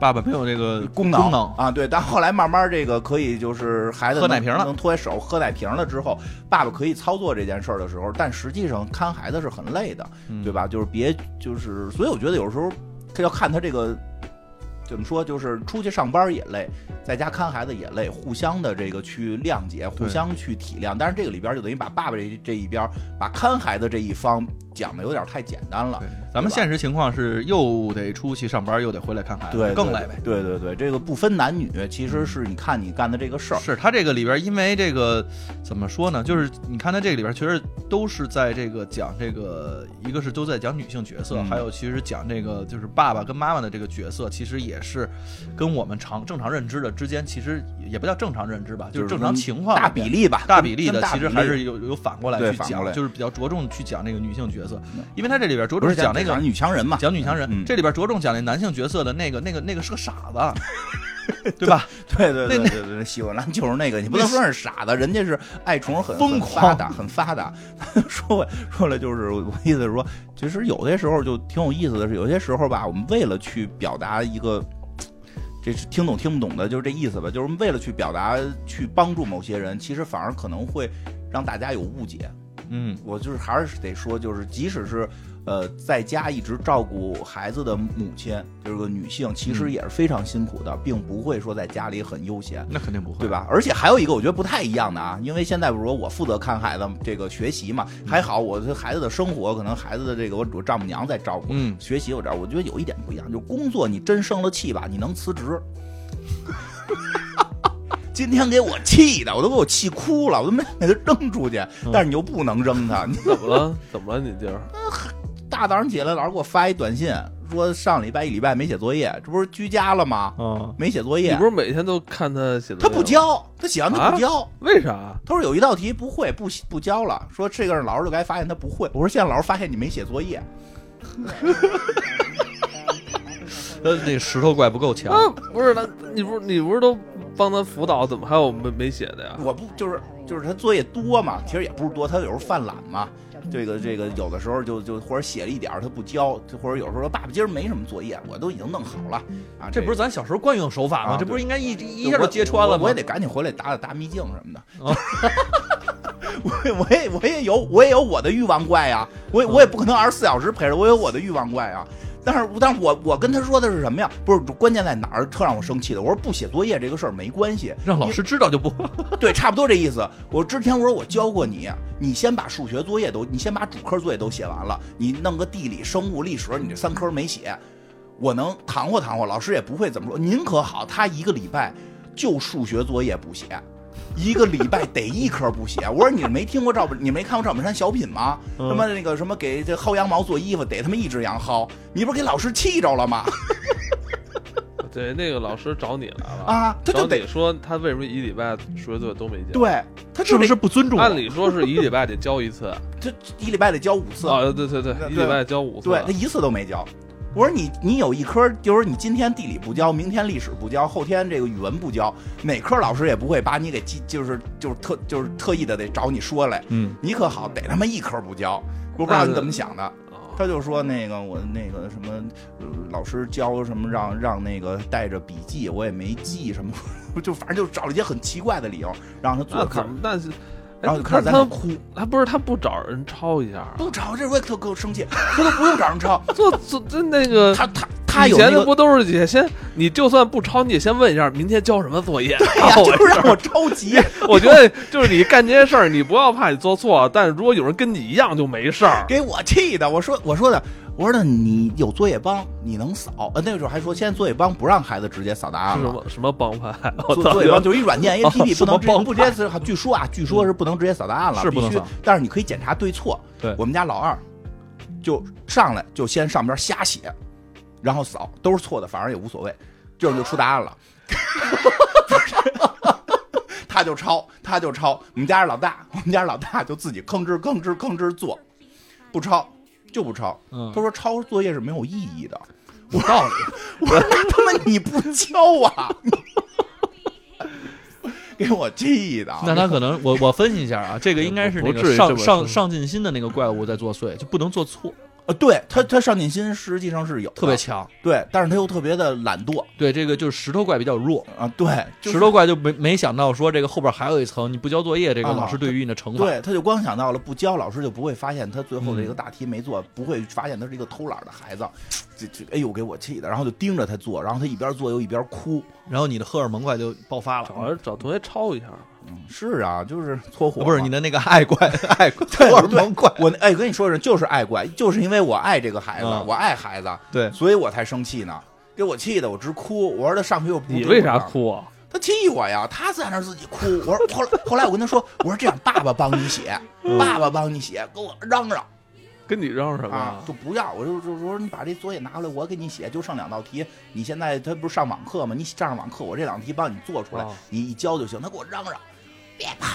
Speaker 3: 爸爸没有这个
Speaker 2: 功
Speaker 3: 能
Speaker 2: 能啊，对。但后来慢慢这个可以，就是孩子
Speaker 3: 喝
Speaker 2: 能
Speaker 3: 奶瓶了
Speaker 2: 能脱下手喝奶瓶了之后，爸爸可以操作这件事儿的时候，但实际上看孩子是很累的，
Speaker 3: 嗯
Speaker 2: 对吧？就是别就是，所以我觉得有时候这要看他这个。怎么说？就是出去上班也累，在家看孩子也累，互相的这个去谅解，互
Speaker 3: 对
Speaker 2: 相去体谅。但是这个里边就等于把爸爸这这一边，把看孩子这一方讲的有点太简单了。
Speaker 3: 啊咱们现实情况是又得出去上班，又得回来看孩子，
Speaker 2: 对，
Speaker 3: 更累呗。嗯
Speaker 2: 对。对对对，这个不分男女，其实是你看你干的这个事儿。
Speaker 3: 是他这个里边，因为这个怎么说呢？就是你看他这个里边，其实都是在这个讲这个，一个是都在讲女性角色，
Speaker 2: 嗯
Speaker 3: 还有其实讲这个就是爸爸跟妈妈的这个角色，其实也是跟我们常正常认知的之间，其实也不叫正常认知吧，就是
Speaker 2: 是
Speaker 3: 正常情况
Speaker 2: 大
Speaker 3: 里边
Speaker 2: 比例吧，
Speaker 3: 大比例的
Speaker 2: 跟大
Speaker 3: 其实
Speaker 2: 比
Speaker 3: 还是有有反过来
Speaker 2: 对
Speaker 3: 去
Speaker 2: 反过
Speaker 3: 讲，
Speaker 2: 来
Speaker 3: 就是比较着重去讲那个女性角色
Speaker 2: 嗯，
Speaker 3: 因为他这里边着
Speaker 2: 不
Speaker 3: 重
Speaker 2: 是讲
Speaker 3: 那个
Speaker 2: 讲女强人嘛？
Speaker 3: 啊讲女强人，
Speaker 2: 嗯
Speaker 3: 这里边着重讲那男性角色的那个那个那个是个傻子，啊对吧？
Speaker 2: *laughs* 对对对
Speaker 3: 那
Speaker 2: 对对对，喜欢篮球那个，你不能说是傻子，人家是爱虫很
Speaker 3: 疯
Speaker 2: 很
Speaker 3: 狂
Speaker 2: 发达，很发达。 *laughs* 说回说来就是我意思是说，其实有些时候就挺有意思的是，有些时候吧，我们为了去表达一个。这是听懂听不懂的，就是这意思吧。就是为了去表达、去帮助某些人，其实反而可能会让大家有误解。
Speaker 3: 嗯，
Speaker 2: 我就是还是得说，就是即使是呃在家一直照顾孩子的母亲，就是个女性，其实也是非常辛苦的，并不会说在家里很悠闲。
Speaker 3: 那肯定不会，
Speaker 2: 对？吧？而且还有一个我觉得不太一样的啊，因为现在不是说我负责看孩子这个学习嘛，还好我这孩子的生活可能孩子的这个我我丈母娘在照顾，
Speaker 3: 嗯
Speaker 2: 学习我这儿我觉得有一点不一样，就是工作你真生了气吧，你能辞职。 *laughs* 今天给我气的，我都给我气哭了，我都没给他扔出去，
Speaker 1: 嗯
Speaker 2: 但是你又不能扔他，你
Speaker 1: 怎么了？怎么了？你今儿
Speaker 2: *laughs* 大早上起来，老师给我发一短信，说上礼拜一礼拜没写作业，这不是居家了吗？
Speaker 3: 嗯，
Speaker 2: 没写作
Speaker 1: 你
Speaker 2: 业
Speaker 1: 不，是每天都看他写的？
Speaker 2: 他不，交，他写完他
Speaker 1: 啊
Speaker 2: 不交。
Speaker 1: 为啥？
Speaker 2: 他说有一道题不会，不不交了。说这个老师就该发现他不会。我说现在老师发现你没写作业，
Speaker 3: 那那石头怪不够强，
Speaker 1: 啊，不是他，你不是你不是都帮他辅导，怎么还有没没写的呀？
Speaker 2: *laughs* 我不就是就是他作业多嘛，其实也不是多，他有时候犯懒嘛。这个这个有的时候就就或者写了一点儿他不交，或者有时候说爸爸今儿没什么作业，我都已经弄好了啊。
Speaker 3: 这不是咱小时候惯用手法吗？
Speaker 2: 啊
Speaker 3: 这不是应该一一一
Speaker 2: 我
Speaker 3: 下就揭穿了
Speaker 2: 我
Speaker 3: 吗？
Speaker 2: 我也得赶紧回来打打达秘境什么的。
Speaker 3: 哦
Speaker 2: *laughs* 我也我也我也有我也有我的欲望怪呀、我也我也不可能二十四小时陪着，我有我的欲望怪啊。但是，但是我我跟他说的是什么呀？不是，关键在哪儿？特让我生气的，我说不写作业这个事儿没关系，
Speaker 3: 让老师知道就不，
Speaker 2: 对，差不多这意思。我之前我说我教过你，你先把数学作业都，你先把主科作业都写完了，你弄个地理、生物、历史，你这三科没写，我能搪和搪和，老师也不会怎么说。您可好，他一个礼拜就数学作业不写，一个礼拜得一科不写。我说你没听过赵本，你没看过赵本山小品吗？
Speaker 3: 嗯
Speaker 2: 他妈那个什么给这薅羊毛做衣服，得他妈一只羊薅，你不是给老师气着了吗？
Speaker 1: 对，那个老师找你来了
Speaker 2: 啊他就
Speaker 1: 找
Speaker 2: 得
Speaker 1: 你说他为什么一礼拜数学作业都没交？，
Speaker 2: 对，他
Speaker 3: 是
Speaker 2: 就
Speaker 3: 不
Speaker 2: 得
Speaker 3: 是不尊重我？
Speaker 1: 按理说是一礼拜得交一
Speaker 2: *laughs*
Speaker 1: 次。
Speaker 2: 这一礼拜得交五次
Speaker 1: 啊，对对对
Speaker 2: 对，
Speaker 1: 一礼拜交五次。啊
Speaker 2: 对他一次都没交。我说你你有一科，就是你今天地理不交，明天历史不交，后天这个语文不交，哪科老师也不会把你给记，就是就是特就是特意的得找你说来。
Speaker 3: 嗯，
Speaker 2: 你可好，得他妈一科不交，我不知道你怎么想的。
Speaker 1: 啊
Speaker 2: 他就说那个我那个什么、呃老师教什么让让那个带着笔记，我也没记什么， *laughs* 就反正就找了一些很奇怪的理由让
Speaker 1: 那
Speaker 2: 他 *laughs* 做
Speaker 1: 可
Speaker 2: 科。
Speaker 1: 那是，哎
Speaker 2: 然后就开始在
Speaker 1: 那
Speaker 2: 那
Speaker 1: 他
Speaker 2: 哭，
Speaker 1: 他不是他不找人抄一下，
Speaker 2: 不找这我也特特生气，他都不用找人抄，
Speaker 1: 做做这那个
Speaker 2: 他他他
Speaker 1: 呃以
Speaker 2: 有
Speaker 1: 前
Speaker 2: 那
Speaker 1: 的
Speaker 2: 个
Speaker 1: 不都是也先你就算不抄，你也先问一下明天交什么作业？
Speaker 2: *laughs* 对哎呀、
Speaker 1: 然后我
Speaker 2: 就是让哦我着急。
Speaker 1: *laughs* 我觉得就是你干这些事儿，你不要怕你做错，但是如果有人跟你一样就没事儿。
Speaker 2: 给我气的，我说我说的，我说的，你有作业帮，你能扫。呃，那个时候还说，现在作业帮不让孩子直接扫答案
Speaker 1: 是什
Speaker 2: 了，
Speaker 1: 么什么帮派？我
Speaker 2: 作
Speaker 1: 操！
Speaker 2: 作业帮就是一软件 APP，不能直
Speaker 3: 哦什么帮
Speaker 2: 不直接扫。据说啊，据说是不能直接扫答案了，
Speaker 3: 是不
Speaker 2: 必
Speaker 3: 能
Speaker 2: 须
Speaker 3: 扫，
Speaker 2: 但是你可以检查对错。
Speaker 3: 对
Speaker 2: 我们家老二就上来就先上边瞎写，然后扫都是错的，反正也无所谓，这样就出答案了。 *laughs* 他就抄，他就抄。我们家是老大，我们家是老大就自己吭哧吭哧吭哧做，不抄就不抄。
Speaker 3: 嗯
Speaker 2: 他说抄作业是没有意义的，有道理。 *laughs* 我说那他妈你不教啊！给我气的，
Speaker 3: *laughs*
Speaker 2: 啊
Speaker 3: 那他可能我我分析一下啊，这个应该是那
Speaker 1: 不至
Speaker 3: 个
Speaker 1: 于这
Speaker 3: 上
Speaker 1: 么
Speaker 3: 上
Speaker 1: 说
Speaker 3: 上进心的那个怪物在作祟，就不能做错，
Speaker 2: 呃，对他他上进心实际上是有的
Speaker 3: 特别强。
Speaker 2: 对，但是他又特别的懒惰
Speaker 3: 对，这个就是石头怪比较弱，
Speaker 2: 啊，对，就是
Speaker 3: 石头怪就没没想到说这个后边还有一层，你不交作业，这个
Speaker 2: 啊
Speaker 3: 老师对于你的惩罚。
Speaker 2: 对，他就光想到了不教，老师就不会发现他最后
Speaker 3: 嗯
Speaker 2: 的一个大题没做，不会发现他是一个偷懒的孩子。这这，哎呦，给我气的！然后就盯着他做，然后他一边做又一边哭。
Speaker 3: 然后你的荷尔蒙怪就爆发
Speaker 1: 找
Speaker 3: 了。啊
Speaker 1: 人找同学抄一下，
Speaker 2: 是啊，就是 *laughs* 搓火嘛，
Speaker 3: 不是你的那个爱 *laughs* 怪爱怪
Speaker 2: 对
Speaker 3: 荷尔蒙 *laughs* 怪，
Speaker 2: *laughs* 我哎，跟你说是就是爱怪，就是因为我爱这个孩子，
Speaker 3: 嗯
Speaker 2: 我爱孩子，
Speaker 3: 对
Speaker 2: 所以我才生气呢。给我气的，我直哭。我说他上学又不
Speaker 1: 你
Speaker 2: 知
Speaker 1: 为啥？
Speaker 2: 道
Speaker 1: 哭啊？
Speaker 2: 他气我呀！他在那儿自己哭。我说后来后来我跟他说，我说这样，爸爸帮你写，
Speaker 1: 嗯
Speaker 2: 爸爸帮你写，给我嚷嚷
Speaker 1: 跟你嚷什么
Speaker 2: 啊
Speaker 1: 呀？！
Speaker 2: 就不要，我就就我说你把这作业拿过来，我给你写，就剩两道题。你现在他不是上网课吗？你上网课，我这两道题帮你做出来
Speaker 1: 哦，
Speaker 2: 你一交就行。他给我嚷嚷。别碰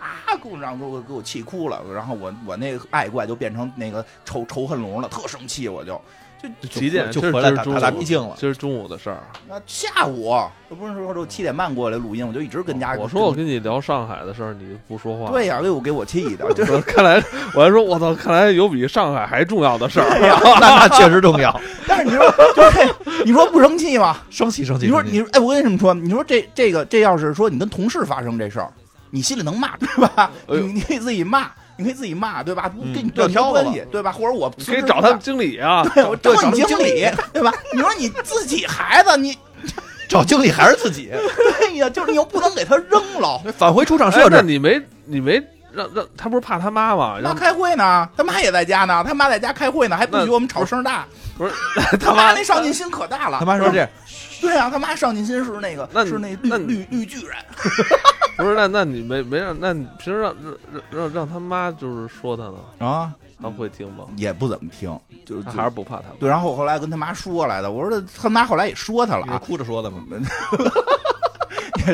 Speaker 2: 啊！给我嚷，给我给我气哭了。然后我我那个爱怪就变成那个仇仇恨龙了，特生气，我就就
Speaker 1: 几点？
Speaker 3: 就
Speaker 1: 这是
Speaker 3: 回
Speaker 1: 这
Speaker 3: 来
Speaker 1: 是
Speaker 3: 打
Speaker 1: 中
Speaker 3: 打打
Speaker 1: 午
Speaker 3: 秘境了
Speaker 1: 今儿中午的事儿。
Speaker 2: 那下午，我不是说我七点半过来录音，我就一直跟家。
Speaker 1: 啊哦我说我跟你聊上海的事儿，你不说话。
Speaker 2: 对呀、给我给我气的，就是 *laughs*
Speaker 1: 我看来我还说我操，看来有比上海还重要的事儿。
Speaker 3: 那那确实重要，
Speaker 2: 但是你说就是 *laughs* 你说不生气吗？
Speaker 3: 生气生气。
Speaker 2: 你说
Speaker 3: 生
Speaker 2: 你
Speaker 3: 气
Speaker 2: 说哎，我跟你这么说，你说这这个这要是说你跟同事发生这事儿，你心里能骂对吧？
Speaker 1: 哎呦
Speaker 2: 你你可以自己骂，你可以自己骂对吧？不
Speaker 3: 嗯
Speaker 2: 跟你
Speaker 3: 撂
Speaker 2: 断
Speaker 3: 挑
Speaker 2: 绝
Speaker 3: 子了
Speaker 2: 关系对吧？或者我
Speaker 1: 你可以找他们经理
Speaker 2: *laughs*
Speaker 1: 啊，
Speaker 2: 对，我找
Speaker 3: 对
Speaker 2: 你
Speaker 3: 找他们
Speaker 2: 经
Speaker 3: 经
Speaker 2: 理对吧？你说你自己孩子，你 *laughs*
Speaker 3: 找经理还是自己？
Speaker 2: 对呀，就是你又不能给他扔了。
Speaker 3: *laughs* 返回出厂
Speaker 1: 哎
Speaker 3: 设
Speaker 1: 那
Speaker 3: 置，
Speaker 1: 你没你没让让他不是怕他妈吗？
Speaker 2: 那
Speaker 1: 让
Speaker 2: 开会呢，他妈也在家呢，他妈在家开会呢，还不许
Speaker 1: 那
Speaker 2: 我们吵声大。
Speaker 1: 不是 *laughs*
Speaker 2: 他
Speaker 1: 他妈
Speaker 2: 那上进心可大了。
Speaker 3: 他妈说这样，
Speaker 2: 对啊，他妈上进心是那个，
Speaker 1: 那你
Speaker 2: 是那绿
Speaker 1: 那你
Speaker 2: 绿绿巨人。
Speaker 1: *laughs* 不是那那你没没让那你平时让让让让让他妈就是说他呢，
Speaker 2: 啊，
Speaker 1: 他会听吗？
Speaker 2: 也不怎么听，就
Speaker 3: 嗯
Speaker 1: 他
Speaker 2: 就
Speaker 1: 还是不怕他吗？
Speaker 2: 对。然后我后来跟他妈说来的，我说他妈后来也说他了
Speaker 3: 你是
Speaker 2: 啊。
Speaker 3: 哭着说的吗？
Speaker 2: *laughs*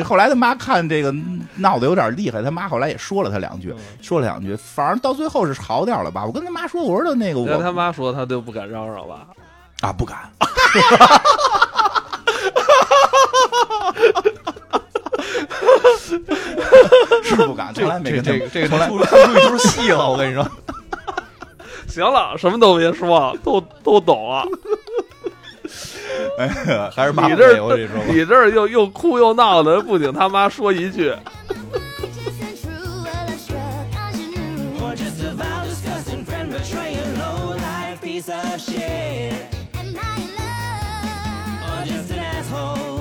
Speaker 2: 后来他妈看这个闹得有点厉害，他妈后来也说了他两句，说了两句，反正到最后是好点了吧。我跟他妈说，我说的那个
Speaker 1: 让他
Speaker 2: 我
Speaker 1: 妈说他就不敢嚷嚷吧？
Speaker 2: 啊不敢，是不敢，从来没
Speaker 3: *laughs* 这
Speaker 2: 跟他
Speaker 3: 这个这个
Speaker 2: 从来
Speaker 3: 出 *laughs* 出一出戏了，我跟你说，
Speaker 1: 行了，什么都别说，都都懂了。
Speaker 2: 哎呀，
Speaker 3: 还是骂
Speaker 1: 你
Speaker 3: 不
Speaker 1: 这
Speaker 3: 累我跟你说吧
Speaker 1: 儿，你这儿又又哭又闹的，不仅他妈说一句，
Speaker 4: Or just a vile, disgusting friend betraying low life piece of shit. Or just an asshole.